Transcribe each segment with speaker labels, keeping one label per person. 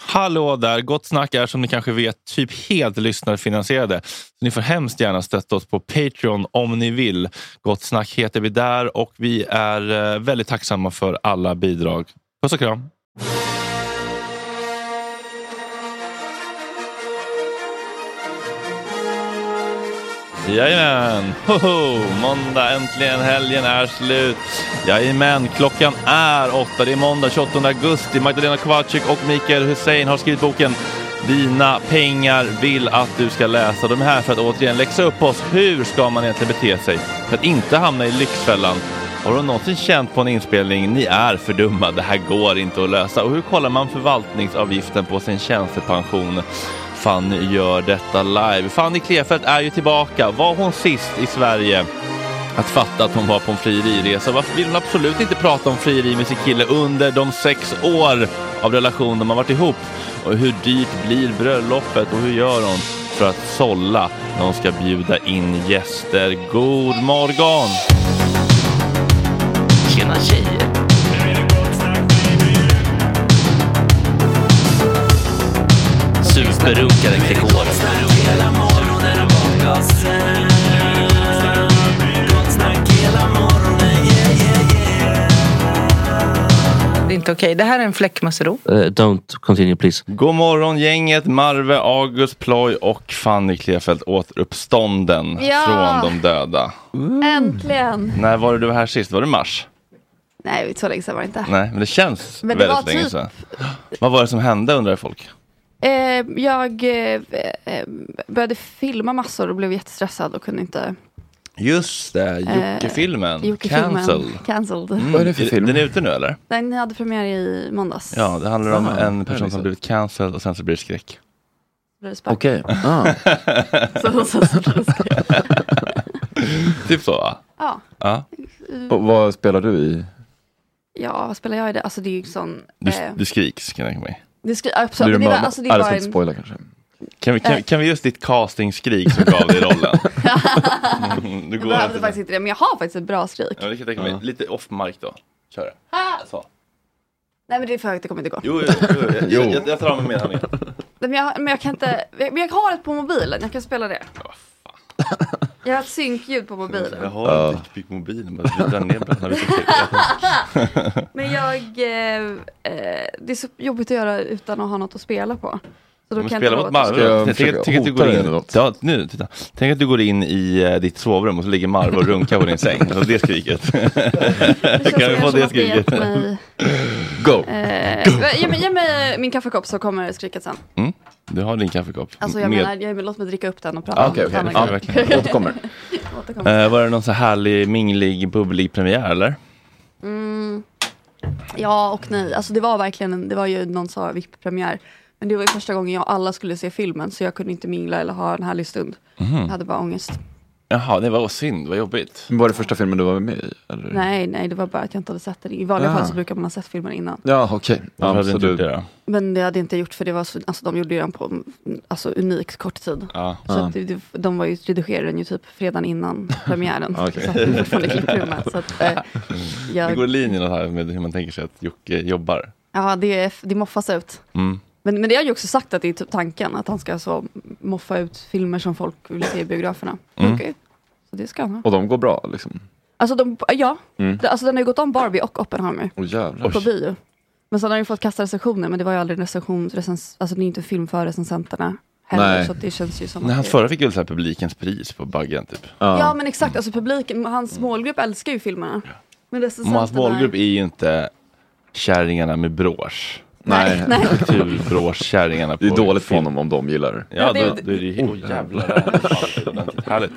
Speaker 1: Hallå där! Gott Snack är som ni kanske vet typ helt lyssnarfinansierade. Så ni får hemskt gärna stötta oss på Patreon om ni vill. Gott Snack heter vi där och vi är eh, väldigt tacksamma för alla bidrag. Puss och kram! Jajamän! Hoho! Måndag, äntligen helgen är slut. Jajamän, klockan är åtta. Det är måndag 28 augusti. Magdalena Kowalczyk och Mikael Hussein har skrivit boken Dina pengar vill att du ska läsa. De är här för att återigen läxa upp oss. Hur ska man egentligen bete sig för att inte hamna i Lyxfällan? Har du någonsin känt på en inspelning, ni är för dumma, det här går inte att lösa. Och hur kollar man förvaltningsavgiften på sin tjänstepension? Fanny gör detta live. Fanny Klefelt är ju tillbaka. Var hon sist i Sverige att fatta att hon var på en frieriresa? Varför vill hon absolut inte prata om frieri med sin kille under de sex år av relation de har varit ihop? Och hur dyrt blir bröllopet och hur gör hon för att sålla när hon ska bjuda in gäster? God morgon!
Speaker 2: Tjena tjejer! Superrunkaren Gregor.
Speaker 3: Det är inte okej. Det här är en fläckmussero.
Speaker 2: Uh, don't continue please.
Speaker 1: God morgon gänget Marve, August, Ploy och Fanny Klefelt återuppstånden
Speaker 4: Ja.
Speaker 1: från de döda.
Speaker 4: Äntligen!
Speaker 1: När var det du var här sist? Var det mars?
Speaker 4: Nej, så länge sedan var det inte.
Speaker 1: Nej, men det känns
Speaker 4: Men det var
Speaker 1: väldigt länge
Speaker 4: typ-
Speaker 1: sedan. Vad var det som hände undrar folk?
Speaker 4: Eh, jag eh, eh, började filma massor och blev jättestressad och kunde inte.
Speaker 1: Just
Speaker 4: Eh,
Speaker 1: det, Jocke-filmen. Cancel.
Speaker 4: Jocke-filmen Cancelled.
Speaker 5: Mm.
Speaker 1: Vad är det för film? Den är ute nu eller?
Speaker 4: Den hade premiär i måndags.
Speaker 1: Ja, det handlar om
Speaker 5: Ah,
Speaker 1: en
Speaker 5: det
Speaker 1: person
Speaker 5: har
Speaker 1: som
Speaker 5: jag
Speaker 1: blivit cancelled och sen så blir det skräck.
Speaker 4: Blev det spark.
Speaker 5: Okej. Ah.
Speaker 4: Så, så, så, så, så.
Speaker 1: Typ så va?
Speaker 4: Ja.
Speaker 1: Ja.
Speaker 5: Och vad spelar du i?
Speaker 4: ja, vad spelar jag i det? Alltså det är ju en sån...
Speaker 1: Du,
Speaker 4: eh,
Speaker 1: du skriks kan jag tänka mig.
Speaker 4: det skri- absolut,
Speaker 5: Blir du
Speaker 4: men det var,
Speaker 5: mördad?
Speaker 4: alltså det
Speaker 5: Nej, det
Speaker 4: var
Speaker 5: ska inte
Speaker 4: en...
Speaker 5: spoila kanske.
Speaker 1: Kan vi,
Speaker 4: Eh.
Speaker 1: kan, kan vi just ditt casting-skrik som gav dig rollen? Mm, du
Speaker 4: Jag
Speaker 1: går
Speaker 4: behövde
Speaker 1: efter
Speaker 4: faktiskt inte det, men jag har faktiskt ett bra skrik.
Speaker 1: Ja, det kan jag tänka mig. Lite off-mark då. Kör det. Så.
Speaker 4: Nej men det är för högt, det kommer inte gå.
Speaker 1: Jo, jo, jo. jo. Jag, jag, jag tar av mig medhörningen.
Speaker 4: Nej, Men jag, men jag kan inte... Men jag har ett på mobilen, jag kan spela det. Jag har ett synkljud på mobilen.
Speaker 1: Jag har en dickpic mobilen. Bara byta ner den. här lite.
Speaker 4: Men jag, eh, eh, det är så jobbigt att göra utan att ha något att spela på. Så då
Speaker 1: Men
Speaker 4: kan
Speaker 1: spela
Speaker 4: jag
Speaker 1: mot
Speaker 4: inte låta-
Speaker 1: Marve
Speaker 5: Ska jag
Speaker 1: då. Tänk-
Speaker 5: försöka
Speaker 1: tänk att du
Speaker 5: hota
Speaker 1: går
Speaker 5: dig
Speaker 1: in-
Speaker 5: eller något?
Speaker 1: Ja, nu, titta. Tänk att du går in i eh, ditt sovrum och så ligger Marve och runkar på din säng. Alltså det skriket.
Speaker 4: Det
Speaker 1: Kan vi
Speaker 4: känns
Speaker 1: få
Speaker 4: som
Speaker 1: det
Speaker 4: att ni
Speaker 1: skriket?
Speaker 4: hjälpt mig.
Speaker 5: Go!
Speaker 4: Eh, ge, mig, ge mig min kaffekopp så kommer skriket sen.
Speaker 1: Du har din kaffekopp.
Speaker 4: Alltså jag
Speaker 1: Med-
Speaker 4: menar, jag, låt mig dricka upp den och prata
Speaker 5: Ah,
Speaker 4: om
Speaker 5: Okej,
Speaker 4: det
Speaker 5: okej.
Speaker 4: en
Speaker 1: Ja,
Speaker 4: annan
Speaker 1: verkligen.
Speaker 5: Ja, Återkommer.
Speaker 4: gång. Återkommer.
Speaker 1: Eh, var det någon så härlig, minglig, bubblig premiär eller?
Speaker 4: Ja och nej, alltså det var verkligen, en- det var ju någon sa VIP-premiär. Men det var ju första gången jag och alla skulle se filmen så jag kunde inte mingla eller ha en härlig stund.
Speaker 1: Mhm.
Speaker 4: Jag hade bara ångest.
Speaker 1: Jaha, det var synd. Vad jobbigt.
Speaker 5: Var det första filmen du var med i? Eller?
Speaker 4: Nej, nej, det var bara att jag inte hade sett den. I vanliga
Speaker 5: Ah.
Speaker 4: fall så brukar man ha sett filmen innan.
Speaker 5: Ja, okej.
Speaker 1: Varför
Speaker 5: Ja,
Speaker 1: hade
Speaker 5: så
Speaker 1: inte gjort
Speaker 5: du...
Speaker 1: det då?
Speaker 4: Men det hade jag inte gjort för det var så, alltså de gjorde ju den på mm, alltså, unikt kort tid.
Speaker 1: Ja.
Speaker 4: Så att det- det, de var ju, redigerade den ju typ fredagen innan premiären.
Speaker 5: Okej.
Speaker 4: Så att det är fortfarande klipprummet. Så att, eh,
Speaker 1: Ah, Det
Speaker 4: jag,
Speaker 1: går i linje något här med hur man tänker sig att Jocke jobbar.
Speaker 4: ja, det, det moffas ut.
Speaker 1: Mm.
Speaker 4: Men, men det har ju också sagt att det är typ tanken, att han ska så moffa ut filmer som folk vill se i biograferna.
Speaker 1: Mm.
Speaker 4: Okej. Så det ska han ha.
Speaker 5: Och de går bra liksom?
Speaker 4: Alltså, de, ja,
Speaker 5: Mm.
Speaker 4: det, alltså den har ju gått om Barbie och Oppenheimer
Speaker 5: Åh jävlar.
Speaker 4: på bio. Men sen har den ju fått kasta recensioner, men det var ju aldrig en recension, recens, alltså det är ju inte en film för recensenterna heller.
Speaker 5: Nej.
Speaker 4: Så att det känns ju som
Speaker 1: Nej,
Speaker 4: att
Speaker 1: hans
Speaker 4: det-
Speaker 1: förra fick ju så här publikens pris på Baggen typ.
Speaker 4: Ja men exakt, alltså publiken,
Speaker 5: Mm.
Speaker 4: hans målgrupp älskar ju filmerna. Men
Speaker 1: Och
Speaker 4: recensenterna...
Speaker 1: hans målgrupp är ju inte kärringarna med brås.
Speaker 5: Nej.
Speaker 4: Nej.
Speaker 1: Kulbråskärringarna.
Speaker 5: Det är dåligt för honom om de gillar det.
Speaker 1: Ja,
Speaker 4: Ja, det-
Speaker 1: då, då är det ju... Oh, jävlar. Härligt.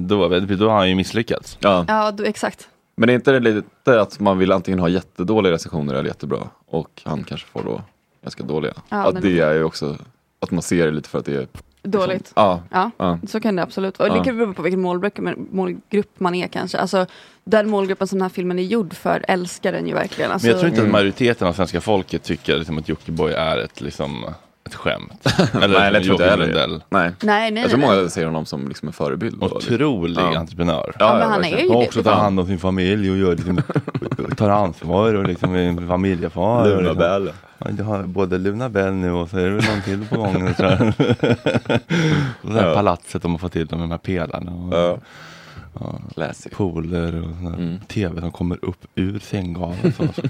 Speaker 1: Eh, då, då har han ju misslyckats.
Speaker 5: Ja.
Speaker 4: Ja, du, exakt.
Speaker 5: Men är inte det lite att man vill antingen ha jättedåliga recensioner eller jättebra? Och han kanske får då ganska dåliga.
Speaker 4: Ja,
Speaker 5: att
Speaker 4: men-
Speaker 5: det är ju också, att man ser det lite för att det är...
Speaker 4: Dåligt.
Speaker 5: Ja.
Speaker 4: Ja,
Speaker 5: Ja.
Speaker 4: så kan det absolut vara. Och Det
Speaker 5: Ja.
Speaker 4: kan bero på vilken målgrupp, men- målgrupp man är kanske. Alltså, den målgruppen som den här filmen är gjord för älskar den ju verkligen. Alltså,
Speaker 1: Men jag tror inte att majoriteten av svenska folket tycker liksom, att Jockiboi är ett liksom... ett skämt.
Speaker 5: Nej, det tror inte jag
Speaker 1: Joakim
Speaker 5: heller.
Speaker 1: Lundell.
Speaker 5: Nej.
Speaker 4: Nej, nej,
Speaker 5: Jag tror
Speaker 4: nej.
Speaker 5: Alltså, många ser honom som liksom en förebild. då, liksom.
Speaker 1: Otrolig
Speaker 5: Ja.
Speaker 1: entreprenör.
Speaker 4: Ja, men han
Speaker 5: verkligen.
Speaker 4: är ju
Speaker 1: Och
Speaker 4: det.
Speaker 1: också tar hand om sin familj och gör liksom, tar ansvar och liksom är en familjefar. och
Speaker 5: Luna
Speaker 1: liksom.
Speaker 5: Bell.
Speaker 1: Ja, du har både Luna Bell nu och så är det väl någon till på gång. tror jag. och så här
Speaker 5: Ja.
Speaker 1: palatset de har fått till dem med de här pelarna. Och
Speaker 5: Ja. Classic.
Speaker 1: Pooler och sån här tv som kommer upp ur sänggaveln. så- så-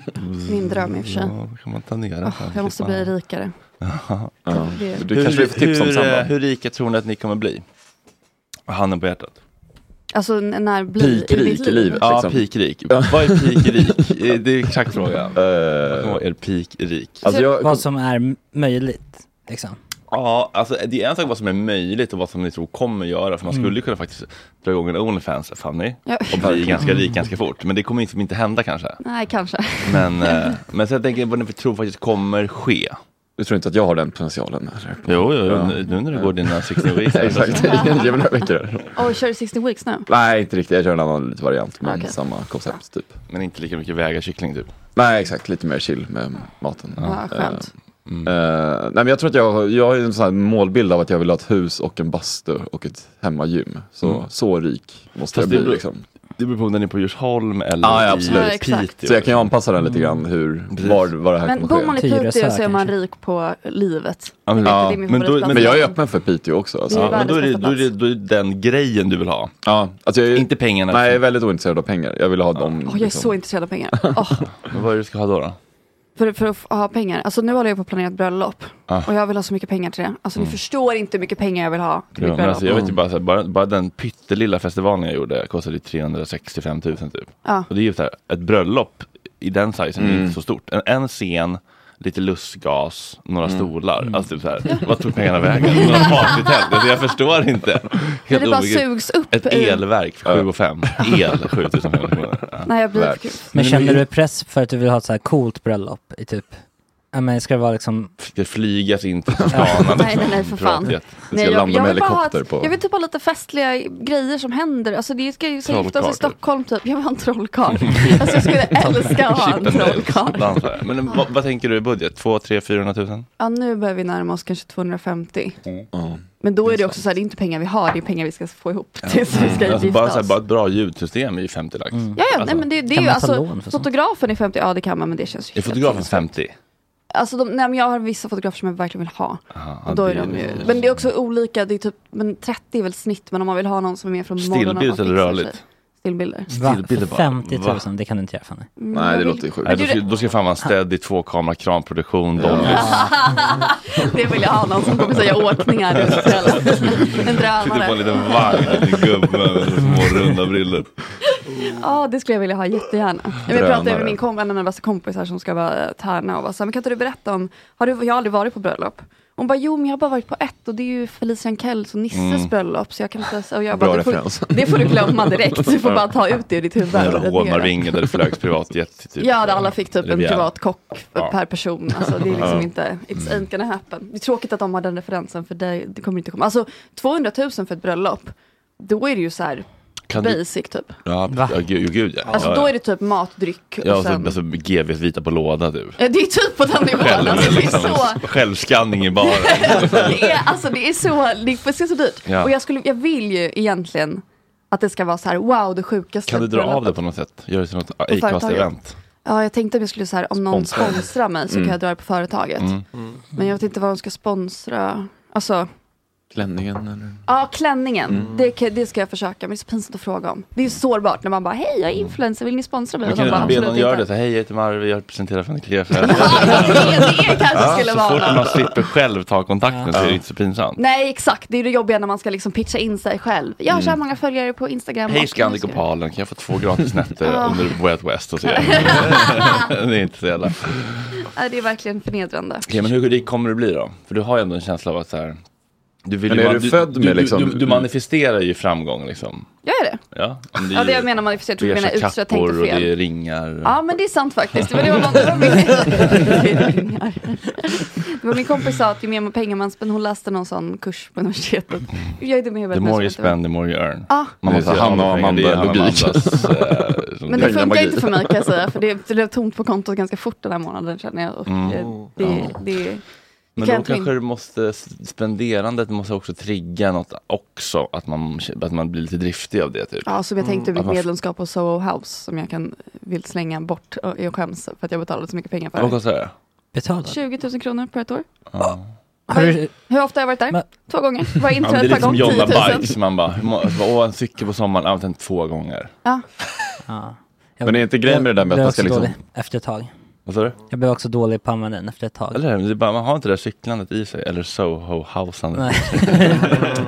Speaker 4: Min dröm i och för sig.
Speaker 1: Ja, då kan man ta ner den.
Speaker 4: Åh,
Speaker 1: sen,
Speaker 4: jag måste
Speaker 1: slippa-
Speaker 4: bli rikare.
Speaker 5: Ja.
Speaker 4: Det-
Speaker 5: Du kanske vi får tips om
Speaker 1: hur, eh,
Speaker 5: samband.
Speaker 1: hur rika tror ni att ni kommer bli? Handen på hjärtat.
Speaker 4: Alltså n- när blir
Speaker 5: Peak rik i livet.
Speaker 1: Ja,
Speaker 5: liksom.
Speaker 1: pikrik. Vad är pikrik? Eh, det är en exakt fråga. Vad kan
Speaker 5: Eh,
Speaker 1: vara er pikrik?
Speaker 5: alltså jag,
Speaker 6: Vad som är m- möjligt. Liksom.
Speaker 1: Ja, alltså det är en sak vad som är möjligt och vad som ni tror kommer göra. För man skulle kunna faktiskt dra igång en Onlyfans, Fanny,
Speaker 4: Ja.
Speaker 1: och bli ganska rik ganska fort. Men det kommer liksom inte hända kanske.
Speaker 4: Nej, kanske.
Speaker 1: Men, eh, men så jag tänker vad ni tror faktiskt kommer ske.
Speaker 5: du tror inte att jag har den potentialen? Eller?
Speaker 1: Jo, jo,
Speaker 5: Ja.
Speaker 1: nu, nu när du går dina 16
Speaker 5: Nej,
Speaker 1: weeks.
Speaker 5: Exakt, ge mig några veckor.
Speaker 4: Och kör du 60 weeks nu?
Speaker 5: Nej, inte riktigt. Jag kör en annan lite variant, men
Speaker 4: Okej.
Speaker 5: samma koncept typ.
Speaker 1: Men inte lika mycket vägarkyckling typ.
Speaker 5: Nej, exakt. Lite mer chill med maten.
Speaker 4: Ja, skönt.
Speaker 5: Eh, nej, men jag tror att jag, har- jag har ju en sån här målbild av att jag vill ha ett hus och en bastu och ett hemmagym. Så, så rik måste
Speaker 1: Mm. Fast
Speaker 5: jag
Speaker 1: det
Speaker 5: bli
Speaker 1: beror-
Speaker 5: liksom.
Speaker 1: Det beror på om den är på Djursholm eller
Speaker 5: Ja, ja,
Speaker 1: i
Speaker 5: absolut.
Speaker 4: Ja, exakt.
Speaker 1: Piteå.
Speaker 5: Så jag kan ju anpassa den lite grann hur,
Speaker 1: Precis.
Speaker 5: var, var det här
Speaker 4: Men
Speaker 5: kommer
Speaker 4: bor
Speaker 5: ske.
Speaker 4: man i
Speaker 6: Tyresö
Speaker 4: Piteå så är man
Speaker 6: kanske.
Speaker 4: rik på livet.
Speaker 1: Ja, men-
Speaker 4: Det är
Speaker 5: Ja,
Speaker 4: min
Speaker 1: men då-
Speaker 4: favoritplats.
Speaker 5: Men jag är öppen för Piteå också. Alltså.
Speaker 4: Det
Speaker 1: Ja,
Speaker 4: är
Speaker 1: men då är, det,
Speaker 4: världens
Speaker 1: då, är det,
Speaker 4: bästa
Speaker 1: då är det den grejen du vill ha.
Speaker 5: Ja, alltså jag är,
Speaker 1: Inte pengarna.
Speaker 5: nej, jag är
Speaker 1: liksom.
Speaker 5: väldigt ointresserad av pengar. Jag vill ha dem. liksom.
Speaker 4: Åh, jag är så intresserad av pengar. Åh,
Speaker 1: Men Vad är det du ska ha då? då?
Speaker 4: för, för att f- ha pengar. Alltså nu håller jag på att planera ett bröllop.
Speaker 1: Ah.
Speaker 4: Och jag vill ha så mycket pengar till det. Alltså ni förstår inte hur mycket pengar jag vill ha till
Speaker 1: Mm. Ja,
Speaker 4: mitt
Speaker 1: men
Speaker 4: bröllop.
Speaker 1: alltså, jag vet ju bara, så här, bara, bara den pyttelilla festivalen jag gjorde kostade ju 365 000 typ.
Speaker 4: Ja.
Speaker 1: Och det är ju så här, ett bröllop i den sizen är ju inte så stort. En, en scen, lite lustgas, några stolar. Alltså typ så här, vad tog pengarna vägen? Några partytält? Alltså, jag förstår inte.
Speaker 4: Men det bara
Speaker 1: obegripligt.
Speaker 4: sugs upp.
Speaker 1: Ett
Speaker 4: i-
Speaker 1: elverk för 7 och 5. El 7500 kronor. Ja.
Speaker 4: Nej, jag blir
Speaker 5: Värt.
Speaker 4: gud.
Speaker 6: Men
Speaker 1: Men-
Speaker 6: känner du press för att du vill ha ett så här coolt bröllop? I typ, ja men ska det vara liksom,
Speaker 1: Det flygas in till
Speaker 6: Ja.
Speaker 1: Toscana.
Speaker 4: Nej, nej, nej, för fan.
Speaker 1: Pratet.
Speaker 5: ska landa med
Speaker 4: vill bara ha ett,
Speaker 5: helikopter på-
Speaker 4: Jag vill typ ha lite festliga grejer som händer. Alltså det ska ju så gifta sig
Speaker 1: Trollkarl,
Speaker 4: i
Speaker 1: typ.
Speaker 4: Stockholm typ. Jag vill ha en trollkarl. alltså jag skulle älska att ha en trollkarl.
Speaker 1: Ibland så här. Men eh, vad, vad tänker du i budget? 2, 3, 400 000?
Speaker 4: Ja nu börjar vi närma oss kanske 250.
Speaker 5: Ja.
Speaker 4: Men då är det också så här, det är inte pengar vi har, det är pengar vi ska få ihop tills vi ska
Speaker 1: Alltså
Speaker 4: gifta
Speaker 1: bara, så här,
Speaker 4: oss.
Speaker 1: bara ett bra ljudsystem är ju 50 lax.
Speaker 6: Mm.
Speaker 4: Ja, ja,
Speaker 1: Alltså,
Speaker 4: nej, men det, det är
Speaker 6: kan
Speaker 4: ju
Speaker 6: man ta
Speaker 4: alltså,
Speaker 6: lån för sånt?
Speaker 4: fotografen är 50, ja det kan man men det känns ju
Speaker 1: Är
Speaker 4: helt
Speaker 1: fotografen
Speaker 4: sinnessjukt.
Speaker 1: 50?
Speaker 4: Alltså de, nej men jag har vissa fotografer som jag verkligen vill ha.
Speaker 1: Aha,
Speaker 4: Och då är de ju, men det är också olika, det är typ, men 30 är väl snitt men om man vill ha någon som är mer från morgonen.
Speaker 1: Stillbild
Speaker 4: och man
Speaker 1: eller
Speaker 4: fixar sig.
Speaker 1: rörligt?
Speaker 4: Stillbilder.
Speaker 6: va,
Speaker 1: Stillbilder
Speaker 6: för
Speaker 1: bara.
Speaker 6: 50 000,
Speaker 1: Va?
Speaker 6: det kan du inte göra Fanny.
Speaker 4: Mm,
Speaker 5: Nej,
Speaker 4: jag
Speaker 5: det
Speaker 4: vill-
Speaker 5: låter ju sjukt.
Speaker 1: Nej, då, ska, då ska fan vara en städig tvåkamera kramproduktion.
Speaker 5: Ja.
Speaker 1: Dolby.
Speaker 4: Det vill jag ha någon som kommer säga åkningar runt kvällen. En
Speaker 1: Sitter på en
Speaker 4: drönare.
Speaker 1: liten vagn, en liten gubbe med små runda brillor.
Speaker 4: Ja, det skulle jag vilja ha jättegärna.
Speaker 1: Mm.
Speaker 4: Jag pratade
Speaker 5: Drönare.
Speaker 4: med min kom, en av mina bästa kompisar som ska vara tärna och var så här, men kan inte du berätta om, har du, jag har aldrig varit på bröllop. Hon bara, jo men jag har bara varit på ett och det är ju Felicia Ankells och Nisses
Speaker 1: Mm.
Speaker 4: bröllop så jag kan inte, och jag bara,
Speaker 5: Bra
Speaker 4: det får,
Speaker 5: referens.
Speaker 4: det får du glömma direkt, du får bara ta ut det ur ditt huvud.
Speaker 1: En jävla
Speaker 4: radera.
Speaker 1: Holmarvinge där det flögs privatjet. till Typ.
Speaker 4: Ja, där alla fick typ en
Speaker 1: Riviera.
Speaker 4: privat kock
Speaker 1: Ja. Mm.
Speaker 4: per person. Alltså, det är liksom inte, it's ain't gonna happen. Det är tråkigt att de har den referensen för det, det kommer inte komma. Alltså 200 000 för ett bröllop, då är det ju så här
Speaker 1: Kan du,
Speaker 4: basic typ.
Speaker 1: ja,
Speaker 6: Va?
Speaker 1: ja, gud, gud ja.
Speaker 4: Alltså
Speaker 1: ja,
Speaker 4: då
Speaker 1: ja.
Speaker 4: är det typ mat, dryck och
Speaker 1: Ja, och så,
Speaker 4: sen...
Speaker 1: alltså, GVs vita på låda du.
Speaker 4: Ja, Det är typ på den nivån. Alltså, det är så...
Speaker 1: liksom- Självskanning i baren.
Speaker 4: Det är, alltså, det är så, det är precis så dyrt.
Speaker 1: Ja.
Speaker 4: Och jag, skulle, jag vill ju egentligen att det ska vara så här, wow, det sjukaste.
Speaker 1: Kan du dra av
Speaker 4: bröllopet.
Speaker 1: det på något sätt? Gör det till något
Speaker 4: företaget.
Speaker 1: Acast-event?
Speaker 4: Ja, jag tänkte att jag skulle så här, om någon
Speaker 5: Sponsra.
Speaker 4: sponsrar mig så
Speaker 1: Mm.
Speaker 4: kan jag dra det på företaget. Men jag vet inte vad de ska sponsra. Alltså,
Speaker 5: Klänningen eller?
Speaker 4: Ja, klänningen.
Speaker 1: Mm.
Speaker 4: Det, kan- det ska jag försöka, men det är så pinsamt att fråga om. Det är ju sårbart när man bara, hej jag är influencer, vill ni sponsra mig?
Speaker 1: Men
Speaker 4: Och de
Speaker 1: kan du
Speaker 4: bara,
Speaker 1: be
Speaker 4: "Absolut
Speaker 1: någon göra
Speaker 4: inte."
Speaker 1: det? Så, Hej, jag heter Marvi, jag representerar Fanny Kleve.
Speaker 4: Det, det kanske skulle
Speaker 1: Så fort
Speaker 4: vara något.
Speaker 1: man slipper själv ta kontakten så är det inte så pinsamt.
Speaker 4: Nej, exakt. Det är det jobbiga när man ska liksom pitcha in sig själv. Jag har så här många följare på Instagram.
Speaker 1: Mm. Hej
Speaker 4: och-
Speaker 1: Scandic och Palen, kan jag få två gratis nätter under Way Out West och så Det är inte så jävla. Okej,
Speaker 4: Ja, Det är verkligen förnedrande.
Speaker 1: men hur rik kommer du bli då? För du har ju ändå en känsla av att så här, du vill
Speaker 5: Men
Speaker 1: ju
Speaker 5: är
Speaker 1: man-
Speaker 5: du född med
Speaker 1: du,
Speaker 5: liksom-
Speaker 1: du, du, du manifesterar ju framgång liksom.
Speaker 4: Jag är det.
Speaker 1: Ja, Om
Speaker 4: Ja, det
Speaker 1: är
Speaker 4: jag menar manifesterat, jag tror du
Speaker 1: beiga
Speaker 4: menar utsträckt, tänkte
Speaker 1: kappor och det
Speaker 4: fel.
Speaker 1: är ringar.
Speaker 4: Ja, men det är sant faktiskt. Det var, det var, det var, min... det var min kompis sa att ju mer pengar man spenderar, hon läste någon sån kurs på universitetet. Jag är dum i huvudet.
Speaker 1: The
Speaker 4: nu,
Speaker 1: more
Speaker 4: så
Speaker 1: you
Speaker 4: vet jag vad-
Speaker 1: spend, the more you earn.
Speaker 4: Ja,
Speaker 1: Man måste
Speaker 5: Det är
Speaker 1: ha
Speaker 5: Hanna och
Speaker 1: pengar, det är
Speaker 5: Amanda
Speaker 1: Hanna och
Speaker 5: logik.
Speaker 1: Amandas, eh, som-
Speaker 4: Men det
Speaker 5: Pengar
Speaker 4: funkar
Speaker 5: magi.
Speaker 4: inte för mig kan jag
Speaker 1: Mm.
Speaker 4: säga, för det det blev tomt på kontot ganska fort den här månaden känner jag. Och eh, det, det,
Speaker 1: Men
Speaker 4: Kan
Speaker 1: då
Speaker 4: jag inte min-
Speaker 1: kanske du måste, spenderandet måste också trigga något också, att man, att man blir lite driftig av det typ.
Speaker 4: Ja, som jag tänkte
Speaker 1: Mm.
Speaker 4: mitt medlemskap på Soho House som jag kan vill slänga bort och jag skäms för att jag betalade så mycket pengar
Speaker 1: Vad
Speaker 4: för.
Speaker 1: kostar det?
Speaker 6: Betalad?
Speaker 4: 20 000 kronor på ett år.
Speaker 1: Ja.
Speaker 6: Har du,
Speaker 4: Hur ofta har jag varit där?
Speaker 6: Men-
Speaker 4: Två gånger. Var
Speaker 1: Ja, men
Speaker 4: inträdet
Speaker 1: det är
Speaker 4: per
Speaker 1: lite som
Speaker 4: gång 10
Speaker 1: Jonna
Speaker 4: 000.
Speaker 1: Bikes, man bara, hur må- alltså, åh en cykel på sommaren, använt den två gånger.
Speaker 6: ja.
Speaker 5: Men är inte grejen med det där med att
Speaker 6: blev
Speaker 5: man
Speaker 6: också
Speaker 5: ska liksom-
Speaker 6: dålig efter ett tag.
Speaker 1: Vad sa du?
Speaker 6: Jag blev också dålig på att använda den efter ett tag.
Speaker 1: Eller hur? det är bara, man har inte det där cyklandet i sig, eller Soho-housandet.
Speaker 6: Nej.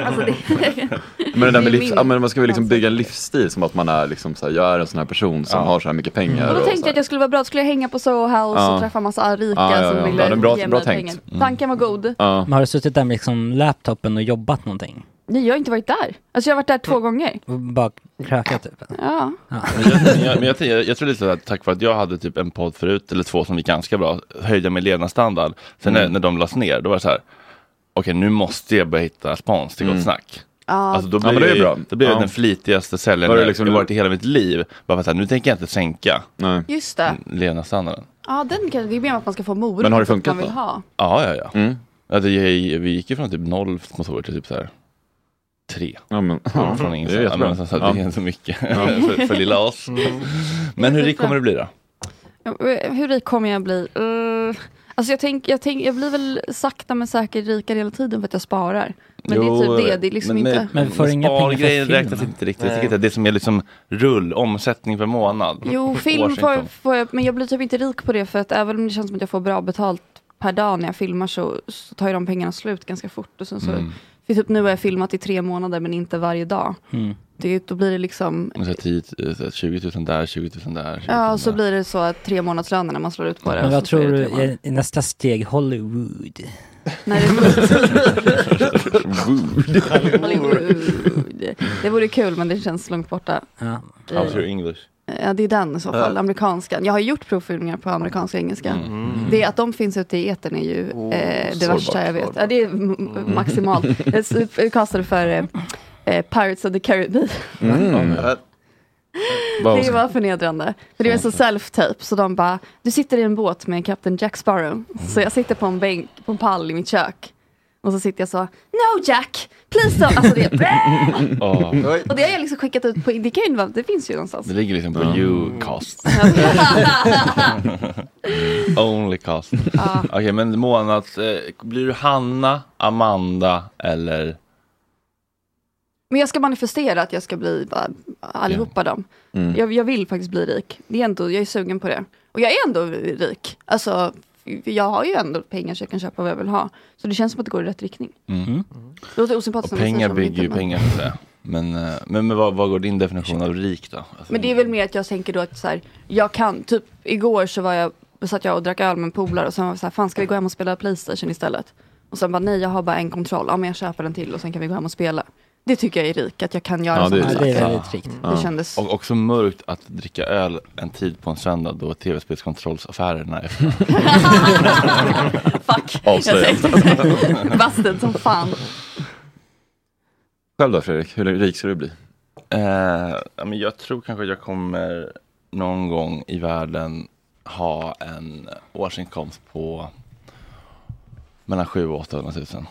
Speaker 4: Alltså, det...
Speaker 5: Men det där med
Speaker 4: Det är
Speaker 5: livs,
Speaker 4: min-
Speaker 5: ja, men man ska väl liksom
Speaker 4: Alltså.
Speaker 5: bygga en livsstil som att man är liksom så här, jag är en sån här person som
Speaker 1: Ja.
Speaker 5: har så här mycket pengar.
Speaker 4: Mm. och då
Speaker 5: och så
Speaker 4: tänkte jag
Speaker 5: här.
Speaker 4: att jag skulle vara bra, då skulle jag hänga på Soho House
Speaker 5: Ja.
Speaker 4: och träffa massa rika
Speaker 5: Ja, ja, ja.
Speaker 4: som
Speaker 5: Ja,
Speaker 4: ville
Speaker 5: det är bra-
Speaker 4: ge
Speaker 5: bra
Speaker 4: mig
Speaker 5: tänkt. Mm.
Speaker 4: pengar. Tanken var god.
Speaker 5: Ja.
Speaker 6: Men har du suttit där med liksom laptopen och jobbat någonting?
Speaker 4: Nej, jag har inte varit där. Alltså jag har varit där
Speaker 5: Mm.
Speaker 4: två gånger.
Speaker 6: Och bara krökat typ? eller?
Speaker 4: Ja.
Speaker 1: Men jag, men jag, men jag, jag, jag tror lite så här, tack vare att jag hade typ en podd förut, eller två som gick ganska bra, höjde jag min levnadsstandard. Sen när, när de lades ner, då var det så här, okej nu måste jag börja hitta spons till Gott Snack.
Speaker 4: Ja,
Speaker 1: Alltså då
Speaker 5: Ja,
Speaker 1: blir
Speaker 5: men det är
Speaker 1: jag ju-
Speaker 5: bra.
Speaker 1: Då blir jag
Speaker 5: Ja.
Speaker 1: den flitigaste säljaren
Speaker 5: Var det
Speaker 1: jag
Speaker 5: liksom-
Speaker 1: jag varit i hela mitt liv. Bara för att så här, nu tänker jag inte sänka
Speaker 5: Nej.
Speaker 4: just det.
Speaker 1: levnadsstandarden.
Speaker 4: Ja, den kan, det är mer att man ska få morot.
Speaker 5: Mm. Men har det
Speaker 4: för att
Speaker 5: funkat
Speaker 4: man vill
Speaker 5: då?
Speaker 4: ha.
Speaker 1: Ja, ja, ja.
Speaker 5: Mm.
Speaker 1: ja det, jag, vi gick ju från typ noll sponsorer till typ så här tre.
Speaker 5: Ja, men,
Speaker 1: från
Speaker 5: ja, det är
Speaker 1: ingenstans. Ja,
Speaker 5: jättebra.
Speaker 1: men så, så,
Speaker 5: Ja.
Speaker 1: Det är så mycket för, för lilla oss.
Speaker 4: Mm.
Speaker 1: Men hur rik kommer du bli då?
Speaker 4: Ja, eh, Hur rik kommer jag bli? Uh, alltså jag, tänk, jag, tänk, jag blir väl sakta men säkert rikare hela tiden för att jag sparar. Men det är typ det, det är liksom
Speaker 1: men,
Speaker 4: inte...
Speaker 6: Men får du inga pengar för
Speaker 1: Mm. Spargrejer
Speaker 6: film,
Speaker 1: räknas
Speaker 6: va?
Speaker 1: inte riktigt. Jag tycker inte att det som är liksom rull, omsättning per månad.
Speaker 4: Jo, film får,
Speaker 1: Årsinkomst.
Speaker 4: får jag, men jag blir typ inte rik på det för att även om det känns som att jag får bra betalt per dag när jag filmar så, så tar ju de pengarna slut ganska fort. Och sen så,
Speaker 1: Mm.
Speaker 4: För typ nu har jag filmat i tre månader men inte varje dag.
Speaker 6: Mm.
Speaker 4: Det, då blir det liksom,
Speaker 1: Men så här 10, eh, så här 20 000 där, 20 000 där. 20 000
Speaker 4: ja så
Speaker 1: där.
Speaker 4: blir det så att tre månadslöner när man slår ut på det.
Speaker 6: Men
Speaker 4: och
Speaker 6: vad
Speaker 4: så
Speaker 6: tror
Speaker 4: är det
Speaker 6: du
Speaker 4: tre månader.
Speaker 6: är i nästa steg Hollywood?
Speaker 4: Nej, det, Hollywood. det vore kul men det känns långt borta.
Speaker 6: Ja.
Speaker 1: How's your English?
Speaker 4: Ja, det är den i så fall, amerikanskan. Jag har gjort provfilmningar på amerikanska och engelska. Det att de finns ute i etern är ju eh, det
Speaker 5: Mm. Oh, sårbart,
Speaker 4: värsta jag vet.
Speaker 5: sårbart.
Speaker 4: Ja, det är m- m- maximalt. Jag s- Jag castade för eh, eh, Pirates of the Caribbean.
Speaker 5: Mm. Vad-
Speaker 4: Det var förnedrande. För det var så self-tape, så de bara, du sitter i en båt med Captain Jack Sparrow. Så jag sitter på en bänk, på en pall i mitt kök. Och så sitter jag så, no Jack, please don't. Alltså det,
Speaker 1: Ja,
Speaker 4: och det har jag liksom skickat ut på, det, kan ju, vara- det finns ju någonstans.
Speaker 1: det ligger liksom på Ucast. Only cast.
Speaker 4: Ah.
Speaker 1: Okej, men månads... Eh, blir du Hanna, Amanda eller...
Speaker 4: Men jag ska manifestera att jag ska bli bara, allihopa dem.
Speaker 1: Mm.
Speaker 4: Jag, jag vill faktiskt bli rik. Det är ändå, jag är sugen på det. Och jag är ändå rik. Alltså, f- jag har ju ändå pengar så jag kan köpa vad jag vill ha. Så det känns som att det går i rätt riktning.
Speaker 1: Mm.
Speaker 4: Det låter osympatiskt.
Speaker 1: Och
Speaker 4: när man
Speaker 1: pengar
Speaker 4: säger så, men
Speaker 1: bygger ju
Speaker 4: inte, men-
Speaker 1: pengar, så att säga. Men, eh, men, men vad, vad går din definition av rik då? Alltså,
Speaker 4: Men det är väl mer att jag tänker då att så här, jag kan, typ igår så var jag, satt jag och drack öl med en polare och sen var vi så här, fan ska vi gå hem och spela Playstation istället? Och sen bara, nej jag har bara en kontroll, ja men jag köper en till och sen kan vi gå hem och spela. Det tycker jag är rik, att jag kan göra
Speaker 5: Ja, det är
Speaker 4: sådana
Speaker 6: Ja,
Speaker 5: rik.
Speaker 4: saker.
Speaker 6: det
Speaker 4: Det,
Speaker 6: är väldigt rikt.
Speaker 4: kändes,
Speaker 1: Och också mörkt att dricka öl en tid på en söndag då tv-spelskontrollsaffärerna är
Speaker 4: fuck, jag
Speaker 5: Avslöjat.
Speaker 4: tänkte, busted som fan.
Speaker 5: Själv då Fredrik, hur rik ska du bli?
Speaker 1: Eh, ja, men jag tror kanske jag kommer någon gång i världen ha en årsinkomst på mellan 700 och 800 000.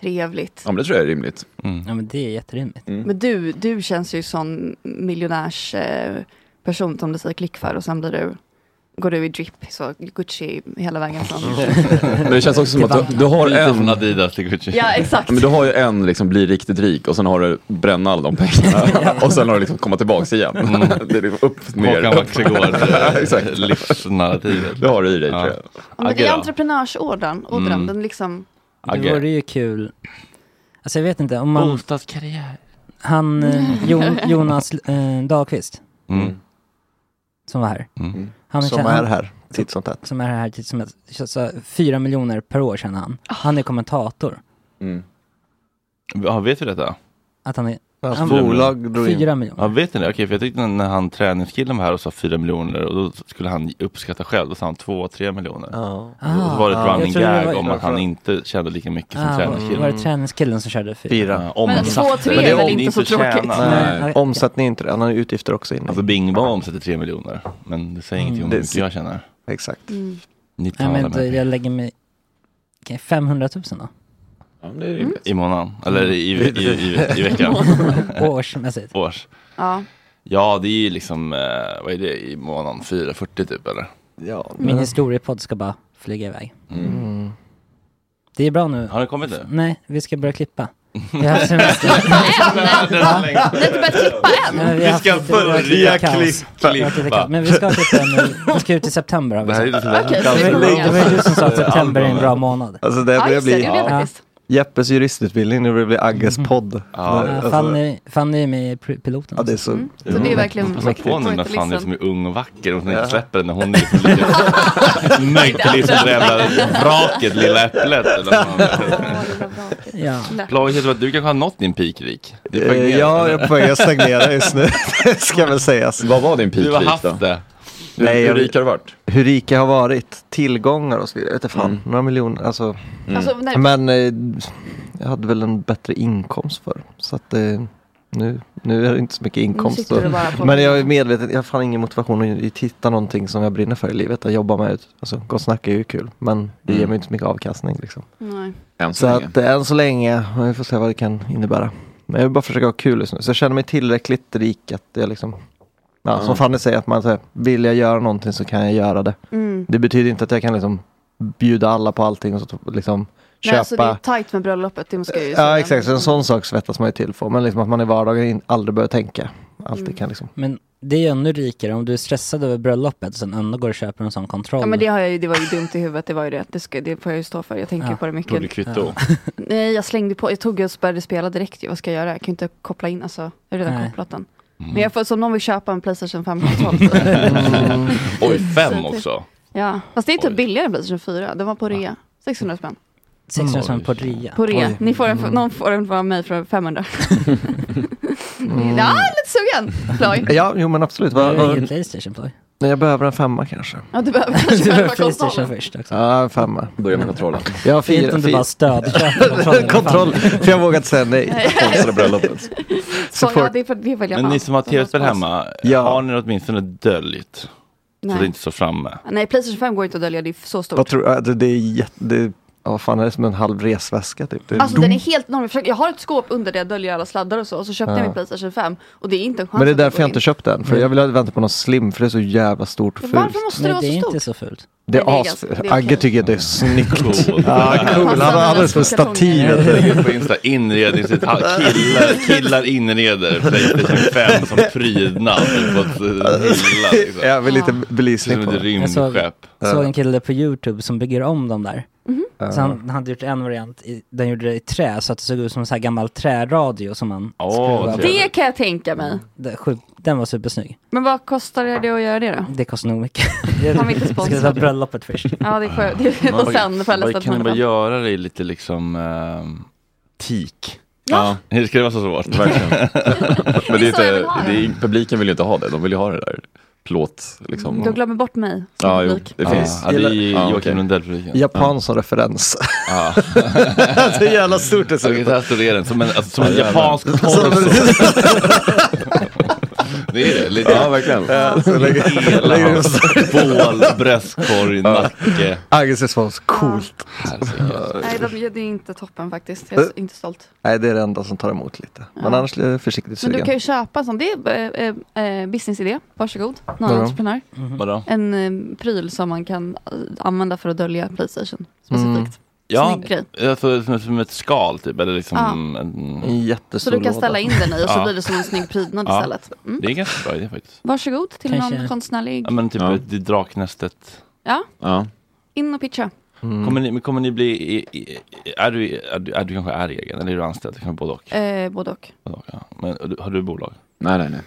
Speaker 4: Trevligt.
Speaker 5: Ja men det tror jag är rimligt.
Speaker 6: Ja men det är jätterimligt.
Speaker 5: Mm,
Speaker 4: Men du, du känns ju som miljonärs eh, person som du säger klick för och sen blir du, går du i drip, så Gucci hela vägen fram.
Speaker 5: Men Mm. det känns också som att du, du har
Speaker 1: Priser från
Speaker 5: en,
Speaker 1: Adidas till Gucci.
Speaker 4: ja, exakt.
Speaker 5: men du har ju en liksom bli riktigt rik och sen har du bränna alla de pengarna och sen har du liksom komma tillbaks igen. Det är liksom upp,
Speaker 1: Håkan
Speaker 5: ner, upp.
Speaker 1: Waxegård, eh,
Speaker 5: Exakt.
Speaker 1: livsnarrativet.
Speaker 5: Det har du i dig
Speaker 1: Ja.
Speaker 5: tror jag.
Speaker 4: Ja, men I
Speaker 1: Agera.
Speaker 4: entreprenörsådran, ådran,
Speaker 1: Mm.
Speaker 4: den liksom,
Speaker 1: Agge.
Speaker 6: Det vore ju kul. Alltså jag vet inte, om man,
Speaker 1: Bostadskarriär.
Speaker 6: han, eh, Jon, Jonas eh, Dahlqvist,
Speaker 1: Mm.
Speaker 6: som var här.
Speaker 1: Mm.
Speaker 6: Han,
Speaker 7: Som är här titt som tätt.
Speaker 6: Som är här, till- som är, så, fyra miljoner per år tjänar han. Han är kommentator.
Speaker 5: Mm.
Speaker 1: Ja, vet vi detta?
Speaker 6: Att han är,
Speaker 7: Hans
Speaker 6: Han-
Speaker 7: bolag drog in.
Speaker 6: fyra miljoner.
Speaker 1: Ja, vet ni det? Okej, för jag tyckte när- när han träningskillen var här och sa 4 miljoner och då skulle han uppskatta själv, då sa han 2-3 miljoner.
Speaker 7: Ja.
Speaker 1: och så var det ett
Speaker 7: Ah.
Speaker 1: running
Speaker 6: Jag trodde
Speaker 1: gag
Speaker 6: det var-
Speaker 1: om att han inte kände lika mycket som
Speaker 6: Ah, var,
Speaker 1: träningskillen.
Speaker 6: var det träningskillen som körde fyra?
Speaker 1: Ja, om
Speaker 4: Men
Speaker 1: omsatt-
Speaker 4: två, tre
Speaker 1: Men det
Speaker 4: är väl
Speaker 1: om
Speaker 4: inte så
Speaker 1: tjänar.
Speaker 4: tråkigt.
Speaker 7: Nej.
Speaker 6: Nej.
Speaker 7: Omsättning är inte det. Han har ju utgifter också inne.
Speaker 1: Alltså Bing Bong omsätter 3 miljoner, men det säger ingenting om hur
Speaker 7: Det
Speaker 4: Mm.
Speaker 1: mycket jag tjänar.
Speaker 7: Exakt.
Speaker 1: Ni
Speaker 6: Mm. Nej
Speaker 1: talar
Speaker 6: men
Speaker 1: med
Speaker 6: inte,
Speaker 1: mig.
Speaker 6: jag lägger mig... Okej, 500 000 då?
Speaker 5: Ja, men det är rimligt.
Speaker 1: I månaden, eller i, i, i, i, i veckan.
Speaker 6: Årsmässigt.
Speaker 1: Års.
Speaker 4: Ja.
Speaker 1: Ja, det är ju liksom, eh, vad är det i månaden? 4,40 typ eller?
Speaker 7: Ja,
Speaker 6: Min historiepodd ska bara flyga iväg.
Speaker 7: Mm.
Speaker 6: Det är bra nu.
Speaker 1: Har den kommit nu?
Speaker 6: Nej, vi ska börja klippa. Vi har haft semester.
Speaker 4: Ni har inte börjat klippa än.
Speaker 6: Men vi har
Speaker 1: Vi
Speaker 6: haft
Speaker 1: ska
Speaker 6: lite- det har varit lite
Speaker 1: börja
Speaker 6: kaos. Det har varit lite kaos.
Speaker 1: klippa.
Speaker 6: Men vi ska klippa nu. Vi ska ut i september har vi
Speaker 1: Det här är
Speaker 6: sagt.
Speaker 1: ju lite
Speaker 4: Okej, så
Speaker 6: Det
Speaker 4: vi
Speaker 6: var-
Speaker 4: kommer
Speaker 6: det var
Speaker 4: igen.
Speaker 6: ju du som sa att september är en bra månad.
Speaker 7: Alltså det
Speaker 4: Ja,
Speaker 7: börjar
Speaker 4: just det, det
Speaker 7: bli
Speaker 4: gjorde jag faktiskt.
Speaker 7: Jeppes juristutbildning, nu börjar det bli Agges podd.
Speaker 1: Ja.
Speaker 7: Det-
Speaker 6: Ja,
Speaker 7: alltså-
Speaker 6: Fanny, Fanny är med i pri- piloten.
Speaker 7: Ja, det är så. Eh,
Speaker 4: Mm. Så det är verkligen
Speaker 1: Passa
Speaker 4: mäktigt.
Speaker 1: på nu när
Speaker 4: Inte
Speaker 1: Fanny
Speaker 4: liksom-
Speaker 1: som är ung och vacker och hon
Speaker 7: Ja.
Speaker 1: inte släpper den när hon är liksom lika möglig som det jävla vraket, lilla äpplet. eller vad man heter.
Speaker 4: Ja, det var bra.
Speaker 6: Ja.
Speaker 1: Ploy, jag tror att du kanske har nått din peak Rik. Du, är på väg
Speaker 7: Eh,
Speaker 1: ner.
Speaker 7: Ja, jag är på väg att stagnera just nu. Det ska väl sägas.
Speaker 5: Mm. Vad var din
Speaker 1: du har
Speaker 5: peak
Speaker 1: haft
Speaker 5: då?
Speaker 1: det.
Speaker 5: Hur,
Speaker 7: Nej,
Speaker 5: hur
Speaker 7: jag-
Speaker 5: rik har du varit?
Speaker 7: Hur rika har varit, tillgångar och så vidare. Jag vet inte fan, några miljoner. Alltså,
Speaker 4: Alltså, nej,
Speaker 7: Men eh, jag hade väl en bättre inkomst för Så att eh, nu, nu är det inte så mycket
Speaker 4: nu
Speaker 7: inkomst.
Speaker 4: sitter du
Speaker 7: Då.
Speaker 4: bara på-
Speaker 7: Men jag är medveten, jag har fan ingen motivation att hitta någonting som jag brinner för i livet. Att jobba med. Alltså, gott snack är ju kul, men det ger mig inte så mycket avkastning. Liksom.
Speaker 4: Nej.
Speaker 5: Än
Speaker 7: Så
Speaker 5: så länge.
Speaker 7: att eh, än så länge, men vi får se vad det kan innebära. Men jag vill bara försöka ha kul just nu. Så jag känner mig tillräckligt rik att jag liksom Ja, Som Fanny säger, att man säger, vill jag göra någonting så kan jag göra det.
Speaker 4: Mm.
Speaker 7: Det betyder inte att jag kan liksom bjuda alla på allting och så, liksom, köpa.
Speaker 4: Nej, alltså det är tajt med bröllopet, det måste jag ju säga.
Speaker 7: Ja exakt, så en sån sak svettas man ju till för. Men liksom att man i vardagen in, aldrig behöver tänka. Alltid
Speaker 4: Mm.
Speaker 7: kan liksom.
Speaker 6: Men det är ju ännu rikare om du är stressad över bröllopet och sen ändå går och köper en sån kontroll.
Speaker 4: Ja men det, har jag ju, det var ju dumt i huvudet, det var ju det. Det, ska, det får jag ju stå för, jag tänker
Speaker 6: Ja.
Speaker 4: på det
Speaker 1: Tog du
Speaker 4: mycket.
Speaker 1: kvitto?
Speaker 4: Nej jag slängde på, jag tog och började spela direkt ju. vad ska jag göra? Jag kan ju inte koppla in, alltså, jag har redan
Speaker 6: Nej.
Speaker 4: kopplat den. Men jag får, som någon vill köpa en Playstation 5-kontroll så.
Speaker 1: Oj, fem också.
Speaker 4: Ja, fast det är
Speaker 1: Oj.
Speaker 4: typ billigare än Playstation 4, den var på rea. 600 spänn.
Speaker 6: 600 spänn på
Speaker 1: Oj.
Speaker 6: rea.
Speaker 4: På rea,
Speaker 7: Oj.
Speaker 4: Ni får en, någon får den från mig för 500. Ja, lite sugen. Ploj.
Speaker 7: Ja, jo men absolut.
Speaker 6: Du
Speaker 7: Va,
Speaker 6: har
Speaker 7: va,
Speaker 6: ingen Playstation Ploy.
Speaker 7: nej, jag behöver en femma kanske.
Speaker 4: Ja, du behöver
Speaker 6: Du
Speaker 4: kanske
Speaker 6: har
Speaker 4: själva
Speaker 6: Playstation
Speaker 4: konsolen.
Speaker 6: först också.
Speaker 7: Ja, en femma.
Speaker 5: Börja med kontrollen.
Speaker 7: Jag har
Speaker 6: Fint
Speaker 7: fyra.
Speaker 6: om du bara
Speaker 7: fyra
Speaker 6: stödköper kontrollen.
Speaker 7: kontroll, för jag vågat säga nej.
Speaker 5: Sponsra bröllopet.
Speaker 4: Så, ja,
Speaker 7: Support.
Speaker 4: det, får- det väljer jag
Speaker 1: Men ni
Speaker 4: fan.
Speaker 1: som har tv-spel hemma,
Speaker 7: Ja.
Speaker 1: har ni det åtminstone döljt? Så det
Speaker 4: Nej.
Speaker 1: inte står framme.
Speaker 4: Nej, Playstation 5 går inte att dölja, det är så stort.
Speaker 7: Vad tror du? Det, det är jätte... Det, ja, vad fan är det som en halv resväska typ? Det är
Speaker 4: Alltså den är helt enorm. Jag, försöker, jag har ett skåp under det jag döljer alla sladdar och så. Och så köpte jag
Speaker 7: Ja.
Speaker 4: min Playstation 5. Och det är inte en chans
Speaker 7: men det är
Speaker 4: att det
Speaker 7: därför
Speaker 4: går
Speaker 7: jag
Speaker 4: in.
Speaker 7: inte köpt den. För jag vill vänta på någon slim, för det är så jävla stort och fult.
Speaker 4: Varför måste det
Speaker 6: Nej
Speaker 4: vara
Speaker 6: det är
Speaker 4: så
Speaker 6: inte
Speaker 4: stort?
Speaker 6: så fult.
Speaker 7: Det
Speaker 4: Nej, det är
Speaker 7: är as...
Speaker 4: ganska- det är okej.
Speaker 7: Agge tycker att det är snyggt.
Speaker 1: Cool.
Speaker 7: Ja, cool. Han
Speaker 4: Passar
Speaker 7: har
Speaker 4: mellan
Speaker 7: alldeles för
Speaker 4: skokartongerna.
Speaker 7: stativet.
Speaker 1: Jag lägger upp på Insta, inredningsdetalj, killar, killar inreder Playstation 5 som prydnad på ett eh, hylla. Liksom. Det
Speaker 7: Jag vill lite
Speaker 1: ser
Speaker 7: belysning
Speaker 1: ut
Speaker 7: på
Speaker 1: Som ett
Speaker 7: det.
Speaker 6: Jag såg-
Speaker 1: rymdskepp.
Speaker 6: såg en kille på YouTube som bygger om dem där.
Speaker 4: Mhm.
Speaker 6: Så han, han hade gjort en variant, i, den gjorde det i trä så att det såg ut som en sån här gammal träradio som man
Speaker 1: Åh,
Speaker 6: skruvar på.
Speaker 1: trevligt.
Speaker 4: Det kan jag tänka mig.
Speaker 6: Det- sju- Den var supersnygg.
Speaker 4: Men vad kostar det att göra det då?
Speaker 6: Det kostar nog mycket.
Speaker 4: Har vi inte
Speaker 6: Jag ska ta
Speaker 4: sponsrat?
Speaker 6: bröllopet först.
Speaker 4: Ja det är skönt. Det är- Och sen får jag läsa
Speaker 1: Vad
Speaker 4: att
Speaker 1: kan ni
Speaker 4: man
Speaker 1: bara
Speaker 4: är
Speaker 1: göra det i lite liksom ehm, teak?
Speaker 5: Ja,
Speaker 1: Det ska det vara så svårt?
Speaker 5: verkligen. Men det är
Speaker 4: så jag vill ha
Speaker 5: inte, det är, publiken vill ju inte ha det. De vill ju ha det där plåt liksom.
Speaker 4: Du glömmer bort mig. som
Speaker 5: Ja, jo,
Speaker 4: publik.
Speaker 5: det finns.
Speaker 1: Ja, det är ju
Speaker 5: Ja,
Speaker 1: Joakim
Speaker 5: okej.
Speaker 1: Lundell-publiken.
Speaker 7: Japan som referens.
Speaker 1: Ja.
Speaker 7: Så jävla stort det
Speaker 1: Så
Speaker 7: ser
Speaker 1: det
Speaker 7: ut.
Speaker 1: här står det den, som en, alltså, som en
Speaker 5: Ja, jävlar.
Speaker 1: japansk
Speaker 7: Alltså,
Speaker 1: torso. Det är det,
Speaker 5: Ja,
Speaker 1: lite
Speaker 5: verkligen.
Speaker 1: hela
Speaker 7: lägger
Speaker 1: hans bål, bröstkorg, nacke.
Speaker 7: Agges respons, coolt.
Speaker 4: Nej de- det är inte toppen faktiskt. Jag
Speaker 7: Eh,
Speaker 4: är inte stolt.
Speaker 7: Nej, det är det enda som tar emot lite. Men
Speaker 4: Ja.
Speaker 7: annars är jag försiktigt
Speaker 4: Men du kan
Speaker 7: sugen.
Speaker 4: ju köpa en sån. Det är eh, eh, eh, businessidé. Varsågod. Någon
Speaker 7: Vadå?
Speaker 4: entreprenör.
Speaker 1: Vadå?
Speaker 4: En eh, pryl som man kan eh, använda för att dölja Playstation specifikt.
Speaker 7: Mm.
Speaker 1: Ja,
Speaker 4: Snygg grej.
Speaker 1: alltså, som, som ett skal typ, eller liksom
Speaker 4: Ja.
Speaker 1: en,
Speaker 7: En
Speaker 4: Så
Speaker 7: jättestor
Speaker 4: du kan ställa in den i och så
Speaker 1: Ja.
Speaker 4: blir det som en snygg prydnad
Speaker 1: Ja.
Speaker 4: istället. Mm.
Speaker 1: Det är en ganska bra idé faktiskt.
Speaker 4: Varsågod till någon
Speaker 6: Kanske-
Speaker 4: konstnärlig.
Speaker 1: Ja, men typ
Speaker 5: Ja.
Speaker 1: det draknästet.
Speaker 5: Ja.
Speaker 4: In och pitcha.
Speaker 1: Kommer, ni, men kommer ni bli, i- i- är du, är du, är du kanske är egen eller är du anställd? Kanske både och.
Speaker 4: Eh, både och.
Speaker 1: Både och, ja. Men, och du- har du bolag?
Speaker 5: Nej, nej, nej.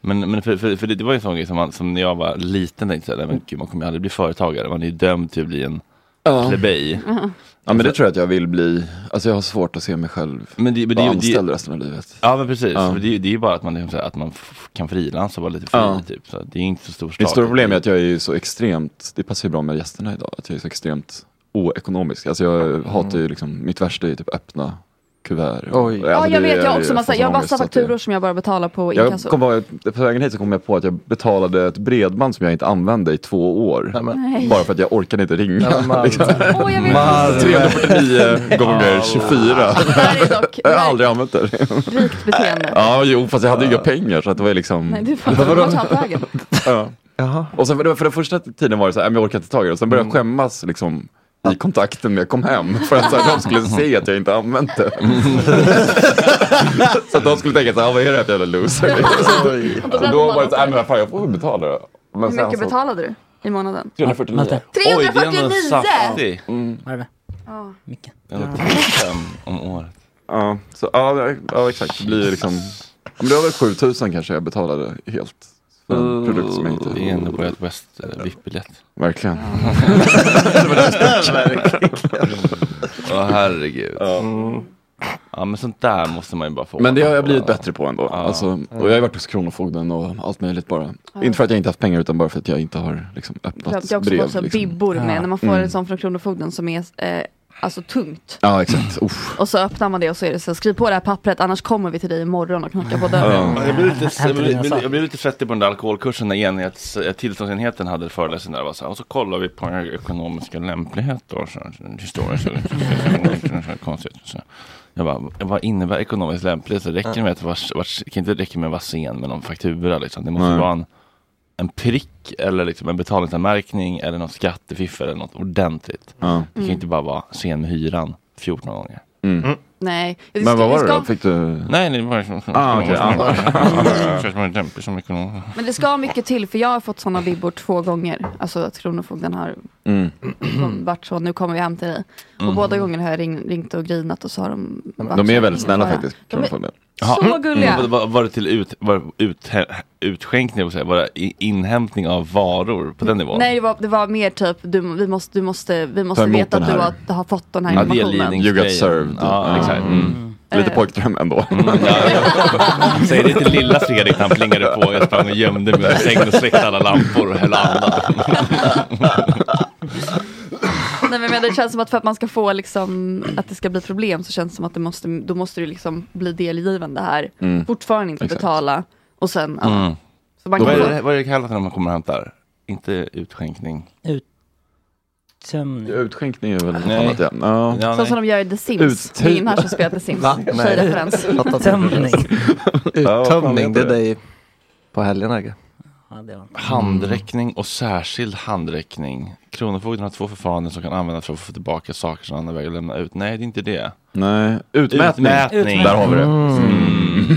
Speaker 1: Men, men för, för, för det, det var ju en sån grej som, man, som när jag var liten tänkte jag, "Nej, men gud man kommer ju aldrig bli företagare, man är ju dömd till att bli en
Speaker 5: Ja.
Speaker 1: plebej.
Speaker 5: ja, men det tror jag att jag vill bli. Alltså jag har svårt att se mig själv
Speaker 1: Men det, men det,
Speaker 5: vara
Speaker 1: det,
Speaker 5: anställd resten av livet.
Speaker 1: Ja men precis,
Speaker 5: Ja.
Speaker 1: För det, är ju- det är ju bara att man, liksom, så här, att man f- kan frilansa och vara lite fri
Speaker 5: Ja.
Speaker 1: typ. Så det är inte så stor start.
Speaker 5: Mitt stora problem är att jag är ju så extremt, det passar ju bra med gästerna idag, att jag är så extremt oekonomisk. Alltså jag hatar ju liksom, mitt värsta är ju typ öppna
Speaker 7: Mm.
Speaker 5: kuvert.
Speaker 7: Oj.
Speaker 4: Ja,
Speaker 5: Alltså,
Speaker 4: jag
Speaker 5: det
Speaker 4: vet, jag
Speaker 5: är
Speaker 4: har också massa,
Speaker 5: sån
Speaker 4: jag har
Speaker 5: ångest
Speaker 4: massa
Speaker 5: att det-
Speaker 4: fakturor som alltså- jag bara betalar på
Speaker 5: Jag
Speaker 4: inkasso.
Speaker 5: kom ihåg, på vägen hit så kom jag på att jag betalade ett bredband som jag inte använde i två år.
Speaker 7: Nej, men.
Speaker 4: Nej.
Speaker 5: Bara för att jag orkade inte ringa.
Speaker 7: Ja, man.
Speaker 5: liksom.
Speaker 4: Åh, jag vet.
Speaker 7: Marv.
Speaker 5: 349 gånger 24.
Speaker 4: Det här är dock
Speaker 5: Jag har aldrig använt det.
Speaker 4: rikt beteende.
Speaker 5: Ja, jo, fast jag hade ju inga pengar så att det var ju liksom...
Speaker 4: Nej, du fattar vart han tagit vägen.
Speaker 5: ja.
Speaker 7: Jaha.
Speaker 5: Och sen för, det- för den första tiden var det så här, "Nej, men jag orkar inte ta det. Och sen började jag skämmas liksom i kontakten när jag kom hem. För att så här, de skulle se att jag inte använt det. så att de skulle tänka så här, "Ah, vad är det här för jävla loser?
Speaker 7: Oj.
Speaker 5: Så då var det så här, "Nej, men fan jag får väl betala det. Men
Speaker 4: Hur mycket
Speaker 5: så-
Speaker 4: betalade du i månaden?
Speaker 5: 349.
Speaker 1: Oj, det är ändå
Speaker 4: 349!
Speaker 1: saftig.
Speaker 6: Arve,
Speaker 4: Ja.
Speaker 6: Micke.
Speaker 1: om året.
Speaker 5: Ja, så, ja, ja, ja exakt. Det blir ju liksom... Ja, men det var väl 7000 kanske jag betalade helt. För en produkt som jag inte...
Speaker 1: Det är ändå på ett West
Speaker 5: Mm.
Speaker 1: eh, VIP-biljett.
Speaker 5: Verkligen.
Speaker 1: Ja, herregud. Ja, men sånt där måste man ju bara få
Speaker 5: Men det har jag
Speaker 1: på.
Speaker 5: blivit bättre på ändå. Alltså, och jag har varit hos Kronofogden och allt möjligt bara. Inte för att jag inte haft pengar utan bara för att jag inte har liksom, öppnat
Speaker 4: Jag har också
Speaker 5: brev.
Speaker 4: fått så här
Speaker 5: liksom.
Speaker 4: bibbor med
Speaker 6: Ja.
Speaker 4: när man får en sån från Kronofogden som är eh, alltså tungt.
Speaker 5: Ja exakt. Uff.
Speaker 4: Och så öppnar man det och så är det så här, skriv på det här pappret annars kommer vi till dig imorgon och knackar på dörren.
Speaker 1: Jag blev, lite,
Speaker 6: Hämta
Speaker 1: jag, blev,
Speaker 6: dina
Speaker 1: jag blev-
Speaker 6: saker.
Speaker 1: jag blev lite svettig på den där alkoholkursen när enhets, eh, tillståndsenheten hade föreläsning där. Och så, här, och så kollar vi på den ekonomiska lämplighet och så, här, historia. Så, så, så, så, så, konstigt. Så, jag bara, vad innebär ekonomisk lämplighet? Det räcker med att vara, vara, det kan inte räcka med att vara sen med någon faktura. Liksom. Det måste
Speaker 5: Nej.
Speaker 1: vara en, en prick eller liksom en betalningsanmärkning eller något skattefiffel eller något ordentligt.
Speaker 5: Ja.
Speaker 1: Det kan ju inte bara vara sen med hyran 14 gånger. Mm.
Speaker 4: Nej. Vi
Speaker 5: Mm. Men
Speaker 4: ska-
Speaker 5: vad var
Speaker 4: vi
Speaker 5: det
Speaker 4: ska-
Speaker 5: då? Fick du?
Speaker 1: Nej, det var ju...
Speaker 5: Ah, okej, ah.
Speaker 1: Känns som en dämpig som ekonom.
Speaker 4: Men det ska mycket till för jag har fått sådana bibbor två gånger. Alltså att Kronofogden har
Speaker 5: Mm.
Speaker 4: varit så, nu kommer vi hem till dig. Och båda gångerna har jag ring, ringt och grinat och så har de varit
Speaker 5: De
Speaker 4: så
Speaker 5: är
Speaker 4: här,
Speaker 5: väldigt snälla
Speaker 4: bara,
Speaker 5: faktiskt.
Speaker 4: De är
Speaker 5: Kronofogden.
Speaker 4: så gulliga.
Speaker 1: Mm. Var, var det till ut, var, ut, utskänkning, jag vill säga, var det i- inhämtning av varor på den nivån?
Speaker 4: Nej det var, det var mer typ, du, vi måste, du måste, vi måste
Speaker 5: Ta emot
Speaker 4: veta att
Speaker 5: den
Speaker 4: du
Speaker 5: här.
Speaker 4: har, har fått den här
Speaker 1: Ja, det är
Speaker 4: informationen.
Speaker 1: leading
Speaker 5: You got
Speaker 1: grejen.
Speaker 5: served.
Speaker 1: Ja,
Speaker 5: Ja.
Speaker 1: exakt. Mm.
Speaker 5: Lite
Speaker 4: Eh.
Speaker 5: pojkdröm ändå.
Speaker 1: Säg det till lilla Fredrik när han plingade på. Jag sprang och gömde mig under sängen och släckte alla lampor och höll andan.
Speaker 4: Nej, men jag menar, det känns som att för att man ska få liksom, att det ska bli problem så känns det som att det måste, då måste du liksom bli delgivande här.
Speaker 5: Mm.
Speaker 4: Fortfarande inte
Speaker 5: Exakt.
Speaker 4: betala. Och sen, ja.
Speaker 1: Mm.
Speaker 4: så man
Speaker 1: Vad
Speaker 4: kan
Speaker 1: är
Speaker 4: få,
Speaker 1: det- vad är det kallat när man kommer och hämtar? Inte utskänkning.
Speaker 6: Tömning.
Speaker 5: Utskänkning är väl något
Speaker 1: Nej.
Speaker 5: annat igen. Ja.
Speaker 1: Ja,
Speaker 4: så som
Speaker 1: nej.
Speaker 4: de gör i The Sims.
Speaker 5: Uttid.
Speaker 4: Det är ingen här som spelar The Sims.
Speaker 7: Va? Nej.
Speaker 4: Tjejreferens.
Speaker 7: Fattat.
Speaker 6: Tömning.
Speaker 7: Uttömning, det
Speaker 5: heter
Speaker 7: är dig på helgerna. Agge.
Speaker 6: Ja, det var inte.
Speaker 1: Handräckning och särskild handräckning. Kronofogden har två förfaranden som kan användas för att få tillbaka saker som andra vägar lämna ut. Nej, det är inte det.
Speaker 5: Nej. Utmätning.
Speaker 1: Utmätning. Mm.
Speaker 5: Där har vi det.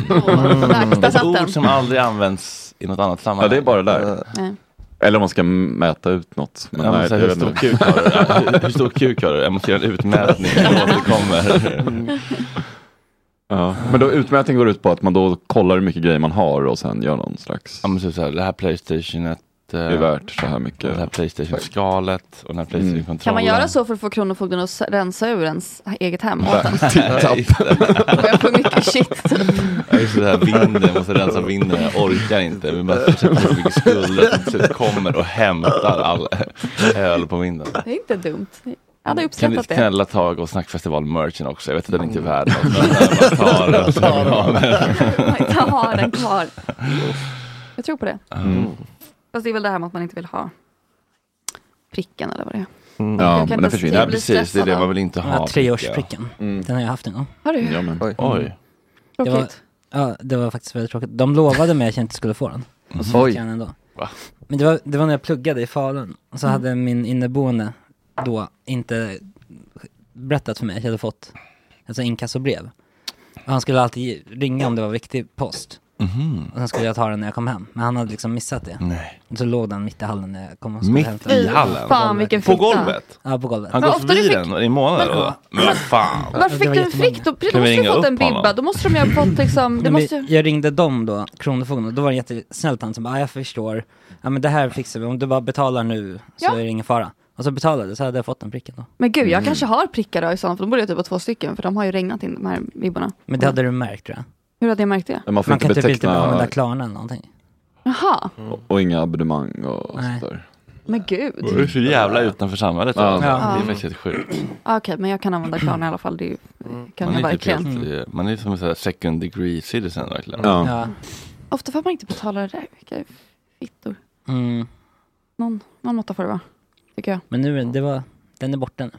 Speaker 4: Åh, Värsta
Speaker 1: Ett Mm. ord
Speaker 4: satten.
Speaker 1: som aldrig används i något annat
Speaker 5: Ja,
Speaker 1: sammanhang.
Speaker 5: det är bara där.
Speaker 7: Eh,
Speaker 4: Nej.
Speaker 5: Eller om man ska mäta ut något. Men
Speaker 1: Ja, men
Speaker 5: nej,
Speaker 1: så här,
Speaker 5: jag
Speaker 1: hur,
Speaker 5: vet
Speaker 1: stor
Speaker 5: inte.
Speaker 1: kuk har du? Ja, hur stor kuk har du? Jag måste göra en utmätning. Jag återkommer.
Speaker 5: Ja. Men då utmätning går ut på att man då kollar hur mycket grejer man har och sen gör någon slags.
Speaker 1: Ja, men typ så här, det här Playstationet. eh,
Speaker 5: Det är värt Mm. så här mycket.
Speaker 1: Det här Playstation-skalet och den här Playstation-kontrollen.
Speaker 4: Kan man göra så för att få Kronofogden att s- rensa ur ens eget hem? Åt en. Och jag får mycket shit. typ.
Speaker 1: Jag är så här, vinden, måste rensa vinden, jag orkar inte. Vi bara sätter så mycket skulder som till slut kommer och hämtar all öl på vinden.
Speaker 4: Det är inte dumt. Jag
Speaker 1: Kan
Speaker 4: hade
Speaker 1: ni
Speaker 4: uppskattat det.
Speaker 1: snälla ta och snackfestival-merchen också? Jag vet att den inte är värd något, men
Speaker 4: Mm.
Speaker 1: jag bara tar den. så är det bra.
Speaker 4: Nej, Ta ha den kvar. Jag tror på det.
Speaker 1: Mm.
Speaker 7: Mm.
Speaker 4: Fast det är väl det här med att man inte vill ha pricken eller vad det är. Jag kan
Speaker 5: Ja, men
Speaker 4: inte
Speaker 5: den
Speaker 4: se-
Speaker 5: försvinner.
Speaker 1: Ja,
Speaker 4: blir
Speaker 1: precis. Det är det
Speaker 4: stressad
Speaker 1: man vill inte
Speaker 6: Den här
Speaker 1: ha.
Speaker 6: treårspricken. Den har jag haft innan.
Speaker 4: Har du?
Speaker 5: Ja, men.
Speaker 7: Oj.
Speaker 1: Oj.
Speaker 6: var-
Speaker 4: Tråkigt.
Speaker 6: Ja, det var faktiskt väldigt tråkigt. De lovade mig att jag inte skulle få den. Och så fick
Speaker 7: Mm. Oj.
Speaker 6: jag den ändå.
Speaker 1: Va?
Speaker 6: Men det var, det var när jag pluggade i Falun. Och
Speaker 4: Mm.
Speaker 6: så hade min inneboende då inte berättat för mig att jag hade fått alltså inkassobrev. Och han skulle alltid ringa om det var viktig post.
Speaker 1: Mhm.
Speaker 6: Och sen skulle jag ta den när jag kom hem. Men han hade liksom missat det.
Speaker 1: Nej.
Speaker 6: Och så låg den mitt i hallen när jag kom och skulle
Speaker 1: Mitt
Speaker 6: hämta
Speaker 1: i
Speaker 6: den.
Speaker 1: hallen.
Speaker 4: Fan vilken
Speaker 1: På
Speaker 4: fitta.
Speaker 1: golvet?
Speaker 6: Ja, på golvet.
Speaker 1: Han
Speaker 4: Vad
Speaker 1: går
Speaker 4: ofta du
Speaker 1: förbi
Speaker 4: fick-
Speaker 1: den i månader
Speaker 4: Men-
Speaker 1: då? Men fan.
Speaker 4: Varför
Speaker 6: Det
Speaker 4: fick
Speaker 6: var
Speaker 4: du en
Speaker 6: jättemånga.
Speaker 4: prick då?
Speaker 1: Kan
Speaker 4: Du
Speaker 1: vi
Speaker 4: måste ju
Speaker 1: ringa
Speaker 4: ha fått
Speaker 1: upp
Speaker 4: en bibba.
Speaker 1: honom?
Speaker 4: Då måste de ju ha fått liksom. Det
Speaker 6: Men
Speaker 4: måste ju...
Speaker 6: vi- Jag ringde dem då, Kronofogden, och då var det jättesnällt han som bara, "Ah, jag förstår, ja men det här fixar vi, om du bara betalar nu så
Speaker 4: Ja.
Speaker 6: är det ingen fara. Och så betalade så hade jag fått den pricken då.
Speaker 4: Men gud jag
Speaker 5: Mm.
Speaker 4: kanske har prickar då i sådana fall. Då borde jag typ ha två stycken. För de har ju regnat in de här bibborna.
Speaker 6: Men det hade du märkt tror jag.
Speaker 4: Hur hade jag märkt det?
Speaker 5: Man får
Speaker 6: Man
Speaker 5: inte
Speaker 6: kan typ inte
Speaker 5: beteckna
Speaker 6: använda Klarna eller någonting.
Speaker 4: Jaha.
Speaker 5: och inga abonnemang och
Speaker 6: Nej.
Speaker 5: sånt där.
Speaker 4: Men gud.
Speaker 5: Mm.
Speaker 1: Du är så jävla utanför samhället.
Speaker 5: Ja.
Speaker 1: alltså.
Speaker 6: Ja.
Speaker 1: Det är faktiskt helt sjukt.
Speaker 4: Ah, Okej, men jag kan använda kran i alla fall. Det är ju-
Speaker 5: Mm.
Speaker 4: kan
Speaker 1: Man
Speaker 4: jag
Speaker 1: är, typ
Speaker 4: verkligen.
Speaker 1: helt, eh, man är som en sån här second degree citizen verkligen.
Speaker 5: Ja.
Speaker 6: Ja.
Speaker 4: Ofta får man inte betala det där. Vilka fittor.
Speaker 6: Mm.
Speaker 4: Någon, någon måtta får det vara. Tycker jag.
Speaker 6: Men nu, är- det var, den är borta nu.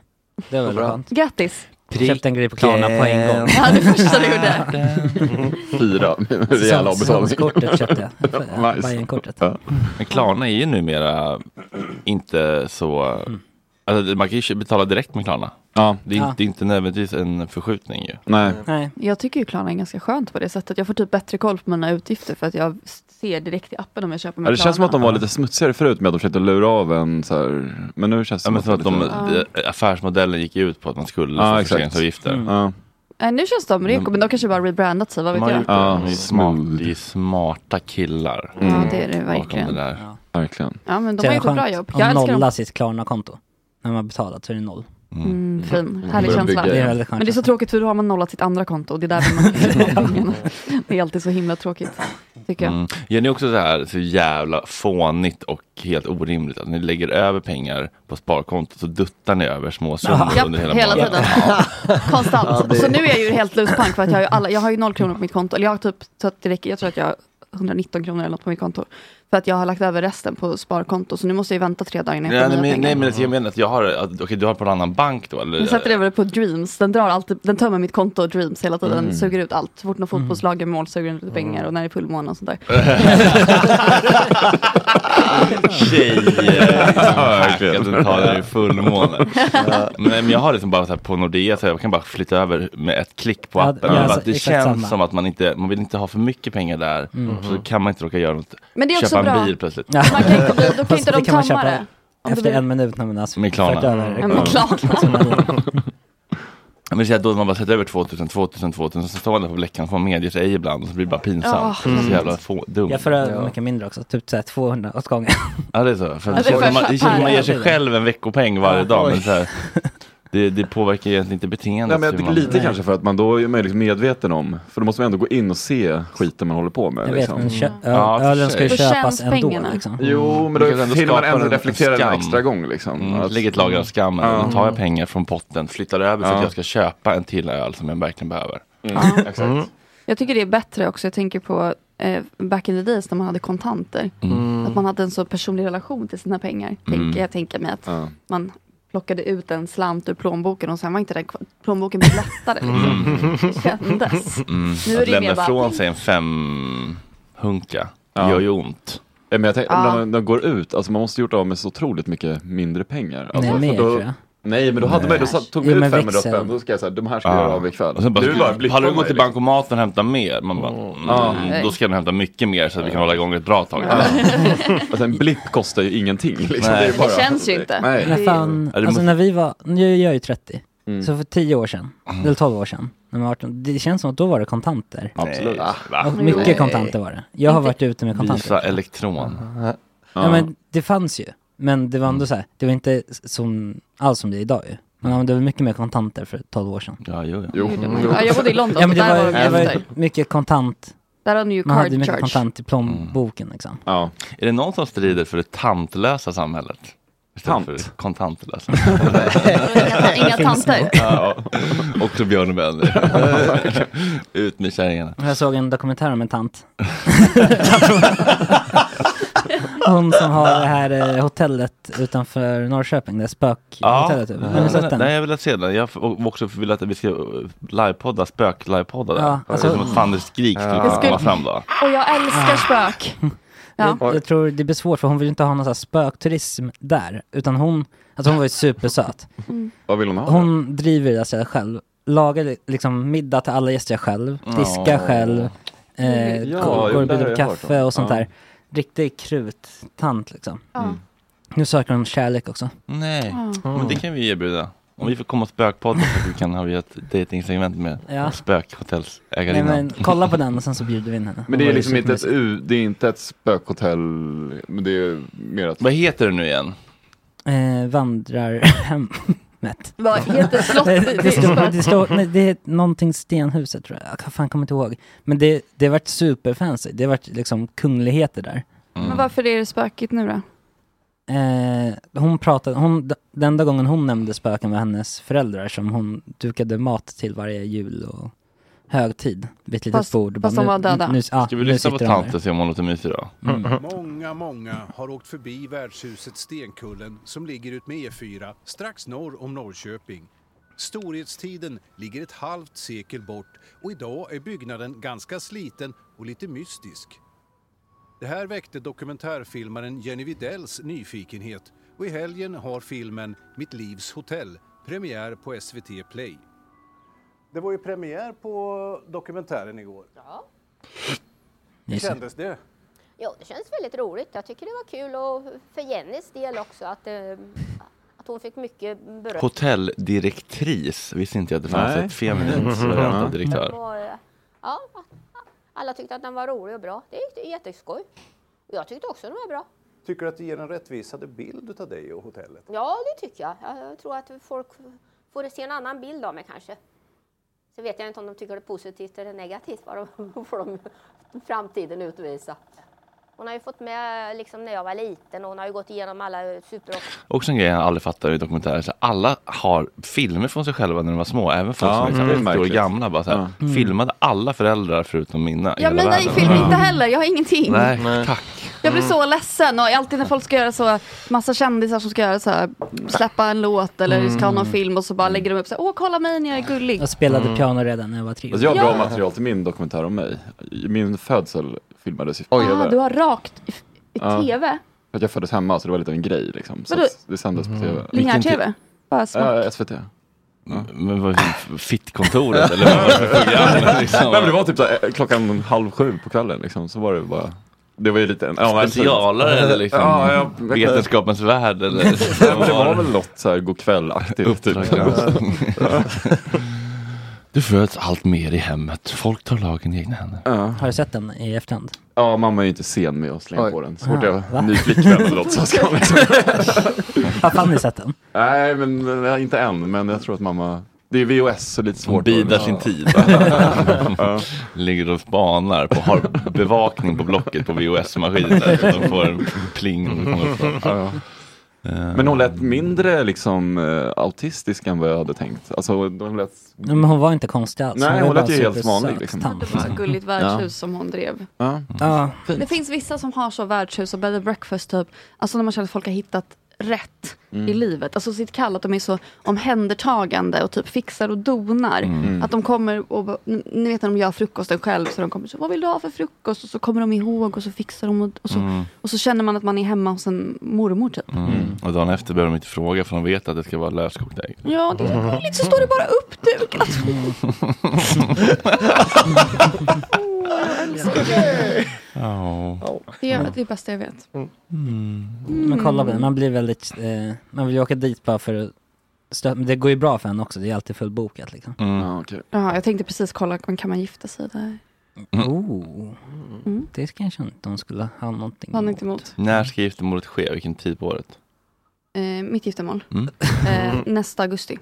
Speaker 6: Det var väl
Speaker 7: Bra.
Speaker 6: skönt.
Speaker 4: Grattis!
Speaker 6: Köpte en grej på Klarna på en gång.
Speaker 4: Det var det första du gjorde.
Speaker 5: Fyra rejäla avbetalningar.
Speaker 6: Säsongskortet köpte jag.
Speaker 5: Nice.
Speaker 6: Bajenkortet.
Speaker 5: Ja.
Speaker 1: Men Klarna är ju numera inte så...
Speaker 4: Mm.
Speaker 1: Alltså, man kan ju betala direkt med Klarna.
Speaker 5: Ja,
Speaker 1: Det är, inte,
Speaker 6: Ja.
Speaker 1: det är inte nödvändigtvis en förskjutning ju.
Speaker 5: nej.
Speaker 6: Nej.
Speaker 4: Jag tycker ju Klarna är ganska skönt på det sättet. Jag får typ bättre koll på mina utgifter för att jag ser direkt i appen om jag köper med
Speaker 5: Ja, det
Speaker 4: Klarna.
Speaker 5: känns som att de var lite smutsigare förut med att de försökte lura av en så här, men nu känns det
Speaker 1: Ja, men så att
Speaker 5: att
Speaker 1: de,
Speaker 5: lite-
Speaker 1: eh, affärsmodellen gick ju ut på att man skulle
Speaker 5: Ja,
Speaker 1: få
Speaker 5: exakt.
Speaker 1: försäkringsavgifter.
Speaker 6: Mm.
Speaker 5: Ja,
Speaker 4: Nej, Eh, nu känns de
Speaker 5: Mm.
Speaker 4: reko, men de kanske bara rebrandat sig, vad vet
Speaker 1: De har
Speaker 4: jag?
Speaker 1: gjort det. De är
Speaker 5: Ja,
Speaker 1: ju smart,
Speaker 5: smooth.
Speaker 1: det är ju smarta killar
Speaker 4: Ja, det är det
Speaker 1: bakom det
Speaker 4: verkligen.
Speaker 1: där.
Speaker 5: verkligen.
Speaker 4: Ja, men de
Speaker 6: Så
Speaker 4: har
Speaker 6: är
Speaker 4: gjort
Speaker 6: det
Speaker 4: ett bra
Speaker 6: skönt
Speaker 4: jobb.
Speaker 6: att
Speaker 4: Jag älskar
Speaker 6: nolla
Speaker 4: dem.
Speaker 6: sitt Klarna-konto. När man betalat så är det noll.
Speaker 4: Mm, fin, härlig
Speaker 5: Börja
Speaker 4: känsla.
Speaker 5: bygga.
Speaker 6: Det
Speaker 5: Ja.
Speaker 6: är väldigt skönt.
Speaker 4: Men det är så tråkigt för då har man nollat sitt andra konto och det är där man Det är alltid så himla tråkigt, tycker jag.
Speaker 1: Mm. Ja, det är också så här så jävla fånigt och helt orimligt att ni lägger över pengar på sparkontot så duttar ni över små summor
Speaker 4: Japp,
Speaker 1: under hela,
Speaker 4: hela
Speaker 1: månaden.
Speaker 4: tiden. Konstant.
Speaker 7: Ja, det-
Speaker 4: Så nu är jag ju helt luspank för att jag har, ju alla, jag har ju noll kronor på mitt konto. Eller jag har typ, så att det räcker, jag tror att jag har 119 kronor eller något på mitt konto. För att jag har lagt över resten på sparkonto. Så nu måste jag ju vänta tre dagar innan jag
Speaker 1: Ja,
Speaker 4: får
Speaker 1: nej,
Speaker 4: nya
Speaker 1: men, nej
Speaker 4: pengar.
Speaker 1: men alltså, jag menar att jag har, att, okej, du har på en annan bank då eller?
Speaker 4: Jag sätter över det på Dreams. Den drar alltid, den tömmer mitt konto och Dreams hela tiden.
Speaker 1: Mm.
Speaker 4: Suger ut allt. Så fort något fotbollslag gör mål suger den ut pengar. Och när det är fullmåne och sånt där.
Speaker 1: Äh, tjejer.
Speaker 5: verkligen.
Speaker 1: Hackatentaler i fullmåne. Nej, men jag har liksom bara så här på Nordea, så jag kan bara flytta över med ett klick på
Speaker 6: Ja,
Speaker 1: appen.
Speaker 6: ja,
Speaker 1: Men
Speaker 6: alltså,
Speaker 1: att det
Speaker 6: exakt
Speaker 1: känns
Speaker 6: samma.
Speaker 1: som att man inte, man vill inte ha för mycket pengar där. Så då kan man inte råka göra något,
Speaker 4: Men det är också
Speaker 1: köpa
Speaker 4: bra.
Speaker 1: en bil plötsligt.
Speaker 6: Ja.
Speaker 4: Man kan inte bli, då kan
Speaker 6: Fast
Speaker 4: inte
Speaker 6: det
Speaker 4: de
Speaker 6: kan man
Speaker 4: tömma
Speaker 6: köpa
Speaker 4: det. Om det
Speaker 6: Efter
Speaker 4: blir-
Speaker 6: en minut när man har
Speaker 1: Med Klarna.
Speaker 6: fört över
Speaker 4: Ja, men klart.
Speaker 1: Men så här, då när man sätter över 2000, 2000, 2000 så står man där på Bleckan och medger sig ibland och så blir det bara pinsamt.
Speaker 4: Ja.
Speaker 1: Så jävla få, dumt.
Speaker 6: Jag för över mycket mindre också, typ såhär 200 åt gången.
Speaker 1: Ja det är så. För
Speaker 4: det
Speaker 1: det, känns
Speaker 4: får
Speaker 1: som man,
Speaker 4: jag
Speaker 1: det känns som man ger sig
Speaker 6: köpa.
Speaker 1: själv en veckopeng varje
Speaker 6: Ja,
Speaker 1: dag. Men
Speaker 6: oj.
Speaker 1: så här, det, det påverkar egentligen inte beteendet.
Speaker 5: Nej, men jag
Speaker 1: hur
Speaker 5: tycker
Speaker 1: man-
Speaker 5: lite kanske för att man då är man ju liksom medveten om, för då måste man ändå gå in och se skiten man håller på med.
Speaker 6: Jag vet
Speaker 5: liksom.
Speaker 6: men kö- ö-
Speaker 1: Ja, för
Speaker 6: ölen ska ju
Speaker 4: sig.
Speaker 6: köpas
Speaker 4: Och känns
Speaker 6: ändå
Speaker 4: pengarna.
Speaker 6: liksom.
Speaker 5: Jo, men
Speaker 1: Det
Speaker 5: då
Speaker 1: kan ändå
Speaker 5: hinner man
Speaker 1: skapa
Speaker 5: ändå
Speaker 1: en
Speaker 5: reflektera
Speaker 1: skam.
Speaker 5: en extra gång liksom.
Speaker 1: Mm,
Speaker 5: Att-
Speaker 1: Lägger ett lager av skam.
Speaker 5: Ja.
Speaker 1: Då tar jag pengar från potten, flyttar över för
Speaker 5: Ja.
Speaker 1: att jag ska köpa en till öl som jag verkligen behöver.
Speaker 4: Ja.
Speaker 5: Exakt. Mm.
Speaker 4: Jag tycker det är bättre också. Jag tänker på eh, back in the days när man hade kontanter.
Speaker 5: Mm.
Speaker 1: Mm.
Speaker 6: Mm.
Speaker 4: Att man hade en så personlig relation till sina pengar. Tänker jag tänker mig att
Speaker 5: Ja.
Speaker 4: man plockade ut en slant ur plånboken och sen var inte den kvar- plånboken blev lättare.
Speaker 6: Mm.
Speaker 4: Liksom. Det kändes. Nu är
Speaker 1: Mm. Att
Speaker 4: det ju mer
Speaker 1: lämna
Speaker 4: bara,
Speaker 1: ifrån sig en femhunka
Speaker 5: Ja.
Speaker 1: gör ju ont.
Speaker 5: Men jag tänkte,
Speaker 4: Ja.
Speaker 5: när man- när man går ut, alltså man måste gjort av med så otroligt mycket mindre pengar. Alltså,
Speaker 6: Nej,
Speaker 5: för
Speaker 6: mer
Speaker 5: då-
Speaker 6: tror jag.
Speaker 5: Nej, men då, hade man, då satt- tog man
Speaker 6: Jo,
Speaker 5: ut
Speaker 6: men
Speaker 5: 500
Speaker 6: växel.
Speaker 5: spänn, då ska jag säga, de här ska jag göra av ikväll.
Speaker 1: Och sen bara,
Speaker 5: Du bara blippar
Speaker 1: har du
Speaker 5: mig,
Speaker 1: gått till
Speaker 5: liksom.
Speaker 1: bankomaten och hämtat mer? Man bara, mm,
Speaker 5: Ja.
Speaker 1: Då ska jag nog hämta mycket mer så att vi kan hålla igång ett bra tag.
Speaker 5: Alltså en blipp kostar ju ingenting. Liksom.
Speaker 1: Nej.
Speaker 5: Det, är bara,
Speaker 4: Det känns ju inte.
Speaker 5: Nej.
Speaker 6: När fan,
Speaker 1: Ja, det
Speaker 6: alltså
Speaker 1: måste-
Speaker 6: när vi var, nu är jag ju 30, så för 10 år sedan, eller 12 år sedan, när man var 18, det känns som att då var det kontanter.
Speaker 1: Absolut.
Speaker 6: Och
Speaker 1: Va?
Speaker 6: mycket
Speaker 4: Nej.
Speaker 6: kontanter var det. Jag har varit ute med kontanter.
Speaker 1: Visa elektron.
Speaker 6: Ja men det fanns ju, men det var ändå så här, det var inte som, alls som det är idag ju. Man använde väl mycket mer kontanter för 12 år sedan.
Speaker 1: Ja, jo, ja.
Speaker 5: Jo.
Speaker 4: ja, jag bodde i London,
Speaker 6: Ja men det
Speaker 4: där
Speaker 6: var,
Speaker 4: var de
Speaker 6: det var ju
Speaker 4: efter.
Speaker 6: mycket kontant,
Speaker 4: Där har de ju
Speaker 6: man hade
Speaker 4: card
Speaker 6: mycket
Speaker 4: charge.
Speaker 6: kontant i plånboken liksom.
Speaker 5: Ja.
Speaker 1: Är det någon som strider för det tantlösa samhället? Istället
Speaker 5: Tant?
Speaker 1: för kontantlösa.
Speaker 4: Inga, inga tanter.
Speaker 1: ja. Också Björn Benner. Ut med kärringarna.
Speaker 6: Jag såg en dokumentär om en tant. Hon som har det här eh, hotellet utanför Norrköping, det här spökhotellet. typ. Har ni sett den?
Speaker 1: nej, jag vill att se den. Jag har också velat att vi ska eh, livepodda, spök-livepodda där.
Speaker 6: Ja, alltså-
Speaker 1: det är som att Fanders skrik skulle
Speaker 4: Jag skulle-
Speaker 1: komma fram då.
Speaker 4: Och jag älskar spök. Ja.
Speaker 6: Jag tror det blir svårt för hon vill inte ha någon sån här spökturism där. Utan hon, alltså hon var ju supersöt.
Speaker 5: Vad vill hon ha?
Speaker 6: Hon driver det där stället själv. Lagar liksom middag till alla gäster själv. Diskar själv. Eh,
Speaker 5: Ja,
Speaker 6: går
Speaker 5: jo,
Speaker 6: och
Speaker 5: det
Speaker 6: bjuder
Speaker 5: har
Speaker 6: på
Speaker 5: jag hört
Speaker 6: kaffe
Speaker 5: om.
Speaker 6: och sånt
Speaker 5: Ja. Mm.
Speaker 6: där. Riktig kruttant liksom.
Speaker 4: Ja.
Speaker 6: Nu söker hon kärlek också.
Speaker 1: Nej, men det kan vi erbjuda. Om vi får komma och spökpodda så kan vi ha ett dejtingsegment med
Speaker 6: Ja. Nej,
Speaker 1: spökhotellsägarinnan.
Speaker 6: men kolla på den och sen så bjuder vi in henne.
Speaker 5: Men det
Speaker 6: Hon var
Speaker 5: är
Speaker 6: ju
Speaker 5: liksom inte ett,
Speaker 6: supermysig.
Speaker 5: u- det är inte ett spökhotell, men det är mer att...
Speaker 1: Vad heter det nu igen?
Speaker 6: eh, vandrarhemmet.
Speaker 4: Vad heter
Speaker 6: Nej,
Speaker 4: slottet?
Speaker 6: det, står, det, står, nej, det är någonting stenhuset tror jag, jag fan kommer inte ihåg. Men det, det har
Speaker 1: Mm.
Speaker 6: varit superfancy, det har varit liksom kungligheter där.
Speaker 4: Men varför är det spökigt nu då?
Speaker 6: eh, hon pratade, hon, d- den enda gången hon nämnde spöken var hennes föräldrar som hon dukade mat till varje jul och högtid vid ett litet
Speaker 4: Fast-
Speaker 6: bord. och bara,
Speaker 4: fast de
Speaker 6: nu-
Speaker 4: var döda.
Speaker 6: Nu, ja,
Speaker 1: Ska vi
Speaker 6: nu
Speaker 1: lyssna på
Speaker 6: sitter de där.
Speaker 1: tanten och se om hon låter mysig då?
Speaker 8: Många, många har åkt förbi värdshuset Stenkullen som ligger utmed E4 strax norr om Norrköping. Storhetstiden ligger ett halvt sekel bort och idag är byggnaden ganska sliten och lite mystisk. Det här väckte dokumentärfilmaren Jenny Widells nyfikenhet och i helgen har filmen Mitt livs hotell premiär på SVT Play. Det var ju premiär på dokumentären igår. Hur
Speaker 6: Mysigt.
Speaker 8: kändes det?
Speaker 9: Jo, det känns väldigt roligt. Jag tycker det var kul och för Jennys del också att, eh, att hon fick mycket beröm.
Speaker 1: Hotelldirektris. Visste inte jag att det fanns
Speaker 5: Nej.
Speaker 1: ett feminint variant av direktör.
Speaker 9: Och, eh, ja, alla tyckte att den var rolig och bra. Det är det är jätteskoj. Och jag tyckte också den var bra.
Speaker 8: Tycker du att det ger en rättvisande bild av dig och hotellet?
Speaker 9: Ja, det tycker jag. Jag jag tror att folk får se en annan bild av mig kanske. Så vet jag inte om de tycker det är positivt eller negativt. Vad de får de framtiden utvisa. Hon har ju fått med liksom när jag var liten och hon har ju gått igenom alla eh, super...
Speaker 1: Också en grej jag aldrig fattar i dokumentärer. Så alla har filmer från sig själva när de var små. Även folk
Speaker 5: Ja,
Speaker 1: som är
Speaker 5: mm,
Speaker 1: mm, 80 år
Speaker 5: märkligt.
Speaker 1: gamla. Bara så här, Filmade alla föräldrar förutom Mm. mina. i
Speaker 4: Ja
Speaker 1: hela
Speaker 4: men nej,
Speaker 1: världen. Mm.
Speaker 4: film inte heller, jag har ingenting.
Speaker 1: Nej, Mm. tack.
Speaker 4: Jag blir så ledsen och alltid när folk ska göra så, massa kändisar som ska göra så här, släppa en låt eller
Speaker 1: Mm.
Speaker 4: ska ha någon film och så bara lägger de upp så här, åh kolla mig när jag är gullig.
Speaker 6: Jag spelade
Speaker 5: Mm.
Speaker 6: piano redan när jag var tre år.
Speaker 5: Alltså jag har
Speaker 4: Ja.
Speaker 5: bra material till min dokumentär om mig. Min födsel filmades i
Speaker 4: ah,
Speaker 5: tv.
Speaker 4: du har rakt i, i
Speaker 5: Ja.
Speaker 4: tv?
Speaker 5: För att jag föddes hemma så det var lite av en grej liksom. Så
Speaker 4: Vadå?
Speaker 5: att det sändes på tv.
Speaker 4: Linjär-tv? Bara smak.
Speaker 5: Ja, SVT.
Speaker 1: Men vad fittkontoret eller vad var det för program?
Speaker 5: Nej, men det
Speaker 1: Liksom?
Speaker 5: var typ så här, eh, klockan halv sju på kvällen liksom. Så var det bara. Det var ju lite. Ja, men- alltså-
Speaker 1: Specialare eller liksom
Speaker 5: Ja, jag- jag-
Speaker 1: Vetenskapens värld eller?
Speaker 5: Nej, men det var väl något så här godkväll-aktigt. Typ.
Speaker 1: Uppdrag granskning. Du föds allt mer i hemmet. Folk tar lagen i egna händer.
Speaker 6: Har du sett den i efterhand?
Speaker 5: Ja, mamma är ju inte sen med att slänga
Speaker 7: Oj.
Speaker 5: på den. Så fort
Speaker 6: Ah,
Speaker 5: jag
Speaker 6: va?
Speaker 5: har ny flickvän eller något så ska hon liksom.
Speaker 6: Har Fanny sett den?
Speaker 5: Nej, men eh, inte än. Men jag tror att mamma. Det är VHS så lite
Speaker 1: Hon
Speaker 5: svårt.
Speaker 1: bidar sin tid. Ligger och spanar, på, har bevakning på blocket på VHS-maskiner. så De får en pling om det kommer upp Eh, någon.
Speaker 5: Ja, ja. Men hon lät mindre liksom eh, autistisk än vad jag hade tänkt. Alltså hon lät,
Speaker 6: Nej, Men hon var inte konstig alls.
Speaker 5: Nej,
Speaker 6: var
Speaker 5: hon lät
Speaker 6: bara
Speaker 5: ju helt
Speaker 6: supersöt
Speaker 5: vanlig, liksom.
Speaker 6: tant.
Speaker 4: Det var så gulligt värdshus som hon drev.
Speaker 5: ja.
Speaker 6: Ja,
Speaker 4: Det finns vissa som har så värdshus och bed and breakfast typ. Alltså när man känner att folk har hittat rätt i livet. Alltså sitt kall, att de är så omhändertagande och typ fixar och donar. Att de kommer och, ba- n- ni vet när de gör frukosten själv så de kommer så, vad vill du ha för frukost? Och så kommer de ihåg och så fixar de och, och, så, och så känner man att man är hemma hos en mormor typ.
Speaker 1: Mm. Och dagen efter behöver de inte fråga för de vet att det ska vara löskokt ägg.
Speaker 4: Ja, det är så gulligt så står det bara Alltså. uppdukat. Oh,
Speaker 1: Ja.
Speaker 4: Det är det är bästa jag vet.
Speaker 5: Mm.
Speaker 6: men kolla på den. Man blir väldigt, eh, man vill ju åka dit bara för att stö- men det går ju bra för henne också, det är alltid fullbokat liksom.
Speaker 1: Mm.
Speaker 5: Ja, okej.
Speaker 4: Jaha, jag tänkte precis kolla, men kan man gifta sig där? Mm.
Speaker 6: Oh.
Speaker 1: Mm.
Speaker 6: Det kanske inte hon skulle ha någonting
Speaker 4: Har ni inte emot?
Speaker 1: När ska giftermålet ske? Vilken tid på året?
Speaker 4: Eh, mitt giftermål.
Speaker 1: Mm.
Speaker 4: Eh, nästa augusti.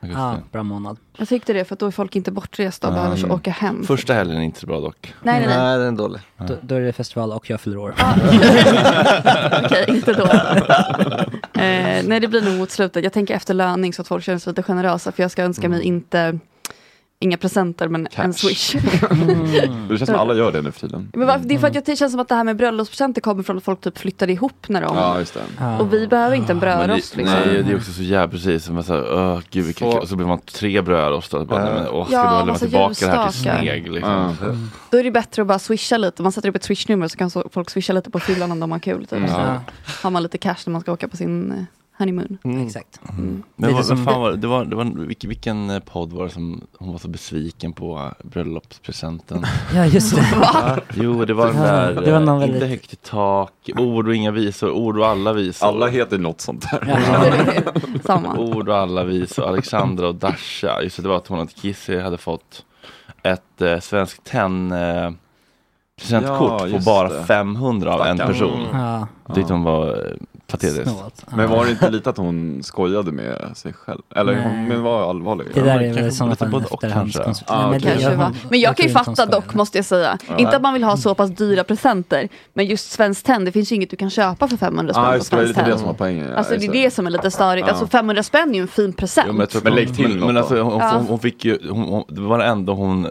Speaker 1: Augusti.
Speaker 6: Ja, bra månad.
Speaker 4: Jag tyckte det för att då är folk inte bortresta och behöver så åka hem.
Speaker 1: Första helgen är inte så bra dock.
Speaker 4: Nej, nej, nej.
Speaker 7: Nej, den är dålig.
Speaker 6: Då, då är det festival och jag fyller år.
Speaker 4: Okej, inte då. eh, nej, det blir nog mot slutet. Jag tänker efter löning så att folk känner sig lite generösa för jag ska önska
Speaker 1: Mm.
Speaker 4: mig inte Inga presenter men en swish.
Speaker 5: Det känns som att alla gör det nu för tiden.
Speaker 4: Mm. Men varför, det
Speaker 1: Mm.
Speaker 4: är för att jag, det känns som att det här med bröllopspresenter kommer från att folk typ flyttade ihop när de...
Speaker 5: Ja, just det.
Speaker 6: Ja.
Speaker 4: Och vi behöver inte en
Speaker 1: Ah, Men det,
Speaker 4: brödrost liksom.
Speaker 1: Nej, det är också så jävla precis. Man säger, öh, gud, vilken
Speaker 5: Så-
Speaker 1: och så blir man tre brödrostar. Bara, nej, men, åh, ska
Speaker 4: Ja,
Speaker 1: ja, lämna
Speaker 4: massa
Speaker 1: tillbaka det här till
Speaker 4: ljusstakar.
Speaker 1: sneg liksom.
Speaker 5: Ja.
Speaker 4: Då är det bättre att bara swisha lite. Man sätter upp ett swishnummer så kan så folk swisha lite på fyllan om de har kul.
Speaker 5: Mm.
Speaker 4: Typ. Så
Speaker 6: Ja,
Speaker 4: har man lite cash när man ska åka på sin eh, honeymoon.
Speaker 6: mm. exakt.
Speaker 1: Men
Speaker 6: Lite
Speaker 1: vad, vad
Speaker 6: som-
Speaker 1: fan var det? det? Var, det var, vilken, vilken eh, podd var det som hon var så besviken på eh, bröllopspresenten?
Speaker 6: Ja, just det.
Speaker 1: Jo, det var den
Speaker 6: Ja,
Speaker 1: där,
Speaker 6: det var någon
Speaker 1: eh, inte
Speaker 6: väldigt-
Speaker 1: högt i tak, ord och inga visor, ord och alla visor.
Speaker 5: Alla heter något sånt där. Oh.
Speaker 4: Samma.
Speaker 1: Ord och alla visor, Alexandra och Dasha. Just det, det var att hon och Kissy hade fått ett eh, svenskt tenn eh, presentkort
Speaker 5: Ja,
Speaker 1: på
Speaker 5: just
Speaker 1: bara
Speaker 5: det. Mm.
Speaker 1: 500 av en
Speaker 5: Stackarn.
Speaker 1: person.
Speaker 6: Ja.
Speaker 1: Det tyckte hon var eh, Patetiskt.
Speaker 6: snålt. Ja.
Speaker 5: Men var det inte lite att hon skojade med sig själv? Eller
Speaker 6: Nej.
Speaker 5: hon men var allvarlig?
Speaker 6: Det där är
Speaker 1: kanske
Speaker 6: väl i sådana
Speaker 1: lite
Speaker 6: fall en
Speaker 1: både och
Speaker 6: efterhandskonstruktion.
Speaker 5: kanske. Ja,
Speaker 6: Nej, men det
Speaker 4: Kanske
Speaker 6: gör
Speaker 4: va.
Speaker 6: hon-
Speaker 4: Men jag kan ju
Speaker 6: tror inte hon
Speaker 4: fatta
Speaker 6: skojar.
Speaker 4: dock måste jag säga. Inte att man vill ha så pass dyra presenter. Men just Svenskt Tenn, det finns ju inget du kan köpa för 500 spänn
Speaker 5: Ja,
Speaker 4: på
Speaker 5: Ah, just det, det var
Speaker 4: Svenskt
Speaker 5: lite
Speaker 4: Tenn.
Speaker 5: det som var poängen. Ja,
Speaker 4: Alltså det
Speaker 5: just
Speaker 4: är det som är lite störigt.
Speaker 5: Ja.
Speaker 4: Alltså 500 spänn är ju en fin present.
Speaker 5: Jo, men jag tror
Speaker 1: Men lägg till
Speaker 5: men,
Speaker 1: något men alltså, hon,
Speaker 4: Ja.
Speaker 1: hon, hon fick ju, hon, hon, det var det enda hon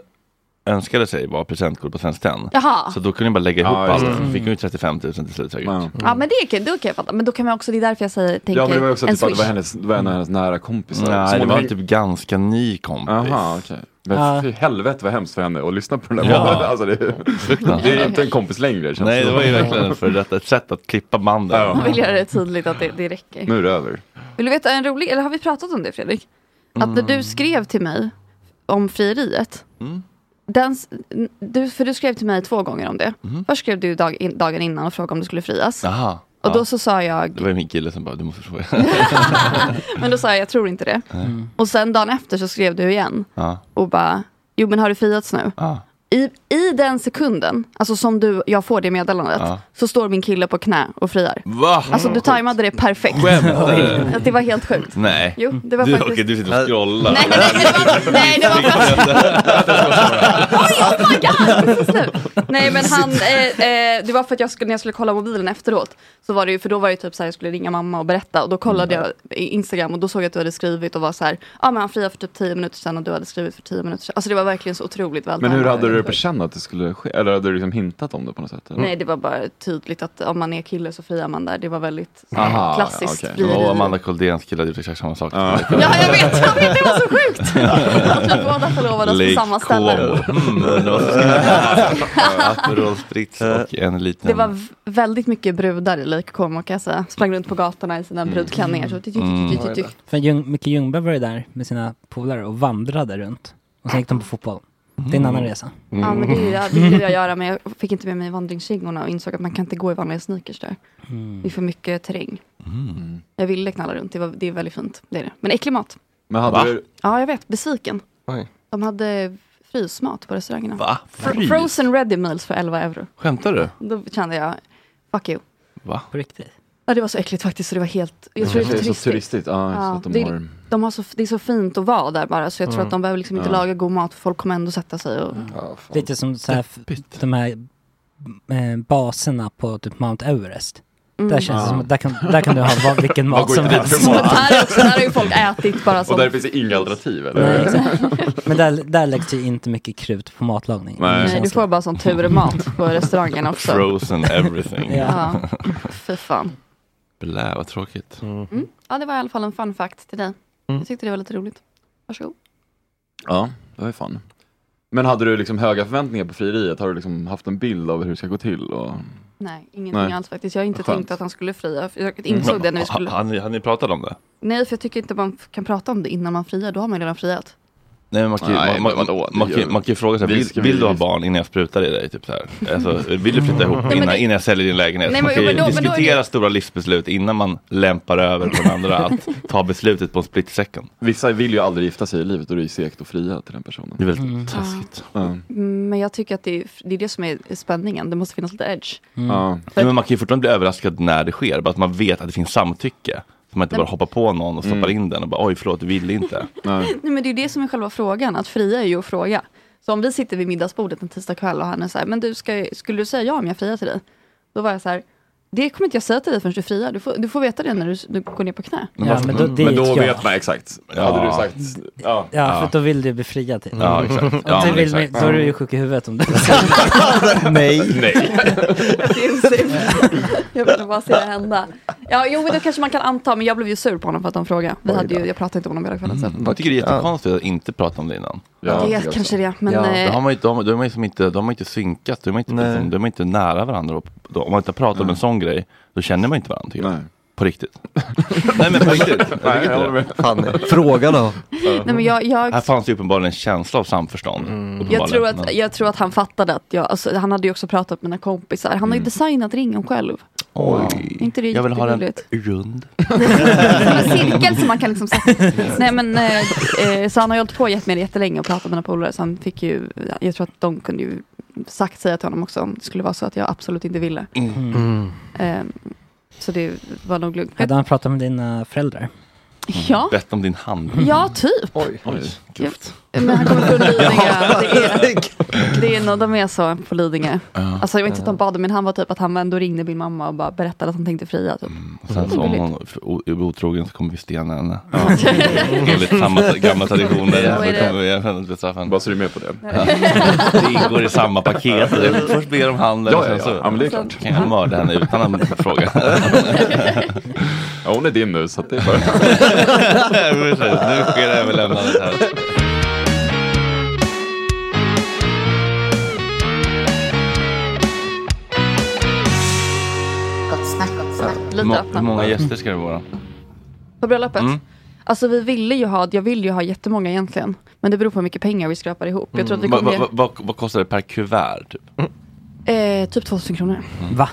Speaker 1: önskade sig var presentkort på Svenskt Tenn.
Speaker 4: Jaha.
Speaker 1: Så då kunde hon bara lägga ihop
Speaker 5: Ja, just
Speaker 1: allt.
Speaker 5: det.
Speaker 1: Så
Speaker 4: Mm.
Speaker 1: fick hon ju 35 000 till slut säkert.
Speaker 5: Ja.
Speaker 4: Ja men det kan, då kan jag fatta. Men då kan man också, det är därför jag säger, tänker
Speaker 5: Ja men det var ju också
Speaker 4: en
Speaker 5: typ att det var,
Speaker 4: swish.
Speaker 5: hennes, det var en av hennes nära kompisar.
Speaker 1: Nej,
Speaker 5: Som
Speaker 1: det
Speaker 5: hon
Speaker 1: var
Speaker 5: hade-
Speaker 1: typ ganska ny kompis.
Speaker 5: Jaha, okej. Men
Speaker 6: Ja.
Speaker 5: fy helvete vad hemskt för henne att lyssna på den där
Speaker 1: Ja.
Speaker 5: podden. Alltså, det, är- det är inte en kompis längre känns
Speaker 1: Nej,
Speaker 5: det
Speaker 1: det
Speaker 5: som.
Speaker 1: var ju verkligen för detta, ett sätt att klippa banden.
Speaker 5: Ja.
Speaker 4: Man vill göra det tydligt att det, det räcker.
Speaker 5: Nu är det över.
Speaker 4: Vill du veta en rolig, eller har vi pratat om det Fredrik? Att när du skrev till mig om frieriet.
Speaker 1: Mm.
Speaker 4: Den, s- n- du, för du skrev till mig två gånger om det. Först skrev du dag, in, dagen innan och frågade om du skulle frias.
Speaker 1: Jaha.
Speaker 4: Och
Speaker 1: Mm. ja.
Speaker 4: då så sa
Speaker 1: Det
Speaker 4: jag,
Speaker 1: var ju min kille som bara, du måste fråga.
Speaker 4: men då sa jag jag tror inte det. Och sen dagen efter så skrev du igen
Speaker 1: ja.
Speaker 4: och bara, jo men har du friats nu?
Speaker 1: Ja.
Speaker 4: I, i den sekunden, alltså som du, jag får det meddelandet,
Speaker 1: Ja. Mm.
Speaker 4: så står min kille på knä och friar.
Speaker 1: Va?
Speaker 4: Alltså du tajmade det perfekt.
Speaker 1: Skämtar du?
Speaker 4: Att det var helt sjukt.
Speaker 1: Nej.
Speaker 4: Jo, det var
Speaker 1: du,
Speaker 4: faktiskt...
Speaker 1: okej, du sitter och scrollar.
Speaker 4: Nej, nej, nej, nej, det var, nej, det var slut. Nej men han, eh, eh, det var för att jag skulle, när jag skulle kolla mobilen efteråt Så var det ju, för då var det ju typ såhär jag skulle ringa mamma och berätta och då kollade
Speaker 5: Mm.
Speaker 4: jag i Instagram och då såg jag att du hade skrivit och var såhär Ja ah, men han friade för typ 10 minuter sedan och du hade skrivit för 10 minuter sedan Alltså det var verkligen så otroligt väl
Speaker 5: Men hur
Speaker 4: tajmat.
Speaker 5: hade du det på känn att det skulle ske? Eller hade du liksom hintat om det på något sätt? eller?
Speaker 4: Nej det var bara tydligt att om man är kille så friar man där, det var väldigt
Speaker 5: Aha,
Speaker 4: klassiskt
Speaker 5: okej.
Speaker 4: frieri
Speaker 1: Och Amanda Koldéns kille hade gjort exakt samma sak.
Speaker 5: Ja.
Speaker 4: Ja jag vet, jag vet, det var så sjukt! Att vi båda förlovades på
Speaker 1: Lake
Speaker 4: samma ställe
Speaker 1: Como. Mm, undrar vad som ska hända. Aperol Spritz och en liten... Mm.
Speaker 4: Det var v- väldigt mycket brudar i Lake Como kan jag säga. Sprang runt på gatorna i sina brudklänningar.
Speaker 5: Mm.
Speaker 4: Så Mm. tyck, tyck, tyck, tyck, tyck.
Speaker 6: För Ljung, Micke Ljungberg var ju där med sina polare och vandrade runt. Och sen gick de på fotboll. Det är en annan resa.
Speaker 4: Ja men det är- det ville jag göra men jag fick inte med mig vandringskängorna och insåg att man kan inte gå i vanliga sneakers där. Det är för mycket terräng.
Speaker 1: Mm.
Speaker 4: Jag ville knalla runt, det, var, det är väldigt fint. Det är det. Men äcklig mat.
Speaker 5: Men
Speaker 1: Va?
Speaker 5: hade du,
Speaker 4: Ja jag vet, besviken.
Speaker 7: Oj.
Speaker 4: De hade frysmat på restaurangerna.
Speaker 1: Va?
Speaker 4: Fr-
Speaker 1: Frys?
Speaker 4: Frozen ready meals för 11 euro.
Speaker 1: Skämtar du?
Speaker 4: Då kände jag, fuck you.
Speaker 1: Va?
Speaker 6: På riktigt.
Speaker 4: Ja det var så äckligt faktiskt så det var helt, jag tror det var
Speaker 5: kanske det är så
Speaker 4: turistiskt.
Speaker 5: turistigt? Ja,
Speaker 4: Ja,
Speaker 5: så att de
Speaker 4: det-
Speaker 5: har...
Speaker 4: De har så, det är så fint att vara där bara så jag tror att de behöver liksom inte laga god mat för folk kommer ändå sätta sig
Speaker 6: Mm.
Speaker 4: och
Speaker 7: Ja, fan.
Speaker 6: Lite som så här, f-
Speaker 1: Deppigt.
Speaker 6: de här eh, baserna på typ Mount Everest.
Speaker 4: Mm.
Speaker 6: Där känns det som att där kan, där kan du ha vad, vilken mat
Speaker 5: går
Speaker 6: som
Speaker 5: inte dit
Speaker 6: helst.
Speaker 5: för mat?
Speaker 4: Här, är också, här har ju folk ätit bara
Speaker 5: Och
Speaker 4: som...
Speaker 5: där finns det inga alternativ
Speaker 6: Nej,
Speaker 5: eller?
Speaker 6: exakt. Men där, där läggs ju inte mycket krut på matlagning.
Speaker 5: Nej.
Speaker 4: Nej, du får bara som turmat på restaurangen också.
Speaker 1: Frozen everything.
Speaker 6: Ja.
Speaker 4: Ja, fy fan.
Speaker 1: Blä, vad tråkigt.
Speaker 4: Mm. Ja, det var i alla fall en fun fact till dig.
Speaker 5: Mm.
Speaker 4: Jag tyckte det var lite roligt. Varsågod.
Speaker 5: Ja, det var ju fan. Men hade du liksom höga förväntningar på frieriet? Har du liksom haft en bild av hur det ska gå till? Och...
Speaker 4: Nej, ingenting
Speaker 5: Nej.
Speaker 4: alls faktiskt. Jag har inte
Speaker 5: Skönt. Mm.
Speaker 4: tänkt att han skulle fria. för Jag insåg det när vi skulle...
Speaker 1: Han, han, ni pratade om det?
Speaker 4: Nej, för jag tycker inte man kan prata om det innan man friar. Då har man ju redan friat.
Speaker 1: Nej, men man kan ju,
Speaker 5: Nej,
Speaker 1: man,
Speaker 5: men
Speaker 1: man,
Speaker 5: vadå?
Speaker 1: man, kan ju- man kan ju fråga sig,
Speaker 5: Vi
Speaker 1: vill,
Speaker 5: ska
Speaker 1: vill
Speaker 5: vi-
Speaker 1: du ha barn innan jag sprutar i dig? Typ så här. Alltså, vill du flytta ihop
Speaker 4: men
Speaker 1: innan,
Speaker 4: det-
Speaker 1: innan jag säljer din lägenhet?
Speaker 4: Nej,
Speaker 1: man
Speaker 4: men-
Speaker 1: kan ju
Speaker 4: men då- men då är det-
Speaker 1: diskutera stora livsbeslut innan man lämpar över på den andra att ta beslutet på en split second.
Speaker 5: Vissa vill ju aldrig gifta sig i livet och det är ju segt att fria till den personen.
Speaker 1: Det är väldigt taskigt.
Speaker 5: Ja.
Speaker 4: Mm, Men jag tycker att det är det, är det som är spänningen. Det måste finnas lite edge.
Speaker 5: Ja.
Speaker 1: Nej, men man kan ju fortfarande bli överraskad när det sker, bara att man vet att det finns samtycke. Så man inte bara hoppar på någon och stoppar in den och bara oj förlåt, du ville inte.
Speaker 4: Nej men det är ju det som är själva frågan, att fria är ju att fråga. Så om vi sitter vid middagsbordet en tisdag kväll och han är så här, men du ska, skulle du säga ja om jag friar till dig? Då var jag så här, det kommer inte jag säga till dig förrän du friar, du får, du får veta det när du, du går ner på knä.
Speaker 6: Ja, men då, det är
Speaker 5: Men då
Speaker 6: ett ja.
Speaker 5: vet man exakt. Hade du sagt, ja.
Speaker 6: Ja, för då vill du bli friad till.
Speaker 1: Ja exakt. Ja,
Speaker 6: Ja,
Speaker 1: men
Speaker 6: vill,
Speaker 1: exakt.
Speaker 6: då är du ju sjuk i huvudet om du
Speaker 7: Nej.
Speaker 5: Nej.
Speaker 4: jag ville bara se det hända. Ja, jo men då kanske man kan anta, men jag blev ju sur på honom för att han frågade. Vi hade ju, jag pratade inte om honom hela kvällen sen.
Speaker 1: Jag tycker det är jättekonstigt att inte prata om Mm. det innan.
Speaker 5: Ja,
Speaker 4: det
Speaker 5: tycker
Speaker 4: är
Speaker 5: jag
Speaker 4: kanske
Speaker 5: också.
Speaker 4: det, men
Speaker 7: Ja, det
Speaker 1: Då
Speaker 4: eh,
Speaker 1: har man ju, då har man, då är man ju som inte, då har man inte synkat, då är man inte,
Speaker 7: Nej.
Speaker 1: liksom, då är man inte nära varandra. Och, då, om man inte har pratat om en sån grej, då känner man inte varandra tycker jag.
Speaker 5: Nej.
Speaker 1: På riktigt. Nej men på riktigt. Jag tycker
Speaker 5: Nej, jag
Speaker 1: inte
Speaker 5: håller
Speaker 1: det.
Speaker 5: med.
Speaker 7: Fan, fråga då.
Speaker 4: nej men jag, jag
Speaker 1: Här fanns det uppenbarligen en känsla av samförstånd. uppenbarligen.
Speaker 4: Jag tror, att,
Speaker 1: Men-
Speaker 4: jag tror att han fattade att jag, alltså, han hade ju också pratat med mina kompisar. Han har ju designat ringen själv. Oj. inte det
Speaker 1: Mm. jag vill ha den
Speaker 4: jättegulligt?
Speaker 1: rund.
Speaker 4: Som en cirkel som man kan liksom sätta. Nej men, eh, eh, så han har ju hållit på jätte- med det jättelänge och pratat med mina polare. Så han fick ju, jag tror att de kunde
Speaker 7: Mm.
Speaker 4: ju sagt säga till honom också om det skulle vara så att jag absolut inte ville. Eh, Så det var nog lugnt.
Speaker 6: Hade han pratat med dina föräldrar?
Speaker 4: Ja,
Speaker 1: Bett om din hand.
Speaker 4: ja typ.
Speaker 7: Oj.
Speaker 1: Oj, grovt.
Speaker 4: Men han kommer från Lidingö. Det är, det är nog, de är så på Lidingö. Alltså jag vet inte att de bad men han var typ att han ändå ringde min mamma och bara berättade att han tänkte fria. Typ.
Speaker 1: Och sen så om hon o- är otrogen så kommer vi stena henne. Enligt samma gamla traditioner.
Speaker 9: Ja.
Speaker 1: Så kommer vi även bestraffa henne.
Speaker 5: Bara så du är med på det. Ja,
Speaker 1: Det ingår i samma paket. Först ber de handen och
Speaker 5: ja,
Speaker 1: sen
Speaker 5: ja.
Speaker 1: så
Speaker 5: ja men det är klart.
Speaker 1: kan jag mörda henne utan att fråga.
Speaker 5: Ja, hon är din nu så att det är bara...
Speaker 1: Precis, nu sker överlämnandet här.
Speaker 4: Lite
Speaker 1: Må- Hur
Speaker 4: öppna.
Speaker 1: många gäster ska det vara?
Speaker 4: På bröllopet?
Speaker 1: Mm.
Speaker 4: Alltså vi ville ju ha, jag vill ju ha jättemånga egentligen. Men det beror på hur mycket pengar vi skrapar ihop. Jag tror att vi
Speaker 1: Vad
Speaker 4: kommer
Speaker 1: Mm. va, va, vad- vad kostar det per kuvert? Typ?
Speaker 4: ge, eh, typ 2000 kronor.
Speaker 6: Va?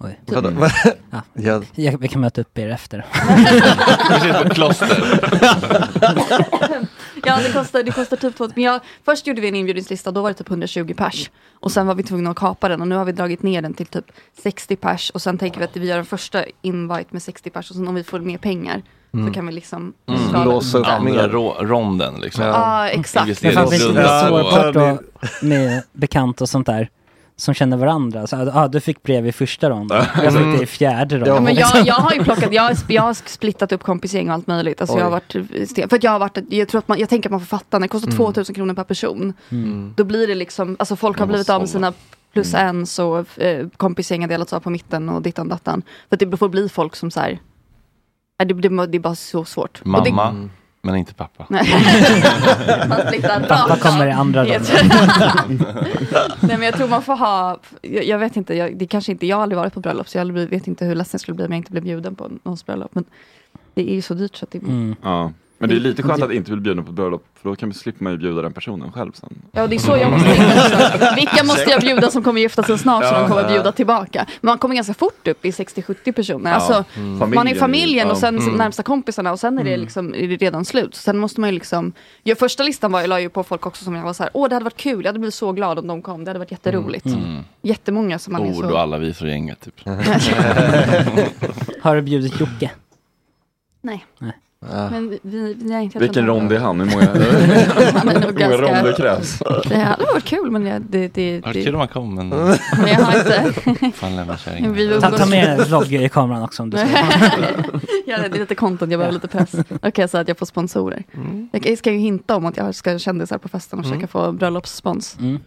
Speaker 6: Oj.
Speaker 7: Vadå? Va? Ja.
Speaker 6: Jag, vi kan möta upp er efter.
Speaker 1: Precis på kloster.
Speaker 4: Ja det kostar, det kostar typ 2000. Men jag, först gjorde vi en inbjudningslista, då var det typ 120 pers. Och sen var vi tvungna att kapa den och nu har vi dragit ner den till typ 60 pers. Och sen tänker vi att vi gör en första invite med 60 pers och sen om vi får mer pengar
Speaker 1: Mm.
Speaker 4: så kan vi liksom dra den.
Speaker 7: Låsa upp
Speaker 1: Andra
Speaker 7: mer.
Speaker 1: ro- ronden liksom.
Speaker 4: Ja ah, exakt.
Speaker 6: Men fan, det är så
Speaker 1: Investeringsrunda.
Speaker 6: svårt då med bekanta och sånt där. Som känner varandra. Så, ah, du fick brev i första ronden. Jag fick det i fjärde ronden.
Speaker 4: Mm.
Speaker 6: Liksom,
Speaker 4: Ja, men
Speaker 1: liksom.
Speaker 4: jag, jag har ju plockat, jag, har sp- jag har splittat upp kompisgäng och allt möjligt. Alltså jag har varit, sten- för att jag har varit, jag tror att man, jag tänker att man får fatta, när det
Speaker 1: Mm.
Speaker 4: kostar 2000 kronor per person. Då blir det liksom, alltså folk har
Speaker 1: Man Mm. måste
Speaker 4: blivit av med
Speaker 1: hålla. Mm.
Speaker 4: sina plus en så eh, kompisgäng har delats av på mitten och dittan dattan. För att det får bli folk som så här, nej, det, det, det är bara så svårt. Och det,
Speaker 1: Mamma, men inte pappa.
Speaker 4: man splittar
Speaker 6: Vad
Speaker 4: rakt av.
Speaker 6: kommer i andra ronden?
Speaker 4: Nej men jag tror man får ha, jag, jag vet inte, jag, det kanske inte, jag har aldrig varit på bröllop så jag aldrig, vet inte hur ledsen jag skulle bli om jag inte blev bjuden på någons bröllop. Men det är ju så dyrt så att det
Speaker 6: Mm.
Speaker 5: Ja. Men det är lite skönt att inte bli bjuden på ett bröllop för då kan vi slippa man ju bjuda den personen själv sen.
Speaker 4: Ja det är så jag måste tänka också. Vilka måste jag bjuda som kommer gifta sig snart så de kommer bjuda tillbaka? Men man kommer ganska fort upp i 60-70 personer. Alltså, Man är familjen och sen närmsta kompisarna och sen är det, liksom, är det redan slut. Så sen måste man ju liksom, ja, första listan var, jag la ju på folk också som jag var så här, åh det hade varit kul, jag hade blivit så glad om de kom, det hade varit jätteroligt. Jättemånga som man är
Speaker 1: Ord och
Speaker 4: så...
Speaker 1: alla visor i gänget typ.
Speaker 6: Har du bjudit Jocke?
Speaker 4: Nej. Men vi, vi, nej, jag tror
Speaker 5: Vilken
Speaker 4: inte-
Speaker 5: rond är han? Hur många, hur
Speaker 4: Han är nog
Speaker 5: många ronder
Speaker 4: ganska...
Speaker 5: krävs?
Speaker 4: Det hade varit kul men det, det, det,
Speaker 1: Vad
Speaker 4: det
Speaker 1: kul om han kom men
Speaker 4: men jag har inte...
Speaker 1: fan lämnar kärringen.
Speaker 4: Vi
Speaker 6: Ta, ta
Speaker 4: umgås-
Speaker 6: med vlogg i kameran också om du ska.
Speaker 4: ja, det är lite content, jag behöver lite press. Okej, så att jag får sponsorer. Jag jag ska ju hinta om att jag ska ha kändisar på festen och försöka få bröllopsspons.
Speaker 6: Mm.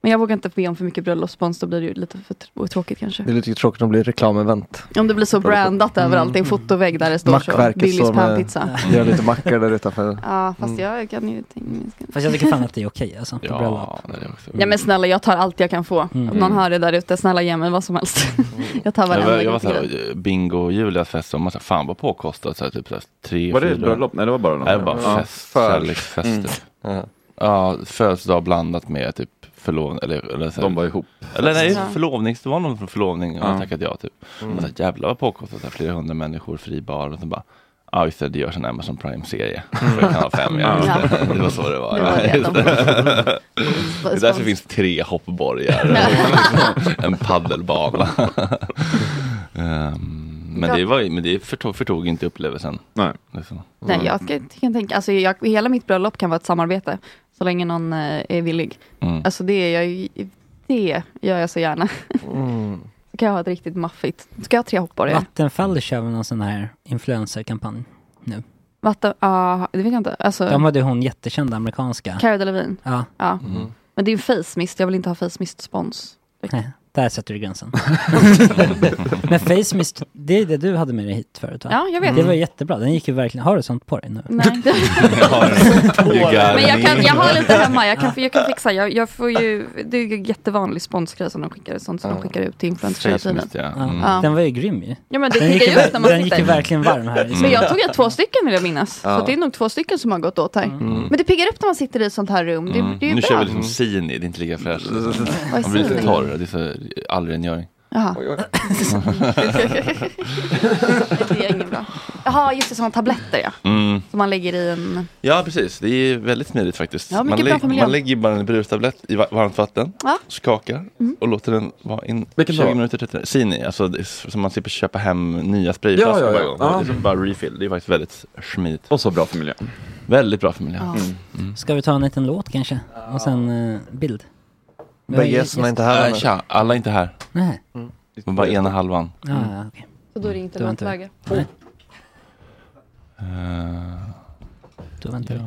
Speaker 4: Men jag vågar inte be om för mycket bröllopsspons, då blir det ju lite för tr- tråkigt kanske.
Speaker 7: Det är lite tråkigt om det blir reklamevent.
Speaker 4: Om det blir så brandat överallt, det är en fotovägg där det står så,
Speaker 7: Mm. Mackverket
Speaker 4: Billys
Speaker 7: står med- Mm.
Speaker 4: panpizza.
Speaker 7: Gör lite mackor där utanför.
Speaker 4: Ja, fast jag kan ju tänka
Speaker 6: Fast jag tycker fan att det är okej alltså. På bröllop.
Speaker 1: Ja, det är det också.
Speaker 4: Ja men snälla, jag tar allt jag kan få. Om någon hör det där ute, snälla ge mig vad som helst. jag tar
Speaker 1: Mm. Jag
Speaker 4: varenda
Speaker 1: var, jag var
Speaker 4: grej.
Speaker 1: såhär, bingo Julias fest, och man sa fan vad påkostat. Såhär, typ såhär, tre,
Speaker 5: Var det ett
Speaker 1: fyra-
Speaker 5: bröllop? Nej det var bara någon.
Speaker 1: Nej, det var bara
Speaker 5: Ja.
Speaker 1: fest,
Speaker 7: för-
Speaker 1: kärleksfest.
Speaker 7: Mm.
Speaker 1: Typ.
Speaker 7: Ja.
Speaker 1: Ja, födelsedag blandat med typ förlovning. Eller, eller, såhär,
Speaker 5: De var ihop.
Speaker 1: eller nej,
Speaker 4: Ja.
Speaker 1: förlovnings, det var någon från förlovning och
Speaker 5: Ja. Mm.
Speaker 1: han tackade ja. Typ. Och såhär, jävlar vad påkostat, såhär, flera hundra människor, fri bar. Och så bara, ja just det, det görs en Amazon Prime-serie.
Speaker 5: Mm.
Speaker 1: För Kanal 5, ja.
Speaker 4: Ja.
Speaker 1: just Det Det var så det var.
Speaker 4: Det var det.
Speaker 1: just det.
Speaker 4: De-
Speaker 1: Det är därför
Speaker 4: Spons.
Speaker 1: det finns tre hoppborgar och en paddelbana. Ehm, men, det var, ju- men det förtog, förtog inte upplevelsen.
Speaker 5: Nej.
Speaker 1: Liksom.
Speaker 4: Nej, jag ska- kan tänka, alltså jag, hela mitt bröllop kan vara ett samarbete. Så länge någon eh, är villig.
Speaker 1: Mm.
Speaker 4: Alltså det, är jag, det gör jag så gärna.
Speaker 1: Mm.
Speaker 4: Så kan jag ha ett riktigt maffigt. Ska jag ha tre hoppborgar?
Speaker 6: Vattenfall kör väl någon sån här influencerkampanj.
Speaker 4: Vatten, ah, det vet jag inte. Alltså,
Speaker 6: De hade hon jättekända amerikanska.
Speaker 4: Cara Delevingne.
Speaker 6: Ja,
Speaker 4: Ja.
Speaker 1: Mm.
Speaker 4: Men det är ju face mist, jag vill inte ha face mist spons.
Speaker 6: nej, där sätter du gränsen. Men face mist, det är det du hade med dig hit förut va?
Speaker 4: Ja, jag
Speaker 6: Mm.
Speaker 4: vet. Mm.
Speaker 6: Det var jättebra, den gick ju verkligen. Har du sånt på dig nu?
Speaker 4: Nej.
Speaker 1: You got
Speaker 4: Men jag, kan,
Speaker 1: me.
Speaker 4: jag har lite hemma, jag kan, jag kan fixa. Jag, jag får ju, det är ju jättevanlig sponsgrej som de skickar, sånt som de skickar ut till influencers hela
Speaker 1: Face
Speaker 4: tiden.
Speaker 1: mist, ja.
Speaker 6: Ja.
Speaker 1: Mm.
Speaker 4: Ja.
Speaker 6: Den var ju grym ju.
Speaker 4: Ja men det
Speaker 6: Den gick,
Speaker 4: skickar
Speaker 6: ju
Speaker 4: jag ut när
Speaker 6: ver-
Speaker 4: man
Speaker 6: den gick ju Mm.
Speaker 4: sitter.
Speaker 6: verkligen varm här. liksom. i
Speaker 4: Men
Speaker 6: Sverige.
Speaker 4: jag tog jag två stycken vill jag minnas.
Speaker 7: Ja.
Speaker 4: Så det är nog två stycken som har gått åt här. Men det piggar upp när man sitter i ett sånt här rum. Det, det är ju
Speaker 1: Nu
Speaker 4: bra. Mm.
Speaker 1: kör vi liksom Sini, det är inte lika fräscht.
Speaker 4: Vad
Speaker 1: Man blir
Speaker 4: säger
Speaker 1: lite
Speaker 4: ni?
Speaker 1: torr, det är så allrengöring.
Speaker 4: Jaha.
Speaker 7: Oj, oj.
Speaker 4: det är inget bra. Jaha, just det, sådana tabletter ja.
Speaker 1: Mm.
Speaker 4: Som man lägger i en...
Speaker 1: Ja, precis. Det är väldigt smidigt faktiskt.
Speaker 4: Ja,
Speaker 1: man,
Speaker 4: mycket bra för miljön.
Speaker 1: man lägger bara en brustablett i va- varmt vatten,
Speaker 4: Ja. Mm.
Speaker 1: skakar och låter den vara in
Speaker 5: Vilken
Speaker 1: 20
Speaker 5: då?
Speaker 1: minuter. 30. Sini, alltså det är s- som man slipper köpa hem nya sprayflaskor
Speaker 5: Ja, ja, ja.
Speaker 1: varje gång.
Speaker 5: Ja.
Speaker 1: Det är liksom bara refill. Det är faktiskt väldigt smidigt.
Speaker 5: Och så bra för miljön.
Speaker 1: Väldigt bra för miljön.
Speaker 6: Ska vi ta en liten låt kanske? Och sen eh, bild? Vi har
Speaker 7: Bägge
Speaker 6: ju
Speaker 7: gästerna är
Speaker 6: gäst-
Speaker 7: inte här
Speaker 1: Äh,
Speaker 5: Mm.
Speaker 7: ännu.
Speaker 1: tja, alla är inte här.
Speaker 6: Nej,
Speaker 1: Men bara ena halvan.
Speaker 6: ja, ja, okej.
Speaker 4: Så då är det inte
Speaker 6: Det var inte-
Speaker 4: läge.
Speaker 1: Eh,
Speaker 6: Då väntar vi.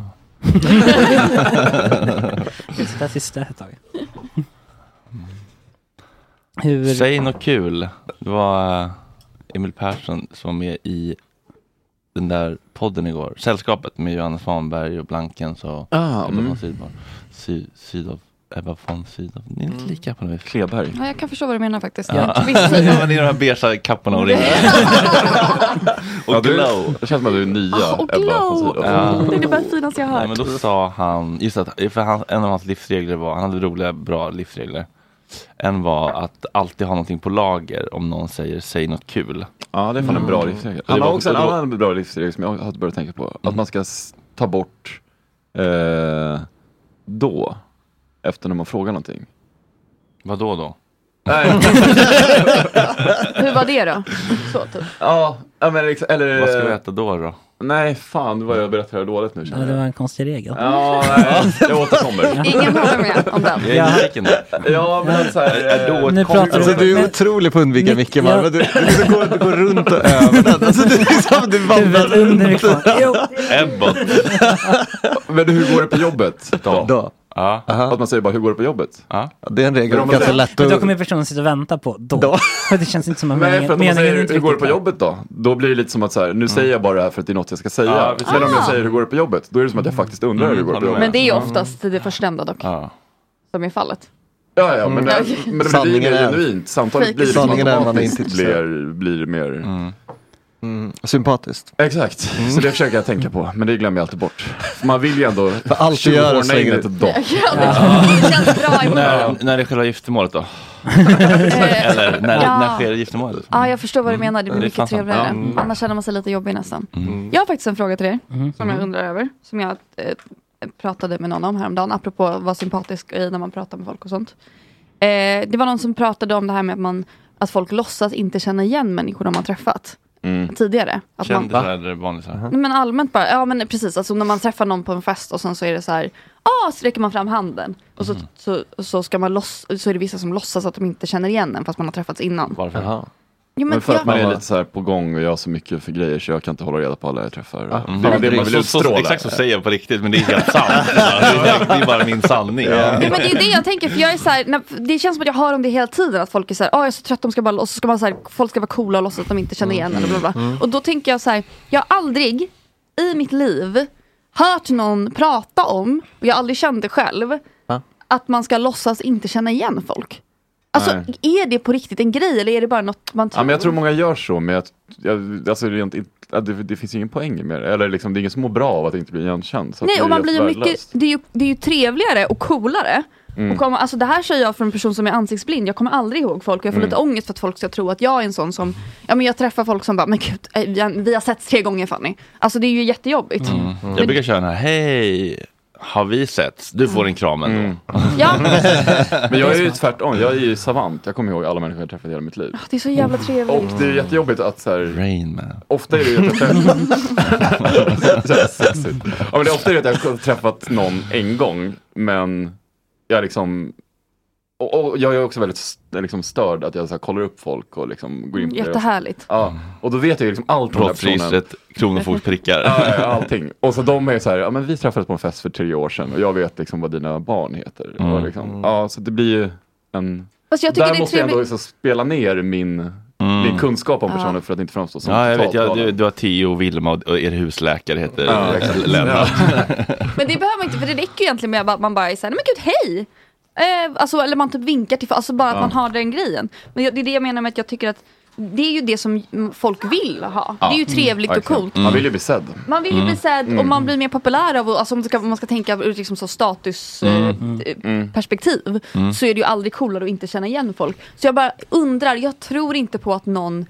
Speaker 6: Vi sitter sista ett tag.
Speaker 5: Mm.
Speaker 6: Hur...
Speaker 1: Säg något kul. Det var eh, Emil Persson som var med i den där podden igår. Sällskapet med Johanna Svanberg och Blankens och
Speaker 5: Ah,
Speaker 1: Ebba
Speaker 5: mm.
Speaker 1: von Sydow. Sy, Sydow. Ebba von Sydow. Ni är inte lika på något vis.
Speaker 5: Kleberg.
Speaker 4: Ja, jag kan förstå vad du menar faktiskt.
Speaker 1: Ja.
Speaker 4: Visst,
Speaker 1: Ni är de här beiga kapporna och ringar. och
Speaker 5: Ja, du,
Speaker 1: glow.
Speaker 5: det känns som att du är nya
Speaker 4: Ah, och
Speaker 5: Ebba von
Speaker 4: glow.
Speaker 5: Sydow.
Speaker 1: Ja.
Speaker 4: det är det bästa finaste jag har
Speaker 1: Nej,
Speaker 4: hört.
Speaker 1: men då sa han, just att för han, en av hans livsregler var, han hade roliga bra livsregler. En var att alltid ha någonting på lager om någon säger säg något kul.
Speaker 5: Ja, det är fan en bra livsregel.
Speaker 1: Det
Speaker 5: Mm. Han har
Speaker 1: var-
Speaker 5: också en
Speaker 1: det var-
Speaker 5: annan bra livsregel som jag har börjat tänka på. Att man ska s- ta bort eh, då, efter när man frågar någonting.
Speaker 1: Vad då då?
Speaker 4: Hur var det då? Så typ.
Speaker 5: Ja, ja, men liksom, eller...
Speaker 1: Vad ska vi äta då då?
Speaker 5: Nej, fan vad jag berättar det dåligt nu
Speaker 6: Ja,
Speaker 5: känner
Speaker 6: det var
Speaker 5: jag.
Speaker 6: en konstig regel.
Speaker 5: Ja, nej, jag återkommer.
Speaker 4: Ingen håller med om den.
Speaker 1: Jag är nyfiken där.
Speaker 5: Ja, men så här, eh,
Speaker 1: Är då
Speaker 6: Nu
Speaker 1: ett
Speaker 6: pratar
Speaker 1: kom-
Speaker 7: Alltså du är
Speaker 6: Men-
Speaker 7: otrolig på att undvika
Speaker 6: Nick,
Speaker 7: micken Malmö.
Speaker 6: ja.
Speaker 7: Du, du, liksom går, du går runt och över den. Alltså du liksom, du vandrar
Speaker 6: Huvudet underifrån. Jo.
Speaker 1: Ebbot.
Speaker 5: Men hur går det på jobbet?
Speaker 1: Då.
Speaker 7: då.
Speaker 1: Ja.
Speaker 5: Att man säger bara, hur går det på jobbet?
Speaker 7: Ja, Det är en regel.
Speaker 5: Men om man
Speaker 7: Ganska
Speaker 5: säger-
Speaker 7: lätt
Speaker 6: Men då kommer
Speaker 7: att...
Speaker 6: ju personen sitta och vänta på då.
Speaker 7: Då.
Speaker 6: För det känns inte som att
Speaker 5: Nej, för att om man
Speaker 6: meningen
Speaker 5: säger,
Speaker 6: är inte
Speaker 5: hur går det
Speaker 6: riktigt
Speaker 5: på
Speaker 6: klar.
Speaker 5: jobbet då? Då blir det lite som att så här, nu säger jag bara det här för att det är något jag ska säga.
Speaker 1: Ja, precis.
Speaker 5: Men om jag säger, hur går det på jobbet? Då är det som att jag faktiskt undrar hur det går på
Speaker 1: Mm,
Speaker 5: jobbet.
Speaker 4: Men det är ju oftast det förstnämnda dock,
Speaker 1: Ja.
Speaker 4: som är fallet.
Speaker 5: Ja, ja, men, det,
Speaker 4: Okej.
Speaker 5: Mm. men det blir
Speaker 7: eh, Sanningen
Speaker 5: mer
Speaker 7: är-
Speaker 5: genuint. Samtalet
Speaker 4: Fake
Speaker 5: blir
Speaker 4: is
Speaker 5: liksom
Speaker 7: Sanningen är man
Speaker 5: automatiskt
Speaker 7: inte intresserad.
Speaker 5: blir, blir mer...
Speaker 7: Mm, sympatiskt.
Speaker 5: Exakt,
Speaker 1: Mm.
Speaker 5: så det försöker jag tänka på. Men det glömmer jag alltid bort. För man vill ju ändå
Speaker 7: allt du gör
Speaker 5: tjuvhorna in
Speaker 7: slänger
Speaker 5: ett
Speaker 7: du-
Speaker 5: dopp.
Speaker 4: Det känns bra i munnen.
Speaker 1: När, när det är själva giftermålet då?
Speaker 4: Eh,
Speaker 1: Eller när,
Speaker 4: Ja.
Speaker 1: när sker giftermålet?
Speaker 4: Ja, jag förstår vad du menar. Det blir
Speaker 1: Det
Speaker 4: mycket
Speaker 1: fanns han.
Speaker 4: trevligare.
Speaker 1: Ja, mm.
Speaker 4: Annars känner man sig lite jobbig nästan.
Speaker 1: Mm.
Speaker 4: Jag har faktiskt en fråga till er, som jag undrar över. Som jag eh, pratade med någon om häromdagen, apropå att vara sympatisk i när man pratar med folk och sånt. Eh, det var någon som pratade om det här med att, man, att folk låtsas inte känna igen människor de har träffat
Speaker 1: Mm.
Speaker 4: tidigare. Att man,
Speaker 1: Kändisar eller vanlisar?
Speaker 4: Nej, men allmänt bara, ja men precis, alltså när man träffar någon på en fest och sen så är det så här, ah, sträcker man fram handen. Och
Speaker 5: Mm.
Speaker 4: så, så, så, ska man loss, så är det vissa som låtsas att de inte känner igen en fast man har träffats innan.
Speaker 1: Varför?
Speaker 4: Jo,
Speaker 5: Men för
Speaker 4: jag-
Speaker 5: att man är lite så här på gång och jag har så mycket för grejer så jag kan inte hålla reda på alla jag träffar.
Speaker 1: Mm.
Speaker 5: Det är väl det man vill
Speaker 1: så, så,
Speaker 5: utstråla.
Speaker 1: exakt så säger jag på riktigt, men det är helt sant. Alltså, det, är, det är bara min sanning. Mm.
Speaker 4: Ja, men det är det jag tänker, för jag är så här, när, det känns som att jag hör om det hela tiden, att folk är så här, "Ah, jag är så trött, de ska bara, och så ska man så här, folk ska vara coola och låtsas att de inte känner igen en och bla bla.
Speaker 5: Mm.
Speaker 4: bla. Och då tänker jag så här, jag har aldrig i mitt liv hört någon prata om, och jag har aldrig känt det själv, att man ska låtsas inte känna igen folk. Alltså
Speaker 5: Nej.
Speaker 4: är det på riktigt en grej eller är det bara något man tror?
Speaker 5: Ja, men jag tror många gör så, men jag, jag, alltså rent, in- ja, det, det finns ingen poäng med det. Eller liksom, det är ingen som mår bra av att inte bli igenkänd. Så att
Speaker 4: Nej,
Speaker 5: det
Speaker 4: och
Speaker 5: är
Speaker 4: man
Speaker 5: helt
Speaker 4: blir ju mycket,
Speaker 5: värdelöst.
Speaker 4: det är ju, det är ju trevligare och coolare.
Speaker 5: Mm.
Speaker 4: Och kommer, alltså det här säger jag för en person som är ansiktsblind, jag kommer aldrig ihåg folk och jag
Speaker 5: Mm.
Speaker 4: får lite ångest för att folk ska tro att jag är en sån som, ja men jag träffar folk som bara, men gud, eh, vi har, vi har sett tre gånger Fanny. Alltså det är ju jättejobbigt.
Speaker 5: Mm.
Speaker 1: Mm. Jag brukar köra den här, hej, har vi setts? Du får en kram ändå.
Speaker 5: Mm.
Speaker 4: Ja,
Speaker 5: Men jag är ju tvärtom, jag är ju savant. Jag kommer ihåg alla människor jag träffat i hela mitt liv.
Speaker 4: det är så jävla trevligt.
Speaker 5: Och det är jättejobbigt att så här,
Speaker 1: Rain man.
Speaker 5: Ofta är det ju att jag träffat... Så här sexigt. ja, men det är ofta är det att jag har träffat någon en gång, men jag liksom... Och, och jag är också väldigt s- liksom störd att jag så här, kollar upp folk och liksom går in på deras...
Speaker 4: Jättehärligt.
Speaker 5: Ja, och då vet jag ju liksom allt om den här personen.
Speaker 1: Brottsregistret, kronofogdprickar.
Speaker 5: Ja, ja, ja, allting. Och så de är så här, ja men vi träffades på en fest för tre år sedan och jag vet liksom vad dina barn heter.
Speaker 1: Mm.
Speaker 5: Och liksom, ja, så det blir ju en...
Speaker 4: Fast jag tycker
Speaker 5: Där
Speaker 4: det är
Speaker 5: måste jag ändå
Speaker 4: trevligt.
Speaker 5: liksom spela ner min, min kunskap om personen för att inte framstå som
Speaker 1: Mm. Ja, jag vet.
Speaker 5: totalt
Speaker 1: Jag,
Speaker 5: galen.
Speaker 1: du, du har Theo, Vilma och, och er husläkare heter
Speaker 5: Ja, exakt.
Speaker 1: Lennart.
Speaker 4: Men det behöver man inte, för det räcker ju egentligen med att man bara är såhär, nej men gud hej! Eh, alltså, eller man typ vinkar till alltså bara att man har den grejen. Men jag, det är det jag menar med att jag tycker att det är ju det som mm, folk vill ha. det är ju trevligt och
Speaker 5: Mm, Verkligen.
Speaker 4: coolt.
Speaker 5: Man vill ju bli sedd.
Speaker 4: Man vill ju bli sedd och man blir mer populär av, alltså om, man ska, om man ska tänka ur liksom så Mm. statusperspektiv, så är det ju aldrig coolare att inte känna igen folk. Så jag bara undrar, jag tror inte på att någon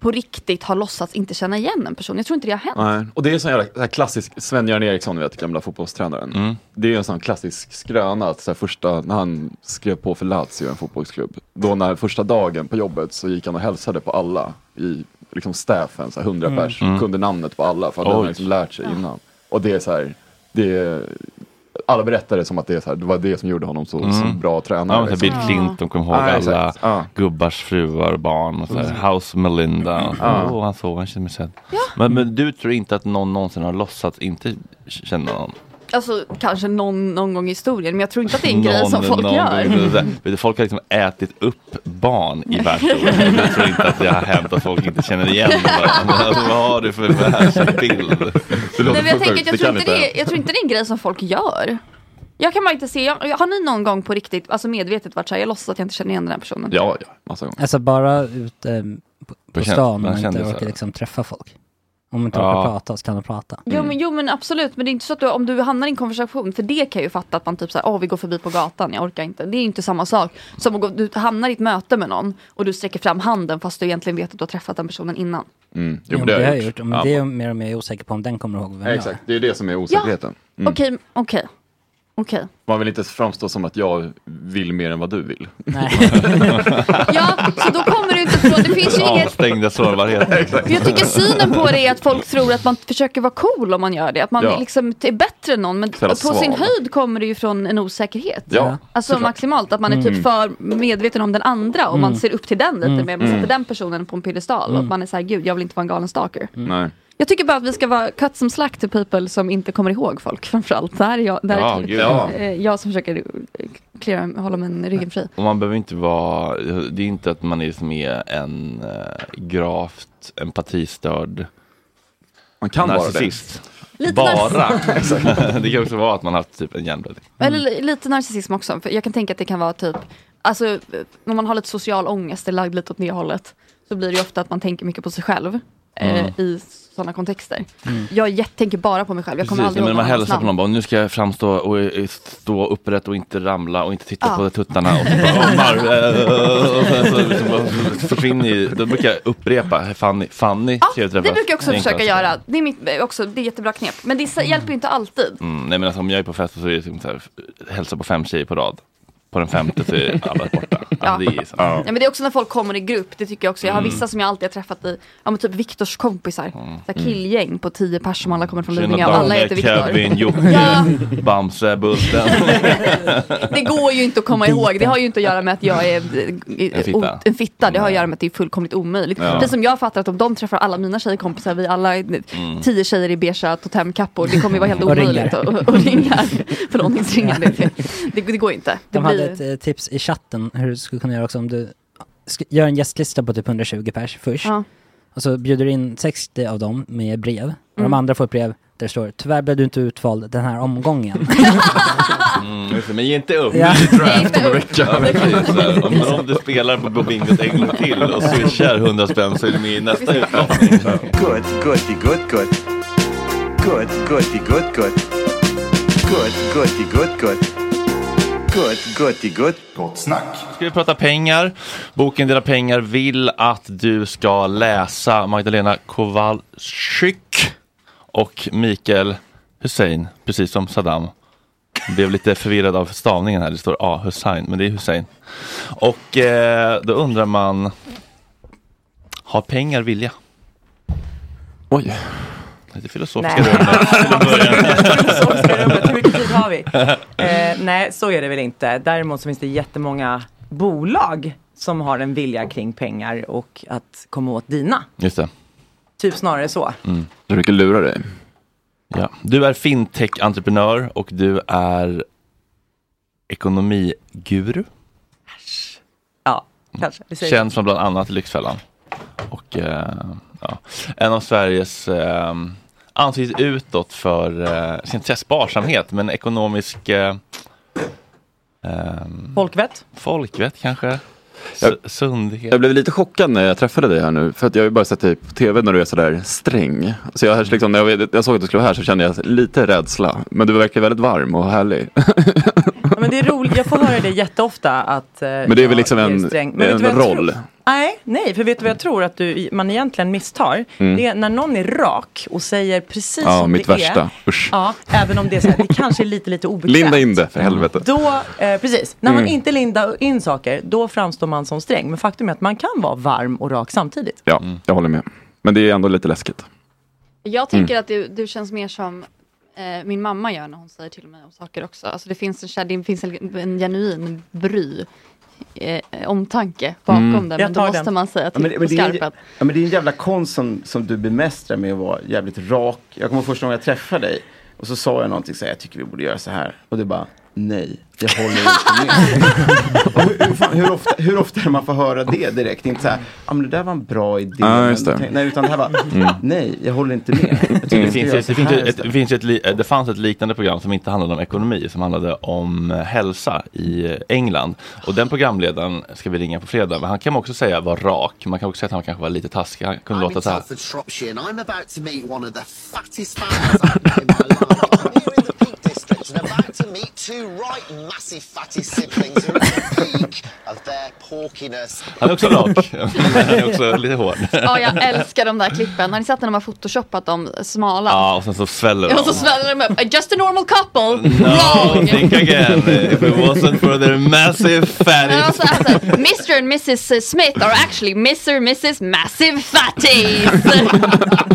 Speaker 4: på riktigt har låtsats inte känna igen en person. Jag tror inte det har hänt.
Speaker 5: Nej. Och det är sån jävla så här klassisk, Sven-Göran Eriksson, du vet, gamla fotbollstränaren.
Speaker 1: Mm.
Speaker 5: Det är en sån klassisk skröna, att så här, första, när han skrev på för Lazio, en fotbollsklubb, då när första dagen på jobbet så gick han och hälsade på alla i liksom staffen, så här, 100
Speaker 1: Mm.
Speaker 5: pers, kunde namnet på alla, för att han hade liksom lärt sig innan. Och det är så här, det är, alla berättar det som att det, är så här, det var det som gjorde honom så, så bra tränare.
Speaker 1: Mm. Ja, men så
Speaker 5: liksom.
Speaker 1: här Bill Clinton, kommer ihåg
Speaker 5: Ja,
Speaker 1: alla
Speaker 5: exakt. Ja. Mm.
Speaker 1: gubbars fruar och barn. Och så här, House Melinda. Och så, Åh, han såg, han kände mig sedd. Men, men du tror inte att någon någonsin har låtsats inte känna någon?
Speaker 4: Alltså kanske någon, någon gång i historien, men jag tror inte att det är en grej som folk gör.
Speaker 1: gång, så- så- vet du, folk har liksom ätit upp barn i världshistorien. Jag tror inte att det har hänt att folk inte känner igen varandra. Alltså, vad har du för världsbild?
Speaker 5: Det
Speaker 4: Nej,
Speaker 5: låter
Speaker 4: men jag,
Speaker 5: sjukt,
Speaker 4: tänker, att jag, tror
Speaker 5: det kan
Speaker 4: inte
Speaker 5: inte
Speaker 4: det, jag tror inte det är en grej som folk gör. Jag kan bara inte se, jag, har ni någon gång på riktigt, alltså medvetet varit såhär, jag låtsas att jag inte känner igen den här personen?
Speaker 5: Ja, ja, massa gånger.
Speaker 6: Alltså bara ute på, på
Speaker 1: Man kän-
Speaker 6: stan
Speaker 1: man
Speaker 6: och inte
Speaker 1: kände så
Speaker 6: orkar
Speaker 1: här.
Speaker 6: liksom träffa folk. Om man inte
Speaker 1: Ja.
Speaker 6: orkar prata så kan man prata.
Speaker 5: Mm.
Speaker 4: Jo, men, jo men absolut, men det är inte så att du, om du hamnar i en konversation, för det kan jag ju fatta att man typ såhär, åh vi går förbi på gatan, jag orkar inte. Det är ju inte samma sak som att gå, du hamnar i ett möte med någon och du sträcker fram handen fast du egentligen vet att du har träffat den personen innan.
Speaker 5: Mm.
Speaker 6: Jo,
Speaker 5: Jo, men det har jag gjort.
Speaker 6: Men
Speaker 5: Ja.
Speaker 6: det är mer om jag är osäker på om den kommer ihåg vem jag är.
Speaker 5: Exakt, det är det som är osäkerheten. Mm.
Speaker 4: Okej, okej, okej.
Speaker 5: Man vill inte framstå som att jag vill mer än vad du vill.
Speaker 6: Nej.
Speaker 4: Ja, så då kommer du inte från, det finns ju inget
Speaker 1: Avstängda sårbarheter.
Speaker 4: För Jag tycker synen på det är att folk tror att man försöker vara cool om man gör det. Att man
Speaker 5: Ja.
Speaker 4: liksom är bättre än någon. Men
Speaker 5: Fälla
Speaker 4: på sin
Speaker 5: sval.
Speaker 4: höjd kommer det ju från en osäkerhet.
Speaker 5: Ja, Mm.
Speaker 4: Alltså maximalt, att man är typ för medveten om den andra och man ser upp till den lite mer. Man
Speaker 5: Mm.
Speaker 4: sätter den personen på en piedestal och att man är såhär, gud jag vill inte vara en galen stalker.
Speaker 10: Mm.
Speaker 5: nej.
Speaker 4: Jag tycker bara att vi ska vara cut som slack till people som inte kommer ihåg folk framförallt. Det här är jag, det här är
Speaker 1: Ja,
Speaker 4: typ,
Speaker 1: gud,
Speaker 5: ja.
Speaker 4: eh, jag som försöker eh, cleara, hålla min ryggen fri.
Speaker 1: Och man behöver inte vara, det är inte att man är som är en äh, gravt empatistörd
Speaker 5: Man kan
Speaker 1: narcissist.
Speaker 4: Lite
Speaker 1: Bara. det kan också vara att man har haft typ en hjärnblödning.
Speaker 4: Eller li- lite narcissism också. För jag kan tänka att det kan vara typ, alltså eh, om man har lite social ångest, det är lagd lite åt det hållet, så blir det ju ofta att man tänker mycket på sig själv eh,
Speaker 1: Mm.
Speaker 4: i sådana kontexter. Jag jätt- tänker bara på mig själv, jag kommer
Speaker 1: Precis,
Speaker 4: aldrig
Speaker 1: men när
Speaker 4: ihåg
Speaker 1: man
Speaker 4: någon annans
Speaker 1: hälsar på någon
Speaker 4: namn.
Speaker 1: bara, nu ska jag framstå och eh, stå upprätt och inte ramla och inte titta
Speaker 4: Ja.
Speaker 1: på tuttarna och så bara, "Åh, Mar-" eh, och sen så liksom bara försvinner ju, då brukar jag upprepa, "Hej, Fanny, Fanny,
Speaker 4: Ja,
Speaker 1: trevligt
Speaker 4: Ah, det
Speaker 1: att träffas."
Speaker 4: brukar jag också
Speaker 1: är en
Speaker 4: försöka
Speaker 1: klassiker.
Speaker 4: göra. Det är, mitt, eh, också, det är jättebra knep. Men det s- hjälper ju inte alltid.
Speaker 1: Mm, nej men alltså, om jag är på fest så är det liksom så här, hälsa på fem tjejer på rad. På den femte så är alla borta.
Speaker 4: Ja.
Speaker 1: Ja. Det är så. Ja.
Speaker 4: Ja, men det är också när folk kommer i grupp, det tycker jag också. Jag
Speaker 1: Mm.
Speaker 4: har vissa som jag alltid har träffat i, ja men typ Viktors kompisar. Så här killgäng på tio pers som alla kommer från Lidingö och alla heter Viktor.
Speaker 1: Kevin, Jocke,
Speaker 4: Ja.
Speaker 1: Bamse, Bulten.
Speaker 4: Det går ju inte att komma ihåg. Det har ju inte att göra med att jag är en
Speaker 1: fitta.
Speaker 4: en fitta. Det har att göra med att det är fullkomligt omöjligt. Precis som jag fattar att om de träffar alla mina tjejkompisar, vi alla är
Speaker 1: Mm.
Speaker 4: tio tjejer i beiga totemkappor, det kommer ju vara helt
Speaker 6: Och
Speaker 4: omöjligt
Speaker 6: ringar.
Speaker 4: och, och, och ringar. Förlåtningsringar, det, det, det går inte. Det
Speaker 6: De hade
Speaker 4: blir,
Speaker 6: ett eh, tips i chatten hur du skulle kunna göra också om du sk- gör en gästlista på typ 120 pers först.
Speaker 4: Ja.
Speaker 6: Och så bjuder du in 60 av dem med brev. Och
Speaker 4: Mm.
Speaker 6: de andra får ett brev där det står tyvärr blev du inte utvald den här omgången.
Speaker 1: Mm, just det, men ge inte upp.
Speaker 6: Ja.
Speaker 1: Draft om en
Speaker 4: Ge
Speaker 1: vecka.
Speaker 4: inte upp.
Speaker 1: Precis, Typ så här. Men om du spelar på bingot en gång till och swishar 100 spänn så är du med i nästa utlottning.
Speaker 11: Good, goody, good, good. Good, goody, good, good. Good, goody, good, good. Good, goody, good. Gott snack.
Speaker 1: ska vi prata pengar. Boken Dina pengar vill att du ska läsa Magdalena Kowalczyk och Mikael Hussein, precis som Saddam. Blev lite förvirrad av stavningen här, det står A Hussein, men det är Hussein. Och eh, då undrar man, har pengar vilja?
Speaker 5: Oj.
Speaker 1: Lite filosofiska rundor.
Speaker 10: Så ska det vara. Hur mycket tid har vi? Eh, nej, så är det väl inte. Däremot så finns det jättemånga bolag som har en vilja kring pengar och att komma åt dina.
Speaker 1: Just det.
Speaker 10: Typ snarare så.
Speaker 5: Jag brukar lura dig.
Speaker 1: Ja. Du är fintech-entreprenör och du är ekonomiguru.
Speaker 10: Ja, kanske. Vi säger
Speaker 1: Känd från bland annat Lyxfällan. Och eh, ja, en av Sveriges eh, anses utåt för, eh, jag ska inte säga sparsamhet, men ekonomisk eh, eh,
Speaker 10: folkvett.
Speaker 1: folkvett kanske. S-
Speaker 5: Jag-
Speaker 1: sundhet.
Speaker 5: Jag blev lite chockad när jag träffade dig här nu, för att jag har ju bara sett dig på tv när du är sådär sträng. Så jag, liksom, när jag, vet- jag såg att du skulle vara här så kände jag lite rädsla. Men du verkar väldigt varm och härlig.
Speaker 10: Ja, men men det är roligt, jag får höra det jätteofta att... eh,
Speaker 5: Men det är väl liksom en, en roll.
Speaker 10: Nej, nej, för vet du vad jag tror att du, man egentligen misstar?
Speaker 5: Mm.
Speaker 10: Det är när någon är rak och säger precis
Speaker 5: Ja,
Speaker 10: som
Speaker 5: mitt
Speaker 10: det är.
Speaker 5: värsta. Usch.
Speaker 10: Ja, även om det, är så här, det kanske är lite, lite obekvämt.
Speaker 5: Linda in det, för helvete.
Speaker 10: Då, eh, precis, när man
Speaker 5: Mm.
Speaker 10: inte lindar in saker, då framstår man som sträng. Men faktum är att man kan vara varm och rak samtidigt.
Speaker 5: Ja, jag håller med. Men det är ändå lite läskigt.
Speaker 4: Jag tycker
Speaker 5: Mm.
Speaker 4: att du, du känns mer som eh, min mamma gör när hon säger till mig om saker också. Alltså det finns en, kär- det finns en, en genuin bry, eh, omtanke bakom
Speaker 12: Mm.
Speaker 4: det.
Speaker 12: Jag
Speaker 4: Men då
Speaker 12: tar
Speaker 4: måste
Speaker 12: den.
Speaker 4: man säga
Speaker 12: Ja,
Speaker 4: till
Speaker 12: men, det- men
Speaker 4: på
Speaker 12: det, är, ja,
Speaker 4: skarpen.
Speaker 12: men det är en jävla konst som, som du bemästrar med att vara jävligt rak. Jag kommer ihåg första gången jag träffade dig och så sa jag någonting så här, jag tycker vi borde göra så här. Och du bara, nej, jag håller inte med. och hur, hur, fan, hur, ofta, hur ofta är det man får höra det direkt? Inte så här, ja men det där var en bra idé.
Speaker 5: Ja,
Speaker 12: men
Speaker 5: just
Speaker 12: du
Speaker 5: det. Mm.
Speaker 12: tänk-" Nej, utan det här var,
Speaker 1: Mm.
Speaker 12: nej, jag håller inte med. Jag tycker vi
Speaker 1: Det,
Speaker 12: ska
Speaker 1: finns,
Speaker 12: göra
Speaker 1: ett,
Speaker 12: så
Speaker 1: det, finns
Speaker 12: här
Speaker 1: ett,
Speaker 12: istället."
Speaker 1: ett, finns ett, li- eh, det fanns ett liknande program som inte handlade om ekonomi som handlade om eh, hälsa i eh, England. Och den programledaren ska vi ringa på fredag. Men han kan också säga var rak. Man kan också säga att han kanske var lite taskig. Han kunde
Speaker 13: I'm
Speaker 1: låta
Speaker 13: in
Speaker 1: så här.
Speaker 13: Telford, Shropshire, and I'm about to meet one of the fattest farmers I've met in my life. I'm here in the Peak District and about to meet two right massive fatty siblings who are at the peak of their porkiness.
Speaker 1: Han är också rak. Men han är också lite hård.
Speaker 4: Ja, jag älskar de där klippen. Har ni sett när de har photoshopat dem smala?
Speaker 1: Ja, och sen så sväller de.
Speaker 4: Och så sväller de upp. Just a normal couple.
Speaker 1: No, think again. If it wasn't for their massive
Speaker 4: Men
Speaker 1: fatties.
Speaker 4: alltså, alltså, Mr and Mrs Smith are actually Mr and Mrs Massive Fatties.
Speaker 1: Mm.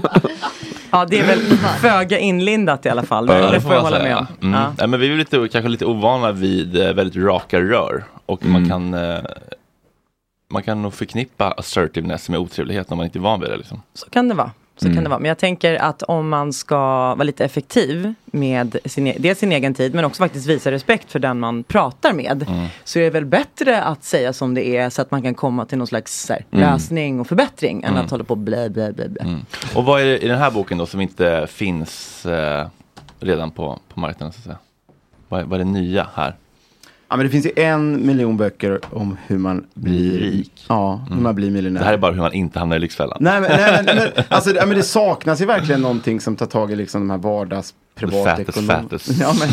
Speaker 10: Ja, det är väl föga inlindat i alla fall.
Speaker 1: Ja,
Speaker 10: det får jag hålla med om.
Speaker 1: Mm.
Speaker 10: Ja.
Speaker 1: Nej, men vi är lite, kanske lite ovana vid eh, väldigt raka rör och
Speaker 10: Mm.
Speaker 1: man kan eh, man kan nog förknippa assertiveness med otrevlighet om man inte är van vid det. Liksom.
Speaker 10: Så kan det vara. Så
Speaker 1: Mm.
Speaker 10: kan det vara. Men jag tänker att om man ska vara lite effektiv med sin, e- dels sin egen tid men också faktiskt visa respekt för den man pratar med.
Speaker 1: Mm.
Speaker 10: Så är det väl bättre att säga som det är så att man kan komma till någon slags så här,
Speaker 1: Mm.
Speaker 10: lösning och förbättring än
Speaker 1: Mm.
Speaker 10: att hålla på och blä blä blä. blä.
Speaker 1: Och vad är det i den här boken då som inte finns eh, redan på, på marknaden? Så att säga? Vad, är, vad är det nya här?
Speaker 12: Ja, men det finns ju en miljon böcker om hur man blir rik. Ja, hur man blir miljonär.
Speaker 1: Det här är bara hur man inte hamnar i Lyxfällan.
Speaker 12: Nej men, nej, men, men, alltså, ja, men det saknas ju verkligen någonting som tar tag i liksom de här vardags privatekonom...
Speaker 1: fattest fattest.
Speaker 12: Ja, men,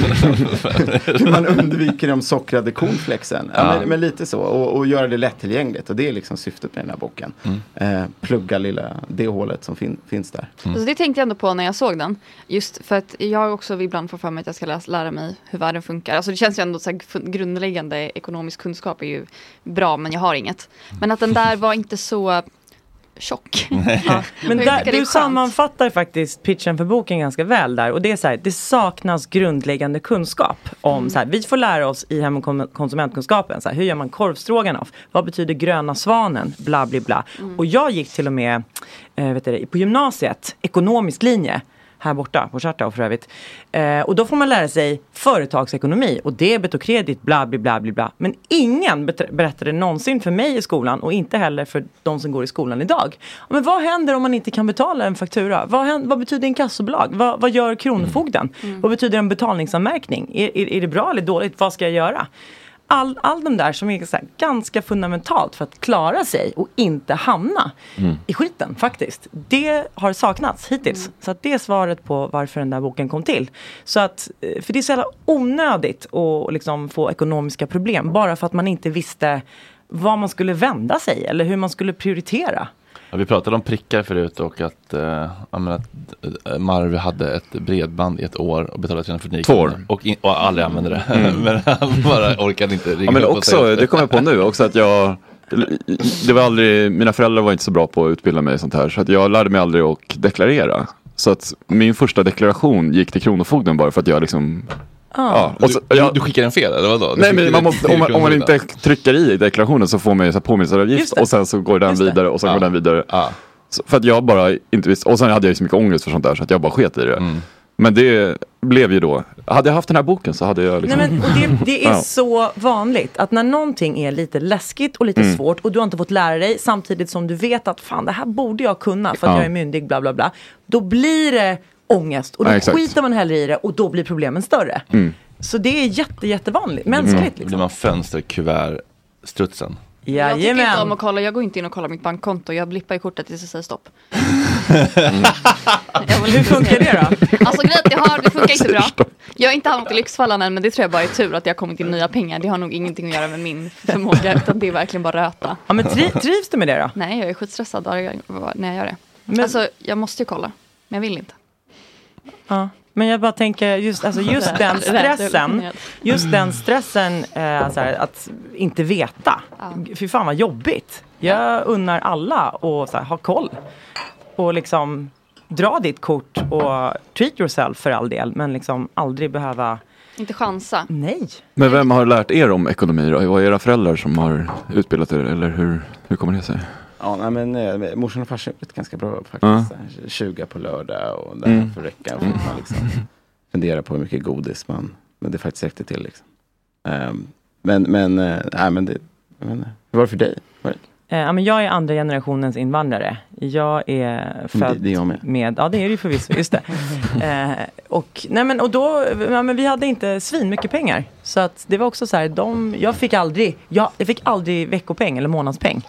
Speaker 12: hur man undviker de sockrade cornflakesen. Ja,
Speaker 1: Ja.
Speaker 12: men, men lite så. Och, och göra det lättillgängligt. Och det är liksom syftet med den här boken.
Speaker 1: Mm.
Speaker 12: Eh, plugga lilla, det hålet som fin, finns där.
Speaker 4: Så det tänkte jag ändå på när jag såg den. Just för att jag också ibland får för mig att jag ska läs, lära mig hur världen funkar. Alltså det känns ju ändå så här fun- grundläggande ekonomisk kunskap är ju bra men jag har inget. Men att den där var inte så tjock. Ja.
Speaker 10: Men
Speaker 4: Jag
Speaker 10: där,
Speaker 4: tycker det är
Speaker 10: du
Speaker 4: skönt.
Speaker 10: sammanfattar faktiskt pitchen för boken ganska väl där. Och det är så här, det saknas grundläggande kunskap om
Speaker 4: Mm.
Speaker 10: så här, vi får lära oss i hem och kon- konsumentkunskapen, så här, hur gör man korvstroganoff? Vad betyder gröna svanen? Bla, bla, bla.
Speaker 4: Mm.
Speaker 10: Och jag gick till och med eh, vet du, det, på gymnasiet, ekonomisk linje. Här borta, på Charta för övrigt. Eh, och då får man lära sig företagsekonomi och debet och kredit, bla, bla, bla, bla, bla. Men ingen bet- berättade någonsin för mig i skolan och inte heller för de som går i skolan idag. Ja, Men vad händer om man inte kan betala en faktura? Vad, händer, vad betyder inkassobolag? Vad, vad gör Kronofogden? Vad betyder en betalningsanmärkning? Är, är, är det bra eller dåligt? Vad ska jag göra? All, all de där som är så här, ganska fundamentalt för att klara sig och inte hamna i skiten faktiskt. Det har saknats hittills. Så att det är svaret på varför den där boken kom till. Så att, eh, för det är så jävla onödigt att liksom få ekonomiska problem bara för att man inte visste vad man skulle vända sig eller hur man skulle prioritera.
Speaker 1: Ja, vi pratade om prickar förut och att, eh, ja, men att eh, Marv hade ett bredband i ett år och betalade 349
Speaker 5: Två år.
Speaker 1: kronor. Och, in, och aldrig använde det.
Speaker 5: Mm.
Speaker 1: men han bara orkade inte ringa
Speaker 5: Ja, men
Speaker 1: upp och säga
Speaker 5: också, det kom jag på nu, också att jag, det var aldrig, mina föräldrar var inte så bra på att utbilda mig i sånt här, så att jag lärde mig aldrig att deklarera. Så att min första deklaration gick till Kronofogden bara för att jag liksom
Speaker 10: Ah.
Speaker 5: Ja, och så,
Speaker 1: du, du skickade en fel eller vadå? Du
Speaker 5: alltså, Nej men
Speaker 1: skickade
Speaker 5: man måste,
Speaker 1: till
Speaker 5: om, man, om man
Speaker 1: Kronofogden.
Speaker 5: inte trycker i deklarationen så får man ju så här påminnelseavgift och sen så går den vidare och sen går den vidare. Så, för att jag bara inte visste, och sen hade jag ju så mycket ångest för sånt där så att jag bara sket i det.
Speaker 1: Mm.
Speaker 5: Men det blev ju då, hade jag haft den här boken så hade jag liksom...
Speaker 10: Nej, men, och det, det är
Speaker 5: Ja.
Speaker 10: så vanligt att när någonting är lite läskigt och lite
Speaker 5: Mm.
Speaker 10: svårt och du har inte fått lära dig samtidigt som du vet att fan det här borde jag kunna för att
Speaker 5: Ja.
Speaker 10: jag är myndig bla bla bla. Då blir det ångest och då
Speaker 1: Ja, exakt.
Speaker 10: skiter man hellre i det och då blir problemen större.
Speaker 5: Mm.
Speaker 10: Så det är jätte, jättevanligt,
Speaker 1: Blir man-
Speaker 10: mänskligt. liksom.
Speaker 1: Blir man fönsterkuvert strutsen?
Speaker 4: Jag tycker
Speaker 10: Jajamän.
Speaker 4: inte om att kolla, jag går inte in och kollar mitt bankkonto, jag blippar i kortet tills det säger stopp.
Speaker 10: Hur funkar det då?
Speaker 4: Alltså grejen är att jag har, det funkar inte bra. Jag har inte hamnat i Lyxfällan än, men det tror jag bara är tur att jag har kommit in nya pengar. Det har nog ingenting att göra med min förmåga, utan det är verkligen bara röta.
Speaker 10: Ja, men tri trivs du med det då?
Speaker 4: Nej, jag är skitstressad varje gång- när jag gör det. Alltså, jag måste ju kolla, men jag vill inte.
Speaker 10: Ja. Men jag bara tänker, just, alltså, just den stressen, just den stressen eh, så här, att inte veta. Fy fan vad jobbigt. Jag unnar alla att så här, ha koll. Och liksom dra ditt kort och treat yourself för all del. Men liksom aldrig behöva,
Speaker 4: Inte chansa.
Speaker 10: Nej.
Speaker 5: Men vem har lärt er om ekonomi då? Var det era föräldrar som har utbildat er eller hur, hur kommer det sig?
Speaker 12: Ja, nej, men eh, morsan och farsan gjorde ett ganska bra jobb
Speaker 5: Ja.
Speaker 12: faktiskt. Ja. 20 på lördag och där
Speaker 5: Mm.
Speaker 12: för veckan. Fick man liksom fundera på hur mycket godis man, men det faktiskt räckte till. Liksom. Ehm, men, men, eh, nej, men det, jag vet inte. Hur var det för dig? Var det?
Speaker 10: Eh, ja, men jag är andra generationens invandrare. Jag är
Speaker 12: det-
Speaker 10: född
Speaker 12: det är jag med.
Speaker 10: Ja, det är det ju förvisso. Just det. Eh, och, nej, men, och då, ja, men vi hade inte svin mycket pengar. Så att det var också så här, de, jag, fick aldrig, jag, jag fick aldrig veckopeng eller månadspeng.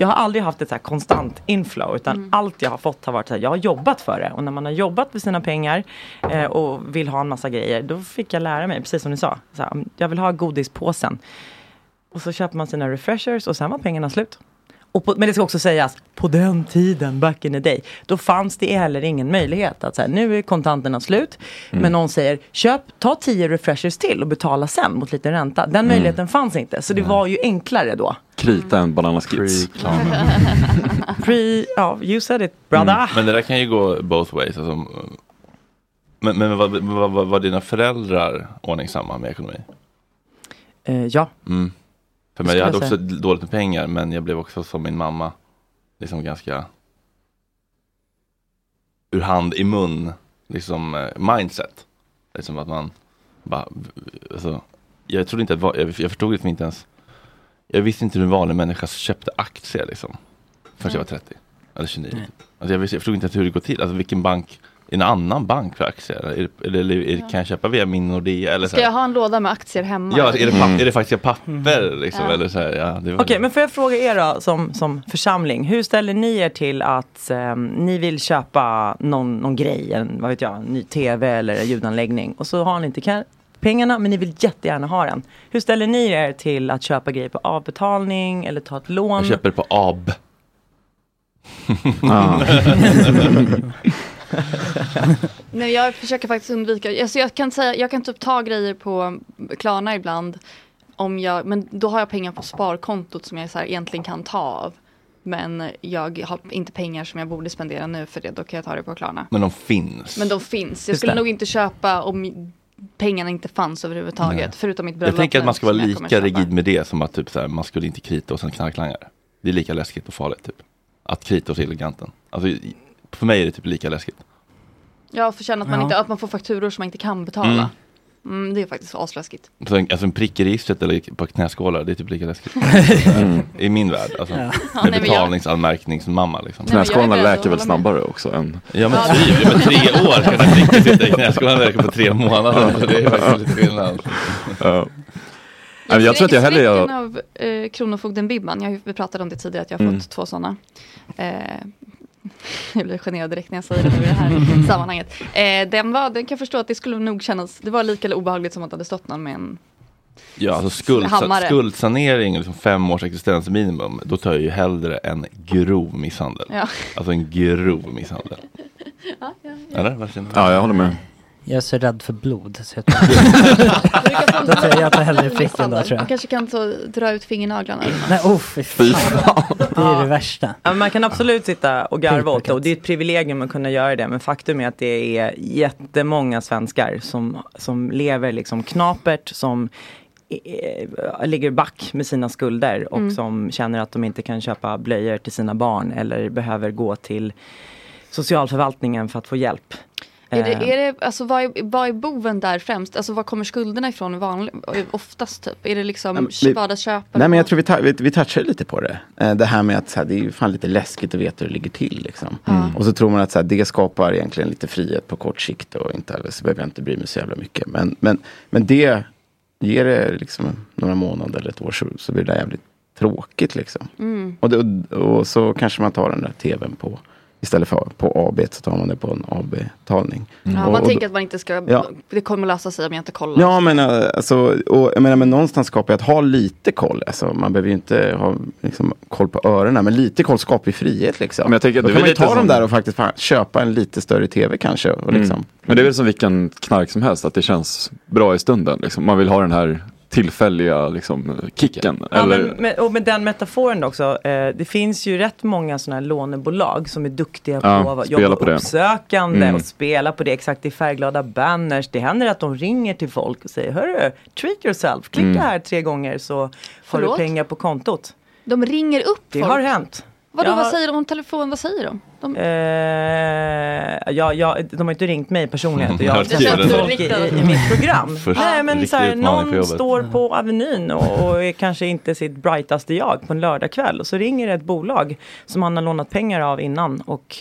Speaker 10: Jag har aldrig haft ett så här konstant inflow utan allt jag har fått har varit så här, jag har jobbat för det. Och när man har jobbat för sina pengar eh, och vill ha en massa grejer, då fick jag lära mig, precis som ni sa, så här, jag vill ha godispåsen. Och så köper man sina refreshers och sen var pengarna slut. Och på, men det ska också sägas, på den tiden, back in the day, då fanns det heller ingen möjlighet att så här, nu är kontanterna slut, men någon säger köp, ta 10 refreshers till och betala sen mot lite ränta. Den möjligheten fanns inte, så det var ju enklare då.
Speaker 5: Krita en Bananas Kids.
Speaker 10: Pre, ja, you said it brother.
Speaker 1: Men det där kan ju gå both ways. Alltså, men men var, var, var, var dina föräldrar ordningsamma med ekonomi?
Speaker 10: Eh, ja.
Speaker 1: Mm. För
Speaker 10: Det
Speaker 1: mig,
Speaker 10: skulle
Speaker 1: jag hade
Speaker 10: jag
Speaker 1: också dåligt med pengar, men jag blev också som min mamma. Liksom ganska ur hand i mun, liksom eh, mindset. Liksom att man bara, alltså, jag trodde inte att, va- jag, jag förstod liksom inte ens, jag visste inte hur en vanlig människa köpte aktier liksom. Förrän jag var 30, eller 29.
Speaker 6: Nej.
Speaker 1: Typ. Alltså, jag, visste, jag förstod inte ens hur det går till, alltså vilken bank, en annan bank för aktier? Eller, eller, eller
Speaker 4: Ja.
Speaker 1: kan jag köpa via min Nordea? Eller så
Speaker 4: Ska
Speaker 1: här?
Speaker 4: jag ha en låda med aktier hemma?
Speaker 1: Ja, är det, papp-
Speaker 5: Mm.
Speaker 1: är det faktiskt papper liksom?
Speaker 4: Mm. Ja.
Speaker 1: Eller så här, ja, det var
Speaker 10: Okej, men får jag fråga er då som, som församling. Hur ställer ni er till att eh, ni vill köpa någon, någon grej, en, vad vet jag, en ny tv eller en ljudanläggning. Och så har ni inte kan, pengarna, men ni vill jättegärna ha den. Hur ställer ni er till att köpa grejer på avbetalning eller ta ett lån?
Speaker 1: Jag köper på AB.
Speaker 4: Nej, jag försöker faktiskt undvika. Alltså, jag, kan säga, jag kan typ ta grejer på Klarna ibland. Om jag, men då har jag pengar på sparkontot som jag så här egentligen kan ta av. Men jag har inte pengar som jag borde spendera nu för det. Då kan jag ta det på Klarna.
Speaker 1: Men de finns.
Speaker 4: Men de finns. Jag
Speaker 1: Just
Speaker 4: skulle
Speaker 1: det.
Speaker 4: nog inte köpa om pengarna inte fanns överhuvudtaget.
Speaker 1: Nej.
Speaker 4: Förutom mitt bröllop.
Speaker 1: Jag tänker att man ska
Speaker 4: som
Speaker 1: vara
Speaker 4: jag kommer
Speaker 1: lika
Speaker 4: köpa.
Speaker 1: rigid med det som att typ så här, man skulle inte krita och sen knarklangare. Det är lika läskigt och farligt typ. Att krita och eleganten. Alltså, i- för mig är det typ lika läskigt.
Speaker 4: Ja, för känna att man,
Speaker 1: Ja.
Speaker 4: inte, att man får fakturor som man inte kan betala. Mm. det är faktiskt asläskigt.
Speaker 1: Så en, alltså en prick i registret eller på knäskålar, det är typ lika läskigt. I min värld. Alltså,
Speaker 4: Ja. Ja,
Speaker 1: Med
Speaker 4: nej, men jag-
Speaker 1: betalningsanmärkningsmamma liksom.
Speaker 4: Nej, men jag är Knäskålarna beredd att läker väl hålla med.
Speaker 1: snabbare
Speaker 5: också än...
Speaker 1: Ja
Speaker 4: Ja,
Speaker 1: men
Speaker 4: det-
Speaker 1: typ, ja, men tre år kan en prick sitta i knäskålarna verkar på tre månader. Så det är faktiskt lite skillnad.
Speaker 5: Jag, jag tror att jag hellre...
Speaker 4: Skräcken
Speaker 5: Jag,
Speaker 4: av eh, Kronofogden Bibban, jag, har ju- vi pratade om det tidigare att jag har
Speaker 5: Mm.
Speaker 4: fått två sådana. Eh, jag blir generad direkt när jag säger det nu i det här sammanhanget. Eh, den, var, den kan jag förstå att det skulle nog kännas, det var lika obehagligt som att det hade stått någon med en
Speaker 1: Ja, alltså skuldsa
Speaker 4: Hammare.
Speaker 1: skuldsanering, liksom fem års existensminimum, då tar jag ju hellre en grov misshandel.
Speaker 4: Ja.
Speaker 1: Alltså en grov misshandel.
Speaker 4: Ja, ja,
Speaker 1: Eller? Vad säger ni?
Speaker 5: ja, jag håller med.
Speaker 6: Jag är så rädd för blod så jag tror, då tror jag, jag tar hellre pricken då tror
Speaker 4: Man
Speaker 6: jag.
Speaker 4: kanske kan ta, dra ut fingernaglarna. eller något.
Speaker 6: Nej, oh, fy fan. Det är det värsta.
Speaker 10: Ja, men man kan absolut sitta och garva åt det och det är ett privilegium att kunna göra det. Men faktum är att det är jättemånga svenskar som, som lever liksom knapert, som eh, ligger back med sina skulder och
Speaker 6: Mm.
Speaker 10: som känner att de inte kan köpa blöjor till sina barn eller behöver gå till socialförvaltningen för att få hjälp.
Speaker 4: Är
Speaker 10: Eh,
Speaker 4: det, är det, alltså, vad, är, vad är boven där främst? Alltså var kommer skulderna ifrån vanlig, oftast typ? Är det liksom
Speaker 12: vi-
Speaker 4: vardagsköp?
Speaker 12: Nej, men jag tror vi, ta- vi, vi touchar lite på det. Eh, Det här med att så här, det är ju fan lite läskigt att veta hur det ligger till. Liksom. Och så tror man att så här, det skapar egentligen lite frihet på kort sikt och inte alls, så behöver jag inte bry mig så jävla mycket. Men, men, men det, ger det liksom några månader eller ett år så, så blir det där jävligt tråkigt liksom.
Speaker 4: Mm.
Speaker 12: Och, det, och så kanske man tar den där tvn på, istället för på AB så tar man det på en AB-talning.
Speaker 4: Ja,
Speaker 12: Och-
Speaker 4: man
Speaker 12: och
Speaker 4: tänker
Speaker 12: då-
Speaker 4: att man inte ska,
Speaker 12: Ja.
Speaker 4: det kommer lösa sig om jag inte kollar.
Speaker 12: Ja, men eh, alltså, och, jag menar, men någonstans skapar jag att ha lite koll. Alltså, man behöver ju inte ha liksom, koll på öronen, men lite koll skapar ju frihet. Liksom.
Speaker 5: Men jag tänker att
Speaker 12: Då
Speaker 5: du
Speaker 12: kan
Speaker 5: är
Speaker 12: man ju
Speaker 5: lite
Speaker 12: ta dem
Speaker 5: som-
Speaker 12: där och faktiskt fan, köpa en lite större tv kanske. Och, liksom.
Speaker 5: Mm. Men det är väl som vilken knark som helst, att det känns bra i stunden. Liksom. Man vill ha den här tillfälliga liksom, kicken.
Speaker 10: Ja,
Speaker 5: eller...
Speaker 10: men, men, och med den metaforen också, eh, det finns ju rätt många sådana här lånebolag som är duktiga
Speaker 5: Ja,
Speaker 10: på att
Speaker 5: spela
Speaker 10: jobba
Speaker 5: på det.
Speaker 10: uppsökande
Speaker 5: Mm.
Speaker 10: och spela på det exakt i färgglada banners. Det händer att de ringer till folk och säger, hörru, treat yourself, klicka
Speaker 4: Mm.
Speaker 10: här tre gånger så har du
Speaker 4: Förlåt?
Speaker 10: pengar på kontot.
Speaker 4: De ringer upp
Speaker 10: Det
Speaker 4: folk.
Speaker 10: har hänt.
Speaker 4: Vadå,
Speaker 10: Jag
Speaker 4: vad
Speaker 10: har-
Speaker 4: säger de om telefon? Vad säger de? de...
Speaker 10: Eh, ja, ja, de har inte ringt mig personligen. utan Jag har
Speaker 4: Det känns
Speaker 10: träffat
Speaker 4: som
Speaker 10: folk i,
Speaker 4: riktigt.
Speaker 10: i mitt program.
Speaker 4: Först-
Speaker 10: Nej, men
Speaker 4: riktig
Speaker 10: så här,
Speaker 4: utmaning för
Speaker 10: någon
Speaker 4: jobbet. Mm.
Speaker 10: står på Avenyn och, och är kanske inte sitt brightaste jag på en lördagkväll. Och så ringer ett bolag som han har lånat pengar av innan och